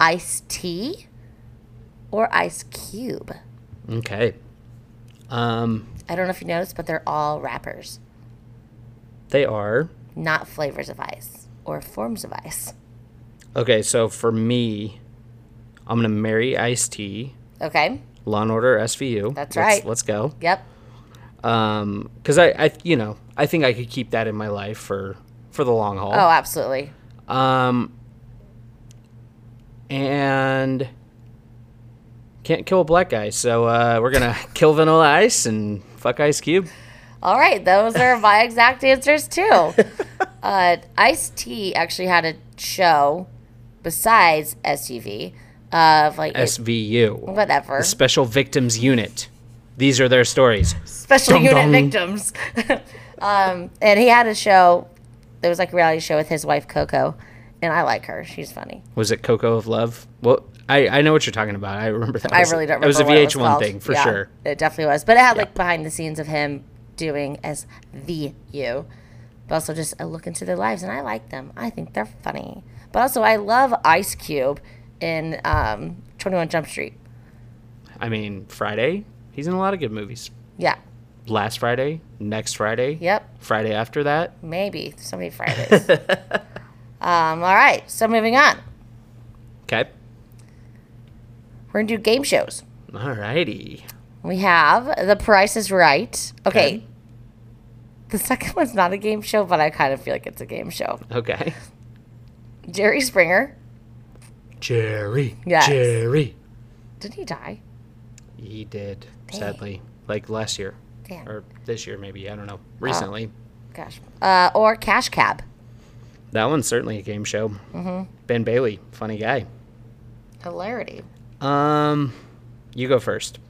[SPEAKER 5] Ice T or Ice Cube.
[SPEAKER 4] Okay. Um,
[SPEAKER 5] I don't know if you noticed, but they're all rappers,
[SPEAKER 4] they are.
[SPEAKER 5] not flavors of ice or forms of ice.
[SPEAKER 4] Okay, so for me, I'm gonna marry Ice T,
[SPEAKER 5] Okay.
[SPEAKER 4] Law and Order SVU. Let's-
[SPEAKER 5] That's right.
[SPEAKER 4] Let's go.
[SPEAKER 5] Yep.
[SPEAKER 4] Um, because I, I, you know, I think I could keep that in my life for for the long haul.
[SPEAKER 5] Oh, absolutely.
[SPEAKER 4] Um, and can't kill a black guy, so uh, we're gonna kill Vanilla Ice and fuck Ice Cube.
[SPEAKER 5] All right, those are my exact answers too. Uh, Ice T actually had a show besides SUV of like it-
[SPEAKER 4] SVU,
[SPEAKER 5] whatever
[SPEAKER 4] the Special Victims Unit. These are their stories.
[SPEAKER 5] special
[SPEAKER 4] Dum
[SPEAKER 5] unit
[SPEAKER 4] dum.
[SPEAKER 5] victims. um, and he had a show. There was like a reality show with his wife Coco, and I like her. She's funny.
[SPEAKER 4] Was it Coco of Love? Well, I, I know what you're talking about. I remember that.
[SPEAKER 5] I
[SPEAKER 4] was-
[SPEAKER 5] really don't remember.
[SPEAKER 4] It was a
[SPEAKER 5] what
[SPEAKER 4] VH1
[SPEAKER 5] called.
[SPEAKER 4] thing for
[SPEAKER 5] Yeah,
[SPEAKER 4] sure.
[SPEAKER 5] It definitely was, but it had like behind the scenes of him doing as the you, but also just a look into their lives, and I like them. I think they're funny, but also I love Ice Cube in um, Twenty One Jump Street.
[SPEAKER 4] I mean, Friday. He's in a lot of good movies.
[SPEAKER 5] Yeah,
[SPEAKER 4] Last Friday, next Friday,
[SPEAKER 5] yep,
[SPEAKER 4] Friday after that.
[SPEAKER 5] maybe so many Fridays. um, all right, so moving on,
[SPEAKER 4] Okay.
[SPEAKER 5] we're gonna do game shows.
[SPEAKER 4] Alrighty.
[SPEAKER 5] We have The Price is Right. Okay.
[SPEAKER 4] Okay.
[SPEAKER 5] The second one's not a game show, but I kind of feel like it's a game show.
[SPEAKER 4] Okay.
[SPEAKER 5] Jerry Springer.
[SPEAKER 4] Jerry.
[SPEAKER 5] Yes.
[SPEAKER 4] Jerry.
[SPEAKER 5] Did he die?
[SPEAKER 4] He did, sadly. Like last year.
[SPEAKER 5] Damn.
[SPEAKER 4] Or this year, maybe. I don't know. Recently.
[SPEAKER 5] Gosh. Uh, or Cash Cab.
[SPEAKER 4] That one's certainly a game show. Mm-hmm. Ben Bailey, funny guy.
[SPEAKER 5] Hilarity.
[SPEAKER 4] Um, you go first.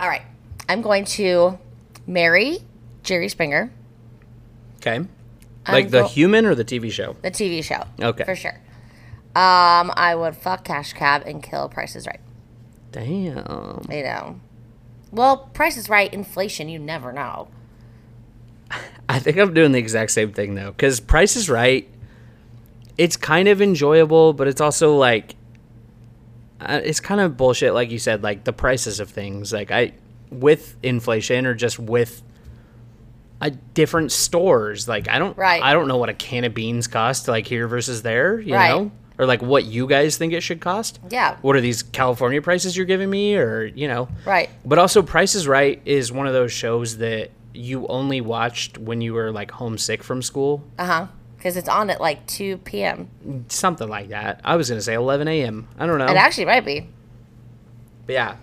[SPEAKER 5] All right. I'm going to marry Jerry Springer,
[SPEAKER 4] Okay. Like the
[SPEAKER 5] go-
[SPEAKER 4] human or the TV show?
[SPEAKER 5] the TV show.
[SPEAKER 4] Okay.
[SPEAKER 5] For sure. Um, I would fuck Cash Cab and kill Price is Right.
[SPEAKER 4] Damn.
[SPEAKER 5] You know. Well, Price is Right, inflation, you never know.
[SPEAKER 4] I think I'm doing the exact same thing though, because Price is Right. It's kind of enjoyable, but it's also like, uh, it's kind of bullshit, like you said, like the prices of things. Like I, with inflation or just with, uh different stores. Like I don't,
[SPEAKER 5] Right.
[SPEAKER 4] I don't know what a can of beans cost, like here versus there, you
[SPEAKER 5] Right.
[SPEAKER 4] know, or like what you guys think it should cost.
[SPEAKER 5] Yeah.
[SPEAKER 4] What are these California prices you're giving me, or you know,
[SPEAKER 5] Right.
[SPEAKER 4] but also, Price is Right is one of those shows that you only watched when you were like homesick from school,
[SPEAKER 5] Uh huh. Because it's on at like 2 p.m.
[SPEAKER 4] something like that. I was gonna say 11 a.m. I don't know.
[SPEAKER 5] It actually might be.
[SPEAKER 4] But yeah,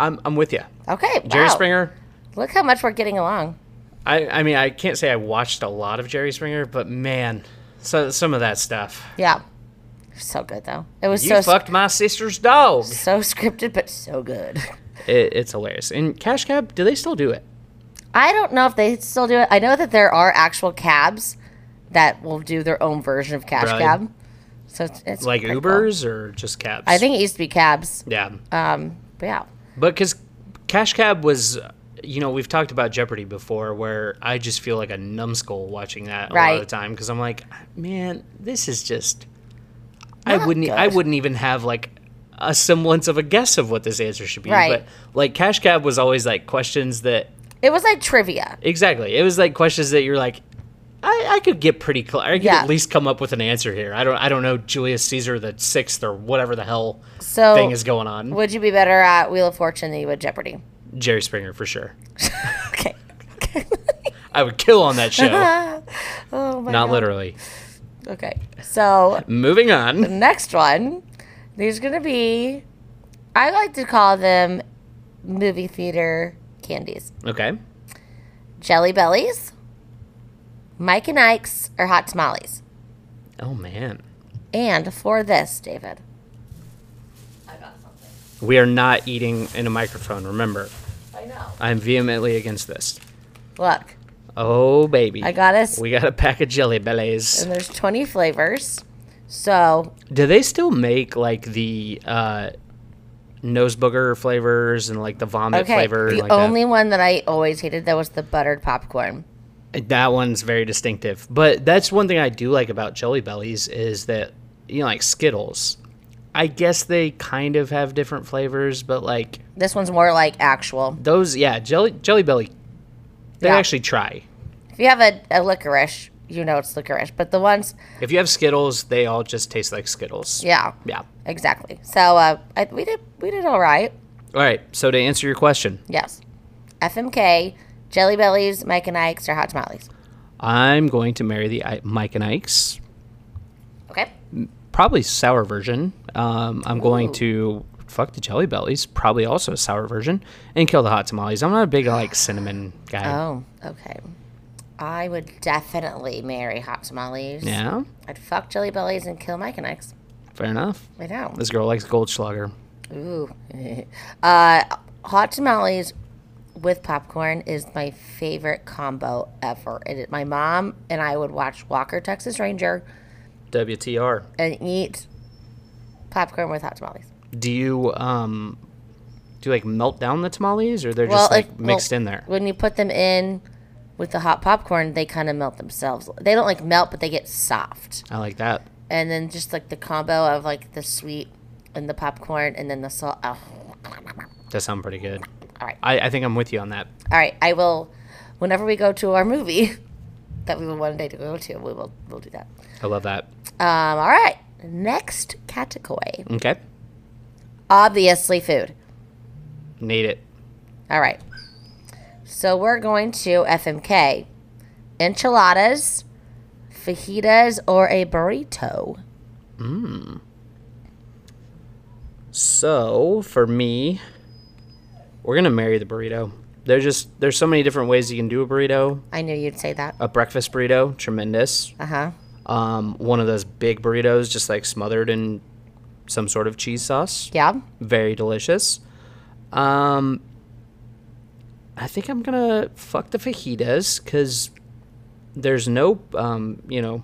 [SPEAKER 4] I'm I'm with you,
[SPEAKER 5] Okay.
[SPEAKER 4] Jerry
[SPEAKER 5] wow.
[SPEAKER 4] Springer.
[SPEAKER 5] Look how much we're getting along.
[SPEAKER 4] I I mean I can't say I watched a lot of Jerry Springer, but man, so some of that stuff.
[SPEAKER 5] Yeah. So good though. It was
[SPEAKER 4] You
[SPEAKER 5] so
[SPEAKER 4] fucked my sister's dog.
[SPEAKER 5] so scripted but so good.
[SPEAKER 4] It, it's hilarious. And Cash Cab, do they still do it?
[SPEAKER 5] I don't know if they still do it. I know that there are actual cabs that will do their own version of cash
[SPEAKER 4] Really?
[SPEAKER 5] cab. So it's, it's
[SPEAKER 4] Like
[SPEAKER 5] pretty cool.
[SPEAKER 4] Ubers or just cabs?
[SPEAKER 5] I think it used to be cabs.
[SPEAKER 4] Yeah.
[SPEAKER 5] But yeah.
[SPEAKER 4] But because Cash Cab was, you know, we've talked about Jeopardy before, where I just feel like a numbskull watching that a lot
[SPEAKER 5] Right.
[SPEAKER 4] of the time because I'm like, man, this is just. I
[SPEAKER 5] Not
[SPEAKER 4] wouldn't. e, I
[SPEAKER 5] good.
[SPEAKER 4] wouldn't even have like a semblance of a guess of what this answer should be.
[SPEAKER 5] Right.
[SPEAKER 4] But like Cash Cab was always like questions that
[SPEAKER 5] It was like trivia.
[SPEAKER 4] exactly. It was like questions that you're like. I, I could get pretty close. I could
[SPEAKER 5] Yeah.
[SPEAKER 4] at least come up with an answer here. I don't. I don't know Julius Caesar the sixth or whatever the hell
[SPEAKER 5] So
[SPEAKER 4] thing is going on.
[SPEAKER 5] would you be better at Wheel of Fortune than you would Jeopardy?
[SPEAKER 4] Jerry Springer for sure.
[SPEAKER 5] Okay.
[SPEAKER 4] I would kill on that show.
[SPEAKER 5] Oh my
[SPEAKER 4] Not
[SPEAKER 5] God.
[SPEAKER 4] literally.
[SPEAKER 5] Okay. So
[SPEAKER 4] Moving on.
[SPEAKER 5] next one, there's gonna be I like to call them movie theater candies.
[SPEAKER 4] Okay.
[SPEAKER 5] Jelly Bellies, Mike and Ike's, or Hot Tamales.
[SPEAKER 4] Oh man.
[SPEAKER 5] And for this, David.
[SPEAKER 4] We are not eating in a microphone, remember.
[SPEAKER 5] I know.
[SPEAKER 4] I'm vehemently against this.
[SPEAKER 5] Look,
[SPEAKER 4] Oh baby.
[SPEAKER 5] I got us,
[SPEAKER 4] We got a pack of jelly bellies.
[SPEAKER 5] and there's 20 flavors. So,
[SPEAKER 4] Do they still make like the uh nose booger flavors and like the vomit
[SPEAKER 5] okay.
[SPEAKER 4] flavor? and
[SPEAKER 5] the
[SPEAKER 4] like that?
[SPEAKER 5] only one that I always hated that was the buttered popcorn.
[SPEAKER 4] That one's very distinctive. But that's one thing I do like about Jelly Bellies is that you know, like Skittles. I guess they kind of have different flavors, but like
[SPEAKER 5] This one's more like actual.
[SPEAKER 4] those, yeah, jelly Jelly Belly, they
[SPEAKER 5] Yeah.
[SPEAKER 4] actually try.
[SPEAKER 5] If you have a, a licorice, you know it's licorice. But the ones,
[SPEAKER 4] If you have Skittles, they all just taste like Skittles.
[SPEAKER 5] yeah,
[SPEAKER 4] Yeah.
[SPEAKER 5] exactly. So uh, I, we did we did all right.
[SPEAKER 4] All right. So to answer your question,
[SPEAKER 5] Yes, FMK, Jelly Bellies, Mike and Ike's, or Hot Tamales.
[SPEAKER 4] I'm going to marry the I- Mike and Ike's,
[SPEAKER 5] Okay.
[SPEAKER 4] probably sour version. Um, I'm going to fuck the Jelly Bellies, probably also a sour version, and kill the hot tamales. I'm not a big like cinnamon guy.
[SPEAKER 5] Oh, okay. I would definitely marry Hot Tamales.
[SPEAKER 4] Yeah.
[SPEAKER 5] I'd fuck Jelly Bellies and kill Mike and Ike's.
[SPEAKER 4] Fair enough.
[SPEAKER 5] I know.
[SPEAKER 4] This girl likes Goldschlager.
[SPEAKER 5] Ooh. uh, hot tamales with popcorn is my favorite combo ever. It is, my mom and I would watch Walker Texas Ranger
[SPEAKER 4] WTR.
[SPEAKER 5] and eat popcorn with hot tamales.
[SPEAKER 4] Do you um do you like melt down the tamales or they're just like
[SPEAKER 5] it-
[SPEAKER 4] mixed
[SPEAKER 5] well,
[SPEAKER 4] in there?
[SPEAKER 5] When you put them in with the hot popcorn, they kind of melt themselves. They don't like melt, but they get soft.
[SPEAKER 4] I like that.
[SPEAKER 5] And then just like the combo of like the sweet and the popcorn and then the salt. Oh.
[SPEAKER 4] That sounds pretty good.
[SPEAKER 5] All right.
[SPEAKER 4] I, I think I'm with you on that.
[SPEAKER 5] All right, I will. Whenever we go to our movie that we will one day to go to, we will we'll do that.
[SPEAKER 4] I love that.
[SPEAKER 5] Um, all right, next category,
[SPEAKER 4] Okay.
[SPEAKER 5] obviously food.
[SPEAKER 4] Need it.
[SPEAKER 5] All right, so we're going to FMK, enchiladas, fajitas, or a burrito.
[SPEAKER 4] So for me, we're gonna marry the burrito. There's just there's so many different ways you can do a burrito.
[SPEAKER 5] I knew you'd say that.
[SPEAKER 4] A breakfast burrito, tremendous.
[SPEAKER 5] Uh huh.
[SPEAKER 4] Um, one of those big burritos, just like smothered in some sort of cheese sauce.
[SPEAKER 5] Yeah.
[SPEAKER 4] very delicious. Um, I think I'm gonna fuck the fajitas because there's no, um, you know,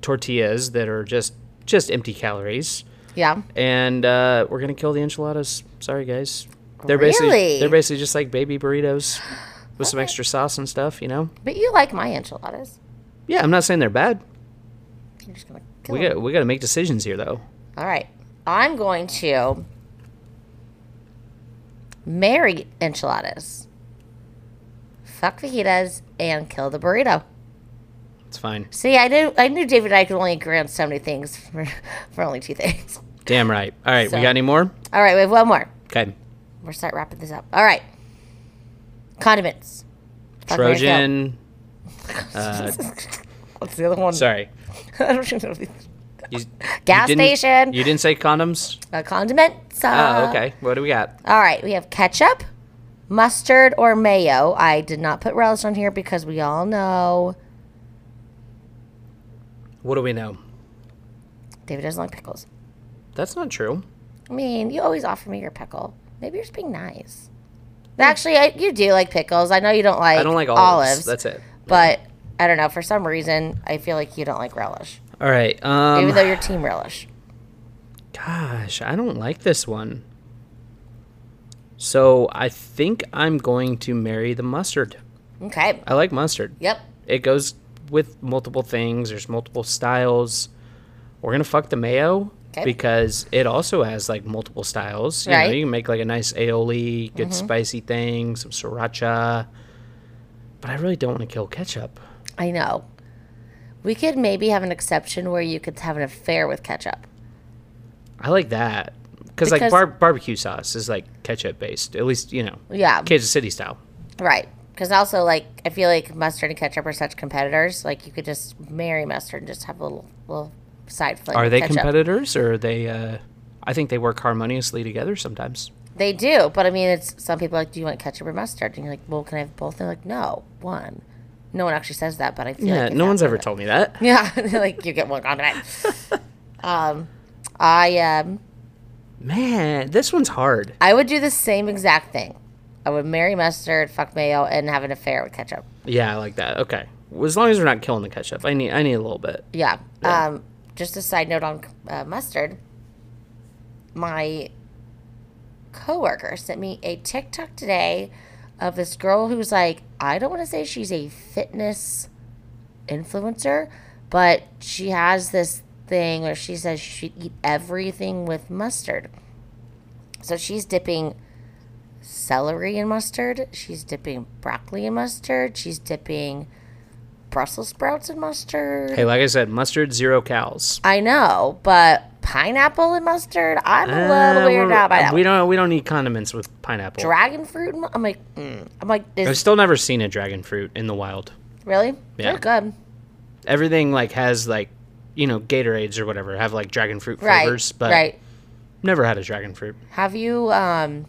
[SPEAKER 4] tortillas that are just just empty calories,
[SPEAKER 5] Yeah.
[SPEAKER 4] and uh, we're gonna kill the enchiladas. Sorry, guys. They're basically
[SPEAKER 5] Really?
[SPEAKER 4] they're basically just like baby burritos with some extra sauce and stuff. You know.
[SPEAKER 5] But you like my enchiladas.
[SPEAKER 4] Yeah, I'm not saying they're bad.
[SPEAKER 5] You're just gonna kill
[SPEAKER 4] We
[SPEAKER 5] 'em.
[SPEAKER 4] got we got to make decisions here though.
[SPEAKER 5] All right. I'm going to marry enchiladas, fuck fajitas, and kill the burrito.
[SPEAKER 4] It's fine.
[SPEAKER 5] See, I knew I knew David and I could only agree on so many things for, for only two things.
[SPEAKER 4] Damn right. All right,
[SPEAKER 5] So-
[SPEAKER 4] we got any more?
[SPEAKER 5] All right, we have one more.
[SPEAKER 4] Okay.
[SPEAKER 5] We'll start wrapping this up. All right. Condiments. Fuck, Mary, kill.
[SPEAKER 4] Trojan. Uh,
[SPEAKER 5] What's the other one?
[SPEAKER 4] sorry.
[SPEAKER 5] I don't even know these-
[SPEAKER 4] You,
[SPEAKER 5] Gas
[SPEAKER 4] you didn't-
[SPEAKER 5] station.
[SPEAKER 4] You didn't say condoms?
[SPEAKER 5] Uh, condiments. uh,
[SPEAKER 4] oh, okay. What do we got?
[SPEAKER 5] All right, we have ketchup, mustard, or mayo. I did not put relish on here because we all know
[SPEAKER 4] What do we know?
[SPEAKER 5] David doesn't like pickles.
[SPEAKER 4] That's not true.
[SPEAKER 5] I mean, you always offer me your pickle. Maybe you're just being nice. Actually, I, you do like pickles. I know you don't like.
[SPEAKER 4] Hmm. I don't like olives. That's it.
[SPEAKER 5] But I don't know. For some reason, I feel like you don't like relish,
[SPEAKER 4] All right. Um,
[SPEAKER 5] even though you're team relish.
[SPEAKER 4] gosh, I don't like this one. So I think I'm going to marry the mustard.
[SPEAKER 5] Okay.
[SPEAKER 4] I like mustard.
[SPEAKER 5] Yep.
[SPEAKER 4] It goes with multiple things. There's multiple styles. We're gonna fuck the mayo
[SPEAKER 5] 'Kay.
[SPEAKER 4] because it also has like multiple styles. You know,
[SPEAKER 5] Right. Mm-hmm.
[SPEAKER 4] you can make like a nice aioli, good spicy thing, some sriracha. But I really don't want to kill ketchup.
[SPEAKER 5] I know. We could maybe have an exception where you could have an affair with ketchup.
[SPEAKER 4] I like that because like
[SPEAKER 5] Because-
[SPEAKER 4] bar- barbecue sauce is like ketchup based. At least you know,
[SPEAKER 5] Yeah.
[SPEAKER 4] Kansas City style.
[SPEAKER 5] Right. Because also, like, I feel like mustard and ketchup are such competitors. Like, you could just marry mustard and just have a little, little side flavor.
[SPEAKER 4] Are they
[SPEAKER 5] ketchup.
[SPEAKER 4] competitors or are they? Uh, I think they work harmoniously together sometimes.
[SPEAKER 5] They do, but I mean, it's some people are like, do you want ketchup or mustard? And you're like, well, can I have both? And they're like, no, one. No one actually says that, but I feel
[SPEAKER 4] Yeah,
[SPEAKER 5] like it's
[SPEAKER 4] no one's ever
[SPEAKER 5] happened.
[SPEAKER 4] told me that.
[SPEAKER 5] Yeah, they're like you get one condiment. um, I um,
[SPEAKER 4] Man, this one's hard.
[SPEAKER 5] I would do the same exact thing. I would marry mustard, fuck mayo, and have an affair with ketchup.
[SPEAKER 4] Yeah, I like that. Okay. Well, as long as we're not killing the ketchup, I need I need a little bit.
[SPEAKER 5] Yeah. Um, just a side note on uh, mustard. My coworker sent me a TikTok today of this girl who's like, I don't want to say she's a fitness influencer, But she has this thing where she says she'd eat everything with mustard. So she's dipping celery in mustard. She's dipping broccoli in mustard. She's dipping Brussels sprouts in mustard.
[SPEAKER 4] Hey, like I said, mustard zero cows.
[SPEAKER 5] I know, but pineapple and mustard, I'm a little
[SPEAKER 4] Uh,
[SPEAKER 5] weirded
[SPEAKER 4] we're-
[SPEAKER 5] out by that.
[SPEAKER 4] We don't we don't need condiments with pineapple.
[SPEAKER 5] Dragon fruit, and mu- I'm like, mm. I'm like,
[SPEAKER 4] I've
[SPEAKER 5] is,
[SPEAKER 4] still never seen a dragon fruit in the wild.
[SPEAKER 5] really?
[SPEAKER 4] Yeah.
[SPEAKER 5] They're good.
[SPEAKER 4] Everything like has like you know Gatorades or whatever have like dragon fruit
[SPEAKER 5] Right.
[SPEAKER 4] flavors, but
[SPEAKER 5] right.
[SPEAKER 4] never had a dragon fruit.
[SPEAKER 5] Have you um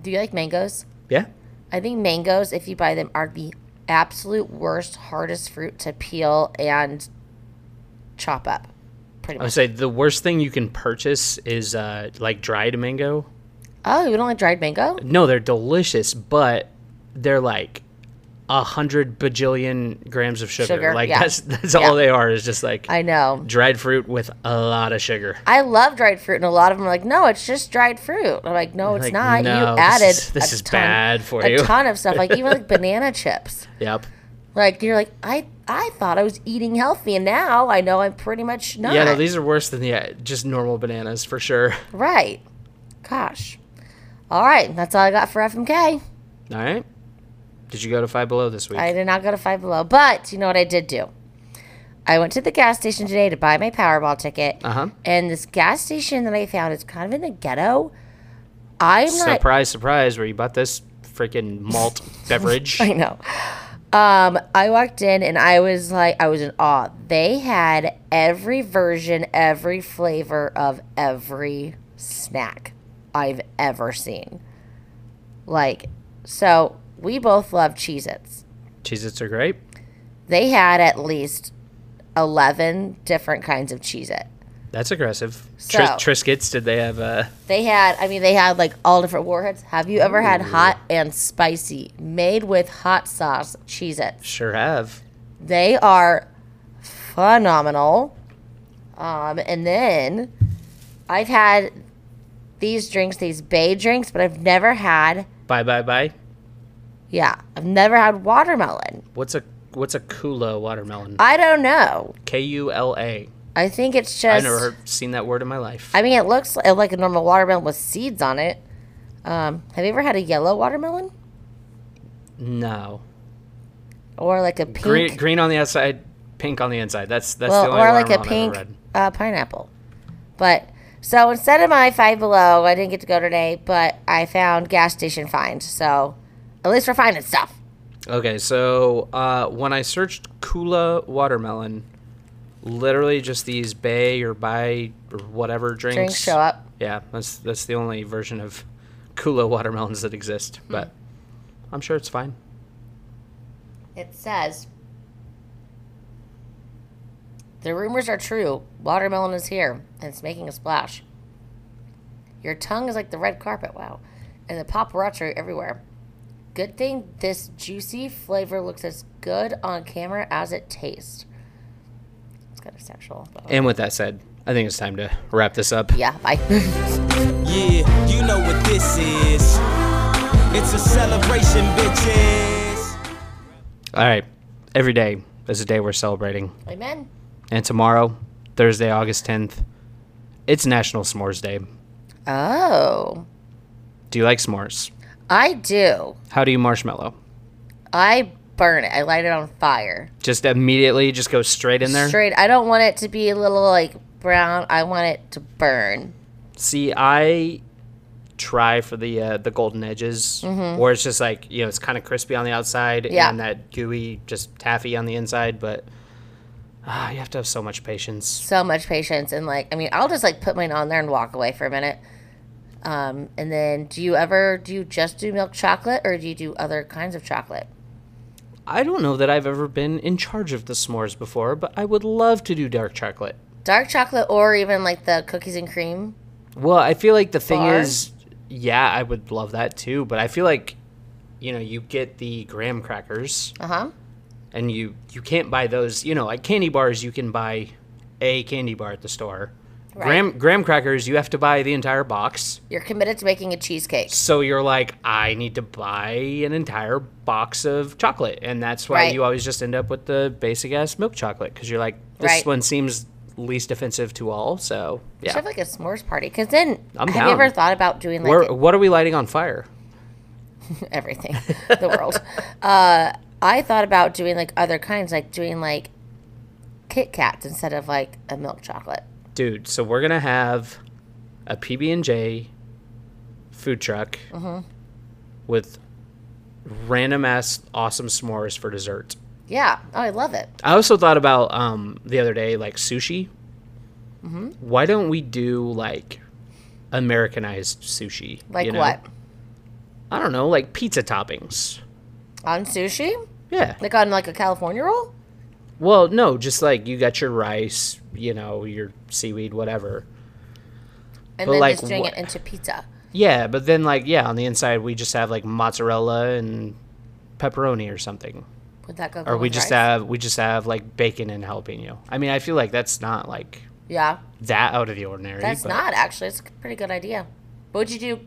[SPEAKER 5] do you like mangoes?
[SPEAKER 4] Yeah,
[SPEAKER 5] I think mangoes, if you buy them, are the absolute worst, hardest fruit to peel and chop up. Pretty
[SPEAKER 4] I would
[SPEAKER 5] much.
[SPEAKER 4] say the worst thing you can purchase is uh, like dried mango.
[SPEAKER 5] Oh, you don't like dried mango?
[SPEAKER 4] No, they're delicious, but they're like a hundred bajillion grams of sugar.
[SPEAKER 5] Sugar,
[SPEAKER 4] like
[SPEAKER 5] yeah.
[SPEAKER 4] that's that's
[SPEAKER 5] Yeah.
[SPEAKER 4] all they are is just like
[SPEAKER 5] I know.
[SPEAKER 4] dried fruit with a lot of sugar.
[SPEAKER 5] I love dried fruit, and a lot of them are like, "No, it's just dried fruit." I'm like, "No, it's
[SPEAKER 4] Like,
[SPEAKER 5] not.
[SPEAKER 4] no,
[SPEAKER 5] you
[SPEAKER 4] this
[SPEAKER 5] added
[SPEAKER 4] is- this
[SPEAKER 5] a
[SPEAKER 4] is
[SPEAKER 5] ton-
[SPEAKER 4] bad for
[SPEAKER 5] a
[SPEAKER 4] you."
[SPEAKER 5] ton of stuff, like even like banana chips.
[SPEAKER 4] Yep.
[SPEAKER 5] Like you're like, I I thought I was eating healthy, and now I know I'm pretty much not.
[SPEAKER 4] Yeah, no, these are worse than the uh, just normal bananas for sure.
[SPEAKER 5] right. Gosh. All right, that's all I got for FMK.
[SPEAKER 4] All right. Did you go to Five Below this week?
[SPEAKER 5] I did not go to Five Below, but you know what I did do? I went to the gas station today to buy my Powerball ticket.
[SPEAKER 4] Uh-huh.
[SPEAKER 5] And this gas station that I found is kind of in the ghetto. I'm not
[SPEAKER 4] surprise, surprise, where you bought this freaking malt beverage.
[SPEAKER 5] I know. Um, I walked in and I was like, I was in awe. They had every version, every flavor of every snack I've ever seen. Like, so we both love Cheez Its.
[SPEAKER 4] Cheez Its are great.
[SPEAKER 5] They had at least 11 different kinds of Cheez It.
[SPEAKER 4] That's aggressive.
[SPEAKER 5] So-
[SPEAKER 4] Tris- Triscuits, did they have uh,
[SPEAKER 5] They had, I mean, they had like all different warheads. Have you ever had hot and spicy, made with hot sauce Cheez Its?
[SPEAKER 4] Sure have.
[SPEAKER 5] They are phenomenal. Um, and then I've had these drinks, these bay drinks, but I've never had,
[SPEAKER 4] Bye, bye, bye.
[SPEAKER 5] yeah, I've never had watermelon.
[SPEAKER 4] What's a what's a Kula watermelon?
[SPEAKER 5] I don't know.
[SPEAKER 4] K U L A.
[SPEAKER 5] I think it's
[SPEAKER 4] I've
[SPEAKER 5] just,
[SPEAKER 4] never heard, seen that word in my life.
[SPEAKER 5] I mean, it looks li- like a normal watermelon with seeds on it. Um, have you ever had a yellow watermelon
[SPEAKER 4] no.
[SPEAKER 5] or like a pink?
[SPEAKER 4] Green, green on the outside, pink on the inside. That's that's
[SPEAKER 5] well,
[SPEAKER 4] the only
[SPEAKER 5] or like a
[SPEAKER 4] watermelon I've
[SPEAKER 5] pink
[SPEAKER 4] ever read.
[SPEAKER 5] uh, pineapple. But so instead of my five below, I didn't get to go today, but I found gas station find. So at least we're finding stuff.
[SPEAKER 4] Okay, so uh, when I searched Kula watermelon, literally just these Bay or Bay or whatever drinks.
[SPEAKER 5] Drinks show up.
[SPEAKER 4] Yeah, that's that's the only version of Kula watermelons that exist.
[SPEAKER 5] Hmm.
[SPEAKER 4] But I'm sure it's fine.
[SPEAKER 5] It says the rumors are true. Watermelon is here and it's making a splash. Your tongue is like the red carpet. Wow, and the paparazzi are everywhere. Good thing this juicy flavor looks as good on camera as it tastes. It's kind of sexual. but-
[SPEAKER 4] And with that said, I think it's time to wrap this up.
[SPEAKER 5] Yeah, bye.
[SPEAKER 10] Yeah, you know what this is. It's a celebration, bitches.
[SPEAKER 4] All right, every day is a day we're celebrating,
[SPEAKER 5] Amen.
[SPEAKER 4] and tomorrow, Thursday, August 10th, it's National S'mores Day.
[SPEAKER 5] Oh,
[SPEAKER 4] Do you like s'mores?
[SPEAKER 5] I do.
[SPEAKER 4] How do you marshmallow?
[SPEAKER 5] I burn it. I light it on fire.
[SPEAKER 4] Just immediately, just go straight in there.
[SPEAKER 5] Straight. I don't want it to be a little like brown. I want it to burn.
[SPEAKER 4] See, I try for the uh, the golden edges, where it's just like you know it's kind of crispy on the outside
[SPEAKER 5] Mm-hmm. Yeah.
[SPEAKER 4] and that gooey, just taffy on the inside. But ah, you have to have so much patience.
[SPEAKER 5] So much patience and like I mean, I'll just like put mine on there and walk away for a minute. Um, and then do you ever do you just do milk chocolate or do you do other kinds of chocolate?
[SPEAKER 4] I don't know that I've ever been in charge of the s'mores before, but I would love to do dark chocolate.
[SPEAKER 5] Dark chocolate or even like the cookies and cream?
[SPEAKER 4] Well, I feel like the thing
[SPEAKER 5] Bar?
[SPEAKER 4] is, yeah, I would love that too. But I feel like, you know, you get the graham crackers,
[SPEAKER 5] Uh-huh.
[SPEAKER 4] and you you can't buy those. You know, like candy bars, you can buy a candy bar at the store,
[SPEAKER 5] Right.
[SPEAKER 4] Graham graham crackers, you have to buy the entire box.
[SPEAKER 5] You're committed to making a cheesecake.
[SPEAKER 4] So you're like, I need to buy an entire box of chocolate, and that's why
[SPEAKER 5] Right.
[SPEAKER 4] you always just end up with the basic ass milk chocolate because you're like, this
[SPEAKER 5] Right.
[SPEAKER 4] one seems least offensive to all. So
[SPEAKER 5] You
[SPEAKER 4] yeah,
[SPEAKER 5] should have like a s'mores party. Because then,
[SPEAKER 4] I'm
[SPEAKER 5] have
[SPEAKER 4] down.
[SPEAKER 5] you ever thought about doing like
[SPEAKER 4] Where, what are we lighting on fire?
[SPEAKER 5] everything, the world? Uh, I thought about doing like other kinds, like doing like Kit Kats instead of like a milk chocolate.
[SPEAKER 4] dude so we're gonna have a pb&j food truck
[SPEAKER 5] Mm-hmm.
[SPEAKER 4] with random ass awesome smores for dessert
[SPEAKER 5] Yeah. Oh, I love it.
[SPEAKER 4] i also thought about um, the other day like sushi
[SPEAKER 5] Mm-hmm.
[SPEAKER 4] why don't we do like americanized sushi
[SPEAKER 5] Like
[SPEAKER 4] you know?
[SPEAKER 5] what?
[SPEAKER 4] i don't know like pizza toppings
[SPEAKER 5] On sushi?
[SPEAKER 4] yeah
[SPEAKER 5] Like on like a California roll?
[SPEAKER 4] well no just like you got your rice you know your seaweed whatever
[SPEAKER 5] And
[SPEAKER 4] But,
[SPEAKER 5] then
[SPEAKER 4] like,
[SPEAKER 5] just doing
[SPEAKER 4] what-
[SPEAKER 5] it into pizza.
[SPEAKER 4] Yeah, but then like yeah, on the inside we just have like mozzarella and pepperoni or something.
[SPEAKER 5] Would that go?
[SPEAKER 4] Or
[SPEAKER 5] good
[SPEAKER 4] we
[SPEAKER 5] with
[SPEAKER 4] just
[SPEAKER 5] rice?
[SPEAKER 4] have we just have like bacon and jalapeno. I mean, I feel like that's not like
[SPEAKER 5] Yeah,
[SPEAKER 4] that out of the ordinary.
[SPEAKER 5] that's
[SPEAKER 4] but
[SPEAKER 5] not actually. It's a pretty good idea. But would you do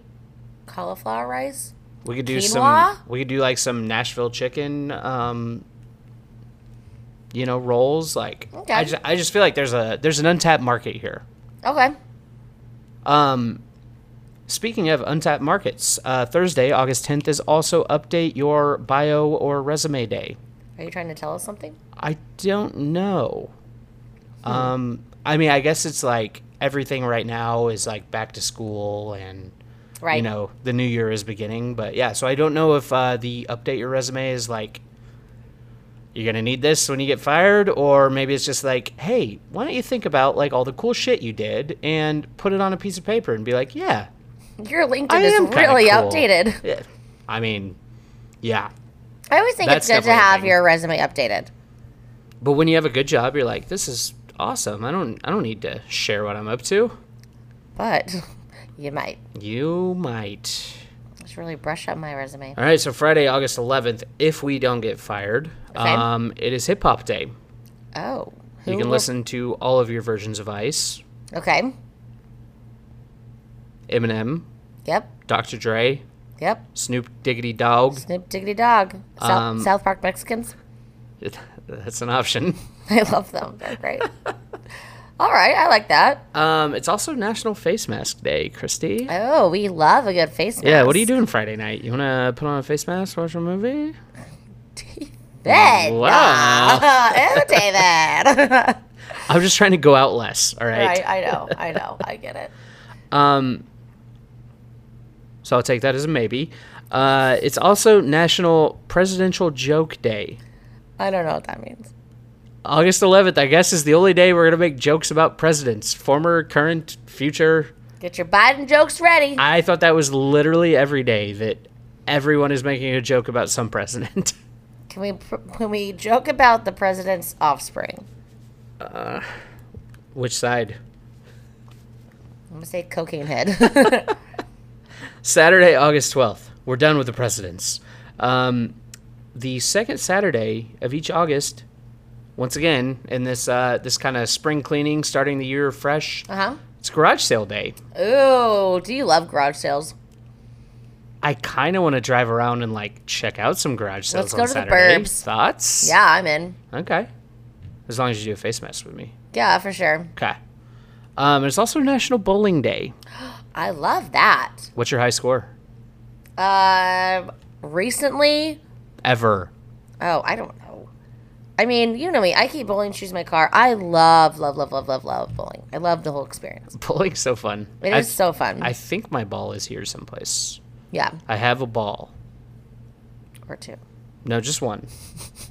[SPEAKER 5] cauliflower rice?
[SPEAKER 4] We could do
[SPEAKER 5] quinoa?
[SPEAKER 4] some we could do like some Nashville chicken um you know, rolls like I
[SPEAKER 5] Okay.
[SPEAKER 4] just, I just feel like there's a there's an untapped market here.
[SPEAKER 5] Okay.
[SPEAKER 4] Um, speaking of untapped markets, uh, Thursday, August 10th is also update your bio or resume day.
[SPEAKER 5] Are you trying to tell us something?
[SPEAKER 4] I don't know. Um, I mean, I guess it's like everything right now is like back to school and
[SPEAKER 5] Right.
[SPEAKER 4] you know the new year is beginning. But yeah, so I don't know if uh, the update your resume is like you're gonna need this when you get fired, or maybe it's just like, hey, why don't you think about like all the cool shit you did and put it on a piece of paper and be like, yeah,
[SPEAKER 5] Your LinkedIn
[SPEAKER 4] I
[SPEAKER 5] is
[SPEAKER 4] am kinda
[SPEAKER 5] really
[SPEAKER 4] cool.
[SPEAKER 5] outdated.
[SPEAKER 4] Yeah. I mean, yeah.
[SPEAKER 5] I always think
[SPEAKER 4] That's
[SPEAKER 5] it's good to
[SPEAKER 4] definitely a
[SPEAKER 5] have
[SPEAKER 4] thing.
[SPEAKER 5] your resume updated.
[SPEAKER 4] But when you have a good job, you're like, this is awesome. I don't, I don't need to share what I'm up to.
[SPEAKER 5] But you might.
[SPEAKER 4] You might.
[SPEAKER 5] Just really brush up my resume.
[SPEAKER 4] All right, so Friday, August 11th, if we don't get fired,
[SPEAKER 5] Okay.
[SPEAKER 4] um, it is Hip Hop Day.
[SPEAKER 5] Oh. Who
[SPEAKER 4] You can
[SPEAKER 5] will-
[SPEAKER 4] listen to all of your versions of Ice,
[SPEAKER 5] Okay.
[SPEAKER 4] Eminem,
[SPEAKER 5] Yep.
[SPEAKER 4] Dr. Dre,
[SPEAKER 5] Yep.
[SPEAKER 4] Snoop Diggity Dog.
[SPEAKER 5] Snip diggity dog. South,
[SPEAKER 4] Um,
[SPEAKER 5] South Park Mexicans.
[SPEAKER 4] That's an option.
[SPEAKER 5] I love them. They're great. All right. I like that.
[SPEAKER 4] Um, it's also National Face Mask Day, Christy.
[SPEAKER 5] Oh, we love a good face mask.
[SPEAKER 4] Yeah, what are you doing Friday night? You want to put on a face mask, watch a movie?
[SPEAKER 5] David.
[SPEAKER 4] Wow.
[SPEAKER 5] Oh, David.
[SPEAKER 4] I'm just trying to go out less, all right? Um,
[SPEAKER 5] right. I know. I know. I get it.
[SPEAKER 4] So I'll take that as a maybe. Uh, it's also National Presidential Joke Day.
[SPEAKER 5] I don't know what that means.
[SPEAKER 4] August 11th, I guess, is the only day we're going to make jokes about presidents, former, current, future.
[SPEAKER 5] Get your Biden jokes ready.
[SPEAKER 4] I thought that was literally every day that everyone is making a joke about some president.
[SPEAKER 5] Can we pr- can we joke about the president's offspring?
[SPEAKER 4] Which side?
[SPEAKER 5] I'm gonna say cocaine head.
[SPEAKER 4] Saturday, August 12th. We're done with the presidents. Um, the second Saturday of each August, once again, in this uh, this kind of spring cleaning, starting the year fresh,
[SPEAKER 5] huh?
[SPEAKER 4] it's garage sale day.
[SPEAKER 5] Ooh, do you love garage sales?
[SPEAKER 4] I kind of want to drive around and like check out some garage sales
[SPEAKER 5] Let's go
[SPEAKER 4] on
[SPEAKER 5] to the
[SPEAKER 4] Saturday.
[SPEAKER 5] burbs.
[SPEAKER 4] Thoughts?
[SPEAKER 5] Yeah, I'm in.
[SPEAKER 4] Okay. As long as you do a face mask with me.
[SPEAKER 5] Yeah, for sure.
[SPEAKER 4] Okay. Um, it's also National Bowling Day.
[SPEAKER 5] I love that.
[SPEAKER 4] What's your high score
[SPEAKER 5] Um, recently,
[SPEAKER 4] ever?
[SPEAKER 5] oh, I don't know. I mean, you know me. I keep bowling shoes in my car. I love, love, love, love, love, love bowling. I love the whole experience.
[SPEAKER 4] Bowling's so fun.
[SPEAKER 5] It is
[SPEAKER 4] I,
[SPEAKER 5] so fun.
[SPEAKER 4] I think my ball is here someplace.
[SPEAKER 5] yeah,
[SPEAKER 4] I have a ball.
[SPEAKER 5] or two.
[SPEAKER 4] No, just one.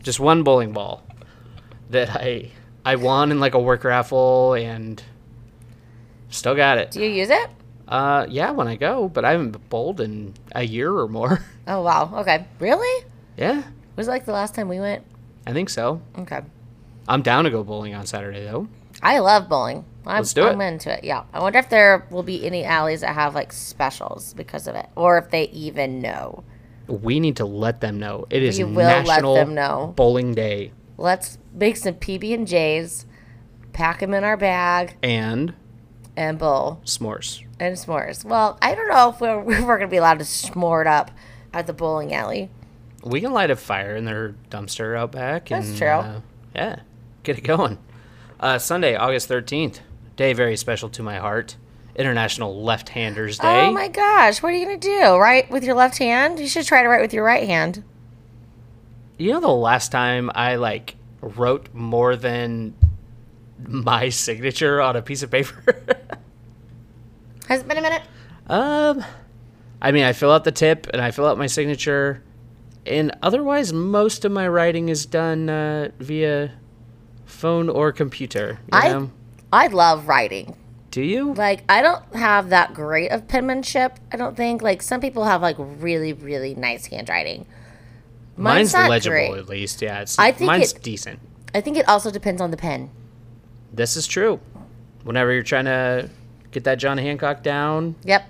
[SPEAKER 4] just one bowling ball that I I won in like a work raffle and still got it.
[SPEAKER 5] Do you use it?
[SPEAKER 4] Uh, yeah, when I go, but I haven't bowled in a year or more.
[SPEAKER 5] Oh wow. Okay. Really?
[SPEAKER 4] yeah,
[SPEAKER 5] Was it like the last time we went?
[SPEAKER 4] I think so.
[SPEAKER 5] Okay.
[SPEAKER 4] I'm down to go bowling on Saturday though.
[SPEAKER 5] I love bowling. I'm,
[SPEAKER 4] Let's do
[SPEAKER 5] I'm
[SPEAKER 4] it.
[SPEAKER 5] into it. Yeah. I wonder if there will be any alleys that have like specials because of it, or if they even know.
[SPEAKER 4] We need to let them know. It is
[SPEAKER 5] We will let
[SPEAKER 4] National
[SPEAKER 5] them know.
[SPEAKER 4] Bowling Day.
[SPEAKER 5] Let's make some PB and J's, pack them in our bag,
[SPEAKER 4] And
[SPEAKER 5] and bull
[SPEAKER 4] S'mores.
[SPEAKER 5] and s'mores. Well, I don't know if we're, we're gonna be allowed to s'more it up at the bowling alley.
[SPEAKER 4] We can light a fire in their dumpster out back.
[SPEAKER 5] That's
[SPEAKER 4] and,
[SPEAKER 5] true.
[SPEAKER 4] uh, yeah, get it going. Uh, Sunday, August 13th, day very special to my heart. International Left Handers Day.
[SPEAKER 5] Oh my gosh, what are you gonna do? Write with your left hand? You should try to write with your right hand.
[SPEAKER 4] you know, the last time I like wrote more than my signature on a piece of paper?
[SPEAKER 5] Has it been a minute?
[SPEAKER 4] um, I mean, I fill out the tip and I fill out my signature. And otherwise, most of my writing is done uh, via phone or computer. You know?
[SPEAKER 5] I I love writing.
[SPEAKER 4] Do you?
[SPEAKER 5] Like I don't have that great of penmanship. I don't think. Like some people have like really really nice handwriting.
[SPEAKER 4] Mine's,
[SPEAKER 5] not
[SPEAKER 4] legible
[SPEAKER 5] great.
[SPEAKER 4] at least. Yeah, it's
[SPEAKER 5] I think
[SPEAKER 4] mine's
[SPEAKER 5] it-
[SPEAKER 4] decent.
[SPEAKER 5] I think it also depends on the pen.
[SPEAKER 4] This is true. Whenever you're trying to get that John Hancock down,
[SPEAKER 5] Yep.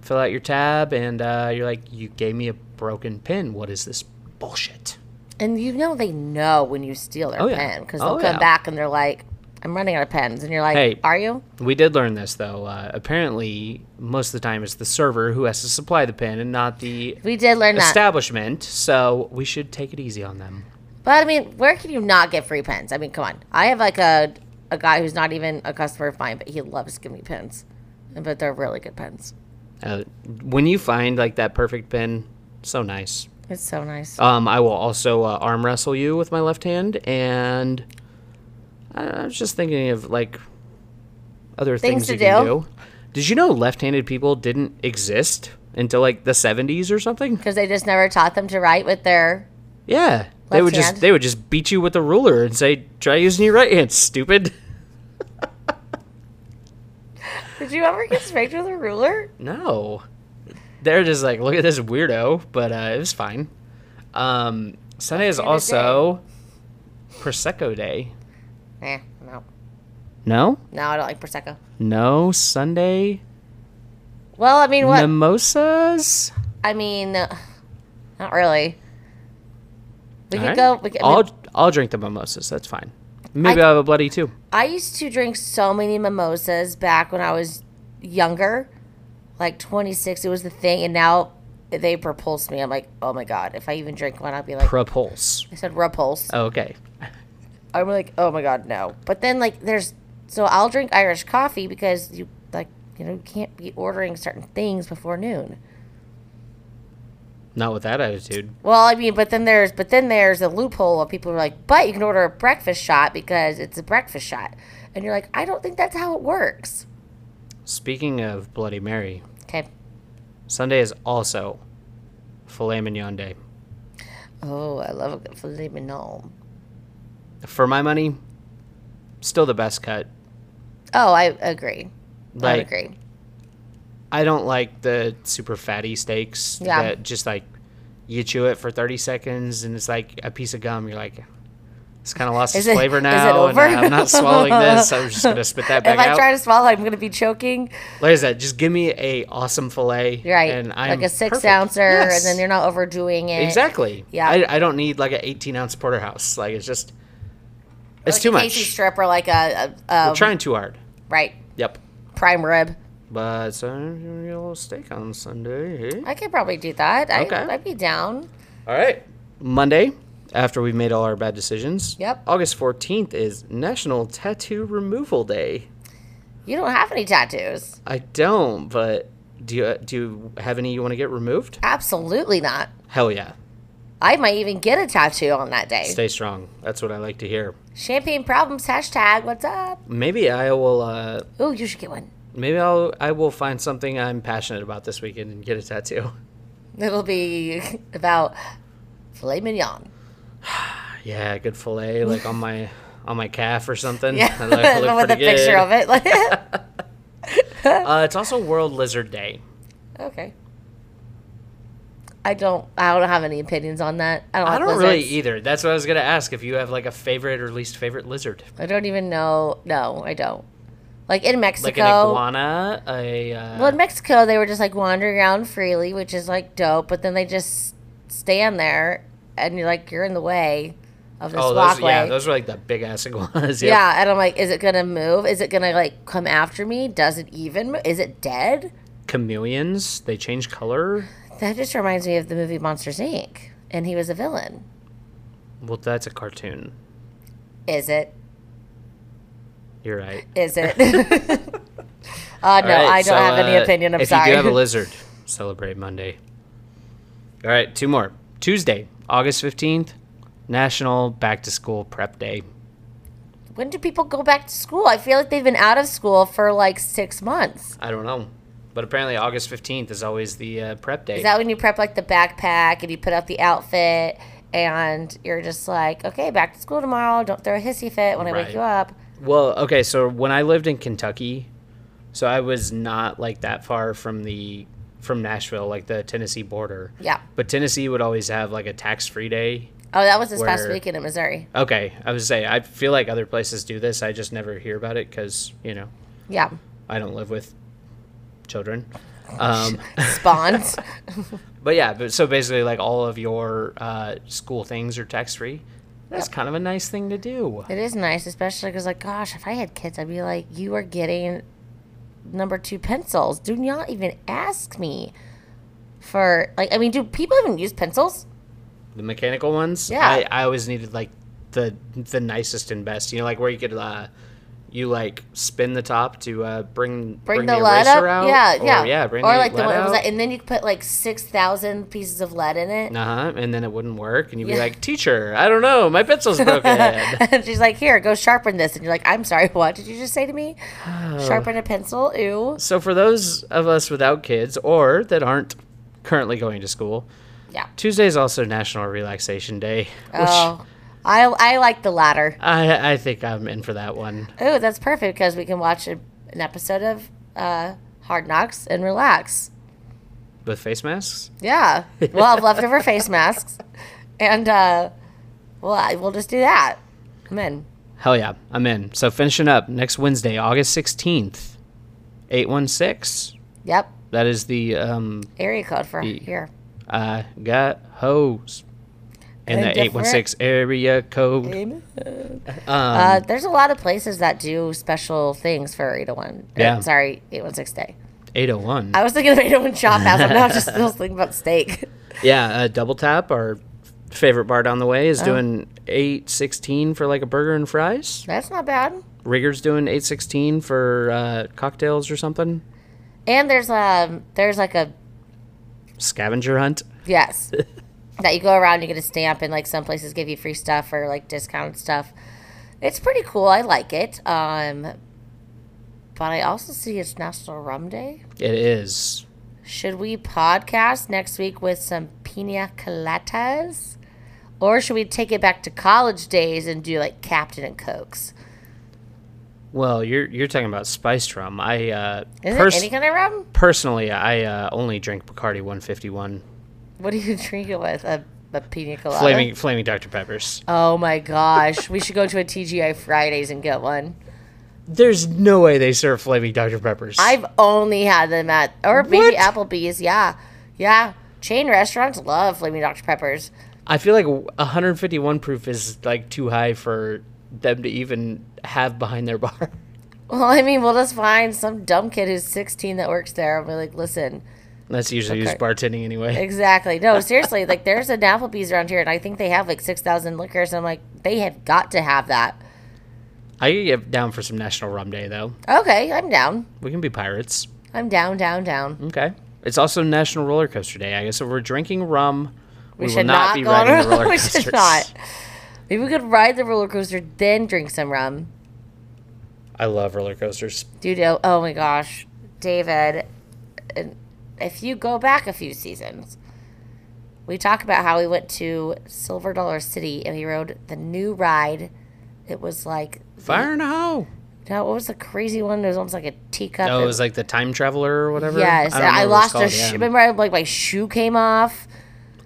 [SPEAKER 4] fill out your tab, and uh, you're like, "You gave me a broken pen. What is this bullshit?"
[SPEAKER 5] And you know they know when you steal their
[SPEAKER 4] Oh, yeah.
[SPEAKER 5] pen because
[SPEAKER 4] Oh,
[SPEAKER 5] they'll come
[SPEAKER 4] yeah.
[SPEAKER 5] back and they're like, "I'm running out of pens," and you're like,
[SPEAKER 4] Hey.
[SPEAKER 5] "Are you?"
[SPEAKER 4] We did learn this though. Uh, apparently, most of the time it's the server who has to supply the pen and not the
[SPEAKER 5] We did learn that.
[SPEAKER 4] establishment. So we should take it easy on them.
[SPEAKER 5] But I mean, where can you not get free pens? I mean, come on. I have like a a guy who's not even a customer of mine, but he loves giving me pens. But they're really good pens.
[SPEAKER 4] Uh, when you find like that perfect pen, so nice.
[SPEAKER 5] It's so nice.
[SPEAKER 4] Um, I will also uh, arm wrestle you with my left hand, and I, I was just thinking of like other
[SPEAKER 5] Things
[SPEAKER 4] things,
[SPEAKER 5] to
[SPEAKER 4] you can
[SPEAKER 5] do.
[SPEAKER 4] do. Did you know left-handed people didn't exist until like the '70s or something?
[SPEAKER 5] Because they just never taught them to write with their.
[SPEAKER 4] Yeah, they would
[SPEAKER 5] Left hand.
[SPEAKER 4] just they would just beat you with a ruler and say, "Try using your right hand, stupid."
[SPEAKER 5] Did you ever get spanked with a ruler?
[SPEAKER 4] No. They're just like, look at this weirdo, but uh, it was fine. Um, Sunday is also Prosecco Day.
[SPEAKER 5] Eh, no.
[SPEAKER 4] No?
[SPEAKER 5] No, I don't like Prosecco.
[SPEAKER 4] No, Sunday.
[SPEAKER 5] Well, I mean, what?
[SPEAKER 4] Mimosas?
[SPEAKER 5] I mean, uh, not really. We could
[SPEAKER 4] All right.
[SPEAKER 5] go. We could, I,
[SPEAKER 4] I'll,
[SPEAKER 5] mean,
[SPEAKER 4] I'll drink the mimosas. That's fine. Maybe I, will have a bloody too.
[SPEAKER 5] I used to drink so many mimosas back when I was younger, like 26. It was the thing, and now they repulse me. I'm like, oh my god, if I even drink one, I'll be like,
[SPEAKER 4] Propulse.
[SPEAKER 5] I said repulse.
[SPEAKER 4] Oh, okay.
[SPEAKER 5] I'm like, oh my god, no. But then like there's so I'll drink Irish coffee because you like you know you can't be ordering certain things before noon.
[SPEAKER 4] Not with that attitude.
[SPEAKER 5] Well, I mean, but then there's but then there's a loophole of people who are like, but you can order a breakfast shot because it's a breakfast shot, and you're like, I don't think that's how it works.
[SPEAKER 4] Speaking of Bloody Mary,
[SPEAKER 5] Okay.
[SPEAKER 4] Sunday is also Filet Mignon Day.
[SPEAKER 5] Oh, I love a good filet mignon.
[SPEAKER 4] For my money, still the best cut.
[SPEAKER 5] Oh, I agree. I
[SPEAKER 4] Like,
[SPEAKER 5] agree.
[SPEAKER 4] I don't like the super fatty steaks
[SPEAKER 5] Yeah.
[SPEAKER 4] that just like you chew it for 30 seconds and it's like a piece of gum. You're like, it's kind of lost
[SPEAKER 5] Is
[SPEAKER 4] its
[SPEAKER 5] it-
[SPEAKER 4] flavor
[SPEAKER 5] is it
[SPEAKER 4] now.
[SPEAKER 5] over?
[SPEAKER 4] And I'm not swallowing this. I'm just going to spit that
[SPEAKER 5] If
[SPEAKER 4] back
[SPEAKER 5] I
[SPEAKER 4] out.
[SPEAKER 5] try to swallow, I'm gonna be choking.
[SPEAKER 4] like I said, just give me a awesome filet.
[SPEAKER 5] You're right.
[SPEAKER 4] And I'm
[SPEAKER 5] like a six
[SPEAKER 4] perfect.
[SPEAKER 5] ouncer,
[SPEAKER 4] Yes.
[SPEAKER 5] and then you're not overdoing it.
[SPEAKER 4] Exactly.
[SPEAKER 5] Yeah.
[SPEAKER 4] I, I don't need like an 18 ounce porterhouse. Like it's just, it's
[SPEAKER 5] Like
[SPEAKER 4] too
[SPEAKER 5] a
[SPEAKER 4] much.
[SPEAKER 5] Casey strip or like a, a, a
[SPEAKER 4] We're trying too hard.
[SPEAKER 5] right
[SPEAKER 4] Yep.
[SPEAKER 5] prime rib.
[SPEAKER 4] But so I'm gonna get a little steak on Sunday. eh?
[SPEAKER 5] I could probably do that.
[SPEAKER 4] Okay.
[SPEAKER 5] I, I'd be down.
[SPEAKER 4] All right. Monday, after we've made all our bad decisions.
[SPEAKER 5] Yep.
[SPEAKER 4] August 14th is National Tattoo Removal Day.
[SPEAKER 5] You don't have any tattoos.
[SPEAKER 4] I don't, but do you, do you have any you want to get removed?
[SPEAKER 5] Absolutely not.
[SPEAKER 4] Hell yeah.
[SPEAKER 5] I might even get a tattoo on that day.
[SPEAKER 4] Stay strong. That's what I like to hear.
[SPEAKER 5] Champagne problems hashtag. What's up?
[SPEAKER 4] Maybe I will uh
[SPEAKER 5] Ooh, you should get one.
[SPEAKER 4] maybe I'll I will find something I'm passionate about this weekend and get a tattoo.
[SPEAKER 5] It'll be about filet mignon.
[SPEAKER 4] Yeah, good fillet like on my on my calf or something.
[SPEAKER 5] Yeah,
[SPEAKER 4] I look, I look
[SPEAKER 5] with a
[SPEAKER 4] pretty
[SPEAKER 5] picture
[SPEAKER 4] good.
[SPEAKER 5] of it. Like,
[SPEAKER 4] Uh, it's also World Lizard Day.
[SPEAKER 5] okay. I don't. I don't have any opinions on that. I don't.
[SPEAKER 4] I
[SPEAKER 5] like
[SPEAKER 4] don't really e-
[SPEAKER 5] lizards.
[SPEAKER 4] either. That's what I was gonna ask if you have like a favorite or least favorite lizard,
[SPEAKER 5] I don't even know. No, I don't. Like in
[SPEAKER 4] like
[SPEAKER 5] Mexico.
[SPEAKER 4] an iguana, a uh,
[SPEAKER 5] Well, in Mexico, they were just like wandering around freely, which is like dope. But then they just stand there, and you're like, you're in the way of this
[SPEAKER 4] Oh, those,
[SPEAKER 5] walkway.
[SPEAKER 4] yeah, those were like the big ass iguanas. yep.
[SPEAKER 5] Yeah, and I'm like, is it gonna move? Is it gonna like come after me? Does it even? Mo- is it dead?
[SPEAKER 4] Chameleons, they change color.
[SPEAKER 5] That just reminds me of the movie Monsters Inc. And he was a villain.
[SPEAKER 4] Well, that's a cartoon.
[SPEAKER 5] Is it?
[SPEAKER 4] You're right.
[SPEAKER 5] Is it? uh, no,
[SPEAKER 4] All right,
[SPEAKER 5] I don't
[SPEAKER 4] so,
[SPEAKER 5] have any
[SPEAKER 4] uh,
[SPEAKER 5] opinion. I'm
[SPEAKER 4] if
[SPEAKER 5] sorry.
[SPEAKER 4] you do have a lizard, celebrate Monday. All right, two more. Tuesday, August 15th, National Back to School Prep Day.
[SPEAKER 5] when do people go back to school? I feel like they've been out of school for like six months.
[SPEAKER 4] I don't know. But apparently, August 15th is always the uh, prep day.
[SPEAKER 5] Is that when you prep like the backpack and you put out the outfit and you're just like, okay, back to school tomorrow. Don't throw a hissy fit when I
[SPEAKER 4] Right.
[SPEAKER 5] wake you up.
[SPEAKER 4] Well, okay, so when I lived in Kentucky, so I was not like that far from the from Nashville, like the Tennessee border.
[SPEAKER 5] Yeah.
[SPEAKER 4] But Tennessee would always have like a tax-free day.
[SPEAKER 5] Oh, that was this past
[SPEAKER 4] Where-
[SPEAKER 5] weekend in Missouri.
[SPEAKER 4] Okay, I would say I feel like other places do this. I just never hear about it cuz, you know,
[SPEAKER 5] Yeah.
[SPEAKER 4] I don't live with children. Um,
[SPEAKER 5] Spawns.
[SPEAKER 4] but yeah, but so basically like all of your uh, school things are tax-free. That's kind of a nice thing to do.
[SPEAKER 5] It is nice, especially because, like, gosh, if I had kids, I'd be like, you are getting number two pencils. Do not even ask me for, like, I mean, do people even use pencils?
[SPEAKER 4] The mechanical ones.
[SPEAKER 5] Yeah.
[SPEAKER 4] I, I always needed like the the nicest and best. You know, like where you could uh, you like spin the top to uh, bring
[SPEAKER 5] Bring, the, lead up.
[SPEAKER 4] eraser out.
[SPEAKER 5] Yeah,
[SPEAKER 4] or,
[SPEAKER 5] yeah.
[SPEAKER 4] yeah. Bring
[SPEAKER 5] or,
[SPEAKER 4] the
[SPEAKER 5] like, the
[SPEAKER 4] lead
[SPEAKER 5] one that was
[SPEAKER 4] out.
[SPEAKER 5] like, and then you could put, like, 6,000 pieces of lead in it.
[SPEAKER 4] uh-huh, and then it wouldn't work, and you'd be
[SPEAKER 5] Yeah.
[SPEAKER 4] like, "Teacher, I don't know, my pencil's broken."
[SPEAKER 5] and she's like, here, go sharpen this. And you're like, I'm sorry, what did you just say to me?
[SPEAKER 4] Oh.
[SPEAKER 5] Sharpen a pencil? Ew.
[SPEAKER 4] so, for those of us without kids or that aren't currently going to school,
[SPEAKER 5] Yeah.
[SPEAKER 4] Tuesday is also National Relaxation Day, which
[SPEAKER 5] Oh. I, I like the latter.
[SPEAKER 4] I I think I'm in for that one.
[SPEAKER 5] Oh, that's perfect because we can watch a, an episode of uh, Hard Knocks and relax.
[SPEAKER 4] With face masks,
[SPEAKER 5] Yeah, we'll have leftover face masks, and uh, well, I, we'll just do that. Come in.
[SPEAKER 4] Hell yeah, I'm in. So finishing up next Wednesday, August 16th, 816.
[SPEAKER 5] Yep,
[SPEAKER 4] That is the um
[SPEAKER 5] area code for
[SPEAKER 4] Ye-
[SPEAKER 5] here.
[SPEAKER 4] I got hoes. And
[SPEAKER 5] They're
[SPEAKER 4] the 816 area code. um,
[SPEAKER 5] uh, there's a lot of places that do special things for 801. or,
[SPEAKER 4] Yeah.
[SPEAKER 5] Uh, sorry, 816 day.
[SPEAKER 4] 801.
[SPEAKER 5] I was thinking of 801 Chop House. I'm now just still thinking about steak.
[SPEAKER 4] Yeah, uh, Double Tap, our favorite bar down the way,
[SPEAKER 5] Oh.
[SPEAKER 4] is doing 816 for like a burger and fries.
[SPEAKER 5] That's not bad.
[SPEAKER 4] Rigger's doing 816 for uh, cocktails or something.
[SPEAKER 5] And there's um there's like a
[SPEAKER 4] Scavenger hunt.
[SPEAKER 5] Yes. that you go around, you get a stamp, and like some places give you free stuff or like discount stuff. It's pretty cool. I like it. Um, but I also see it's National Rum Day.
[SPEAKER 4] It is.
[SPEAKER 5] Should we podcast next week with some pina coladas? Or should we take it back to college days and do like Captain and Cokes?
[SPEAKER 4] Well, you're you're talking about spiced rum. I uh,
[SPEAKER 5] Is
[SPEAKER 4] pers-
[SPEAKER 5] it any kind of rum?
[SPEAKER 4] personally, I uh, only drink Bacardi 151,
[SPEAKER 5] What do you drink it with? A, a pina colada?
[SPEAKER 4] flaming flaming Dr Peppers.
[SPEAKER 5] Oh my gosh. we should go to a TGI Fridays and get one.
[SPEAKER 4] There's no way they serve flaming Dr Peppers.
[SPEAKER 5] I've only had them at or maybe Applebee's. Yeah, yeah. Chain restaurants love Flaming Dr Peppers.
[SPEAKER 4] I feel like 151 proof is like too high for them to even have behind their bar.
[SPEAKER 5] Well, I mean, we'll just find some dumb kid who's 16 that works there and be like, listen,
[SPEAKER 4] That's usually used bartending anyway.
[SPEAKER 5] exactly. No, seriously, like there's an Applebee's around here, and I think they have like 6,000 liquors. And I'm like, they have got to have that.
[SPEAKER 4] I could get down for some National Rum Day though.
[SPEAKER 5] Okay, I'm down.
[SPEAKER 4] We can be pirates.
[SPEAKER 5] I'm down, down, down.
[SPEAKER 4] Okay. It's also National Roller Coaster Day. I guess if we're drinking rum, we, will
[SPEAKER 5] should
[SPEAKER 4] not,
[SPEAKER 5] not
[SPEAKER 4] be
[SPEAKER 5] go on
[SPEAKER 4] riding
[SPEAKER 5] a-
[SPEAKER 4] roller
[SPEAKER 5] we
[SPEAKER 4] coasters.
[SPEAKER 5] should not. Maybe we could ride the roller coaster, then drink some rum.
[SPEAKER 4] I love roller coasters.
[SPEAKER 5] Dude, oh, oh my gosh, David, and if you go back a few seasons, we talk about how we went to Silver Dollar City and we rode the new ride. It was like
[SPEAKER 4] Fire in a hoe.
[SPEAKER 5] no, what was the crazy one? It was almost like a teacup.
[SPEAKER 4] Oh, it was like the time traveler or whatever.
[SPEAKER 5] yes.
[SPEAKER 4] don't
[SPEAKER 5] I,
[SPEAKER 4] know what it's
[SPEAKER 5] lost a
[SPEAKER 4] called,
[SPEAKER 5] shoe.
[SPEAKER 4] yeah.
[SPEAKER 5] Remember, I, like my shoe came off.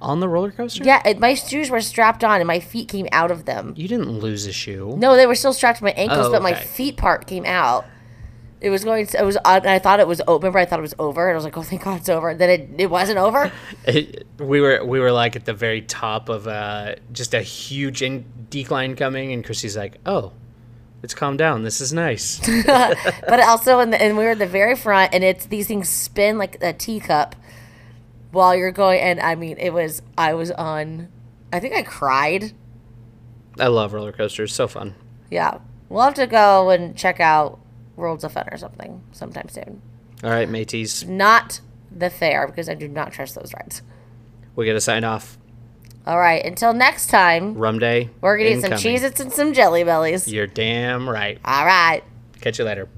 [SPEAKER 4] on the roller coaster.
[SPEAKER 5] Yeah, it, my shoes were strapped on and my feet came out of them.
[SPEAKER 4] you didn't lose a shoe.
[SPEAKER 5] No, they were still strapped to my ankles,
[SPEAKER 4] Oh,
[SPEAKER 5] but my
[SPEAKER 4] okay.
[SPEAKER 5] feet part came out. It It was going. It was. And I thought it was. o- Remember, I thought it was over, and I was like, "Oh, thank God, it's over." Then it, it wasn't over.
[SPEAKER 4] It, we were we were like at the very top of uh, just a huge in- decline coming, and Chrissy's like, "Oh, it's calmed down. This is nice."
[SPEAKER 5] but also, in the, and we were at the very front, and it's these things spin like a teacup while you're going. And I mean, it was. I was on. I think I cried.
[SPEAKER 4] I love roller coasters. So fun.
[SPEAKER 5] Yeah, we'll have to go and check out Worlds of Fun or something sometime soon.
[SPEAKER 4] All right, mateys,
[SPEAKER 5] Not the fair because I do not trust those rides.
[SPEAKER 4] we gotta sign off.
[SPEAKER 5] All right, until next time,
[SPEAKER 4] Rum day.
[SPEAKER 5] we're gonna eat some
[SPEAKER 4] incoming.
[SPEAKER 5] Cheez Its and some Jelly Bellies.
[SPEAKER 4] You're damn right.
[SPEAKER 5] All right.
[SPEAKER 4] Catch you later.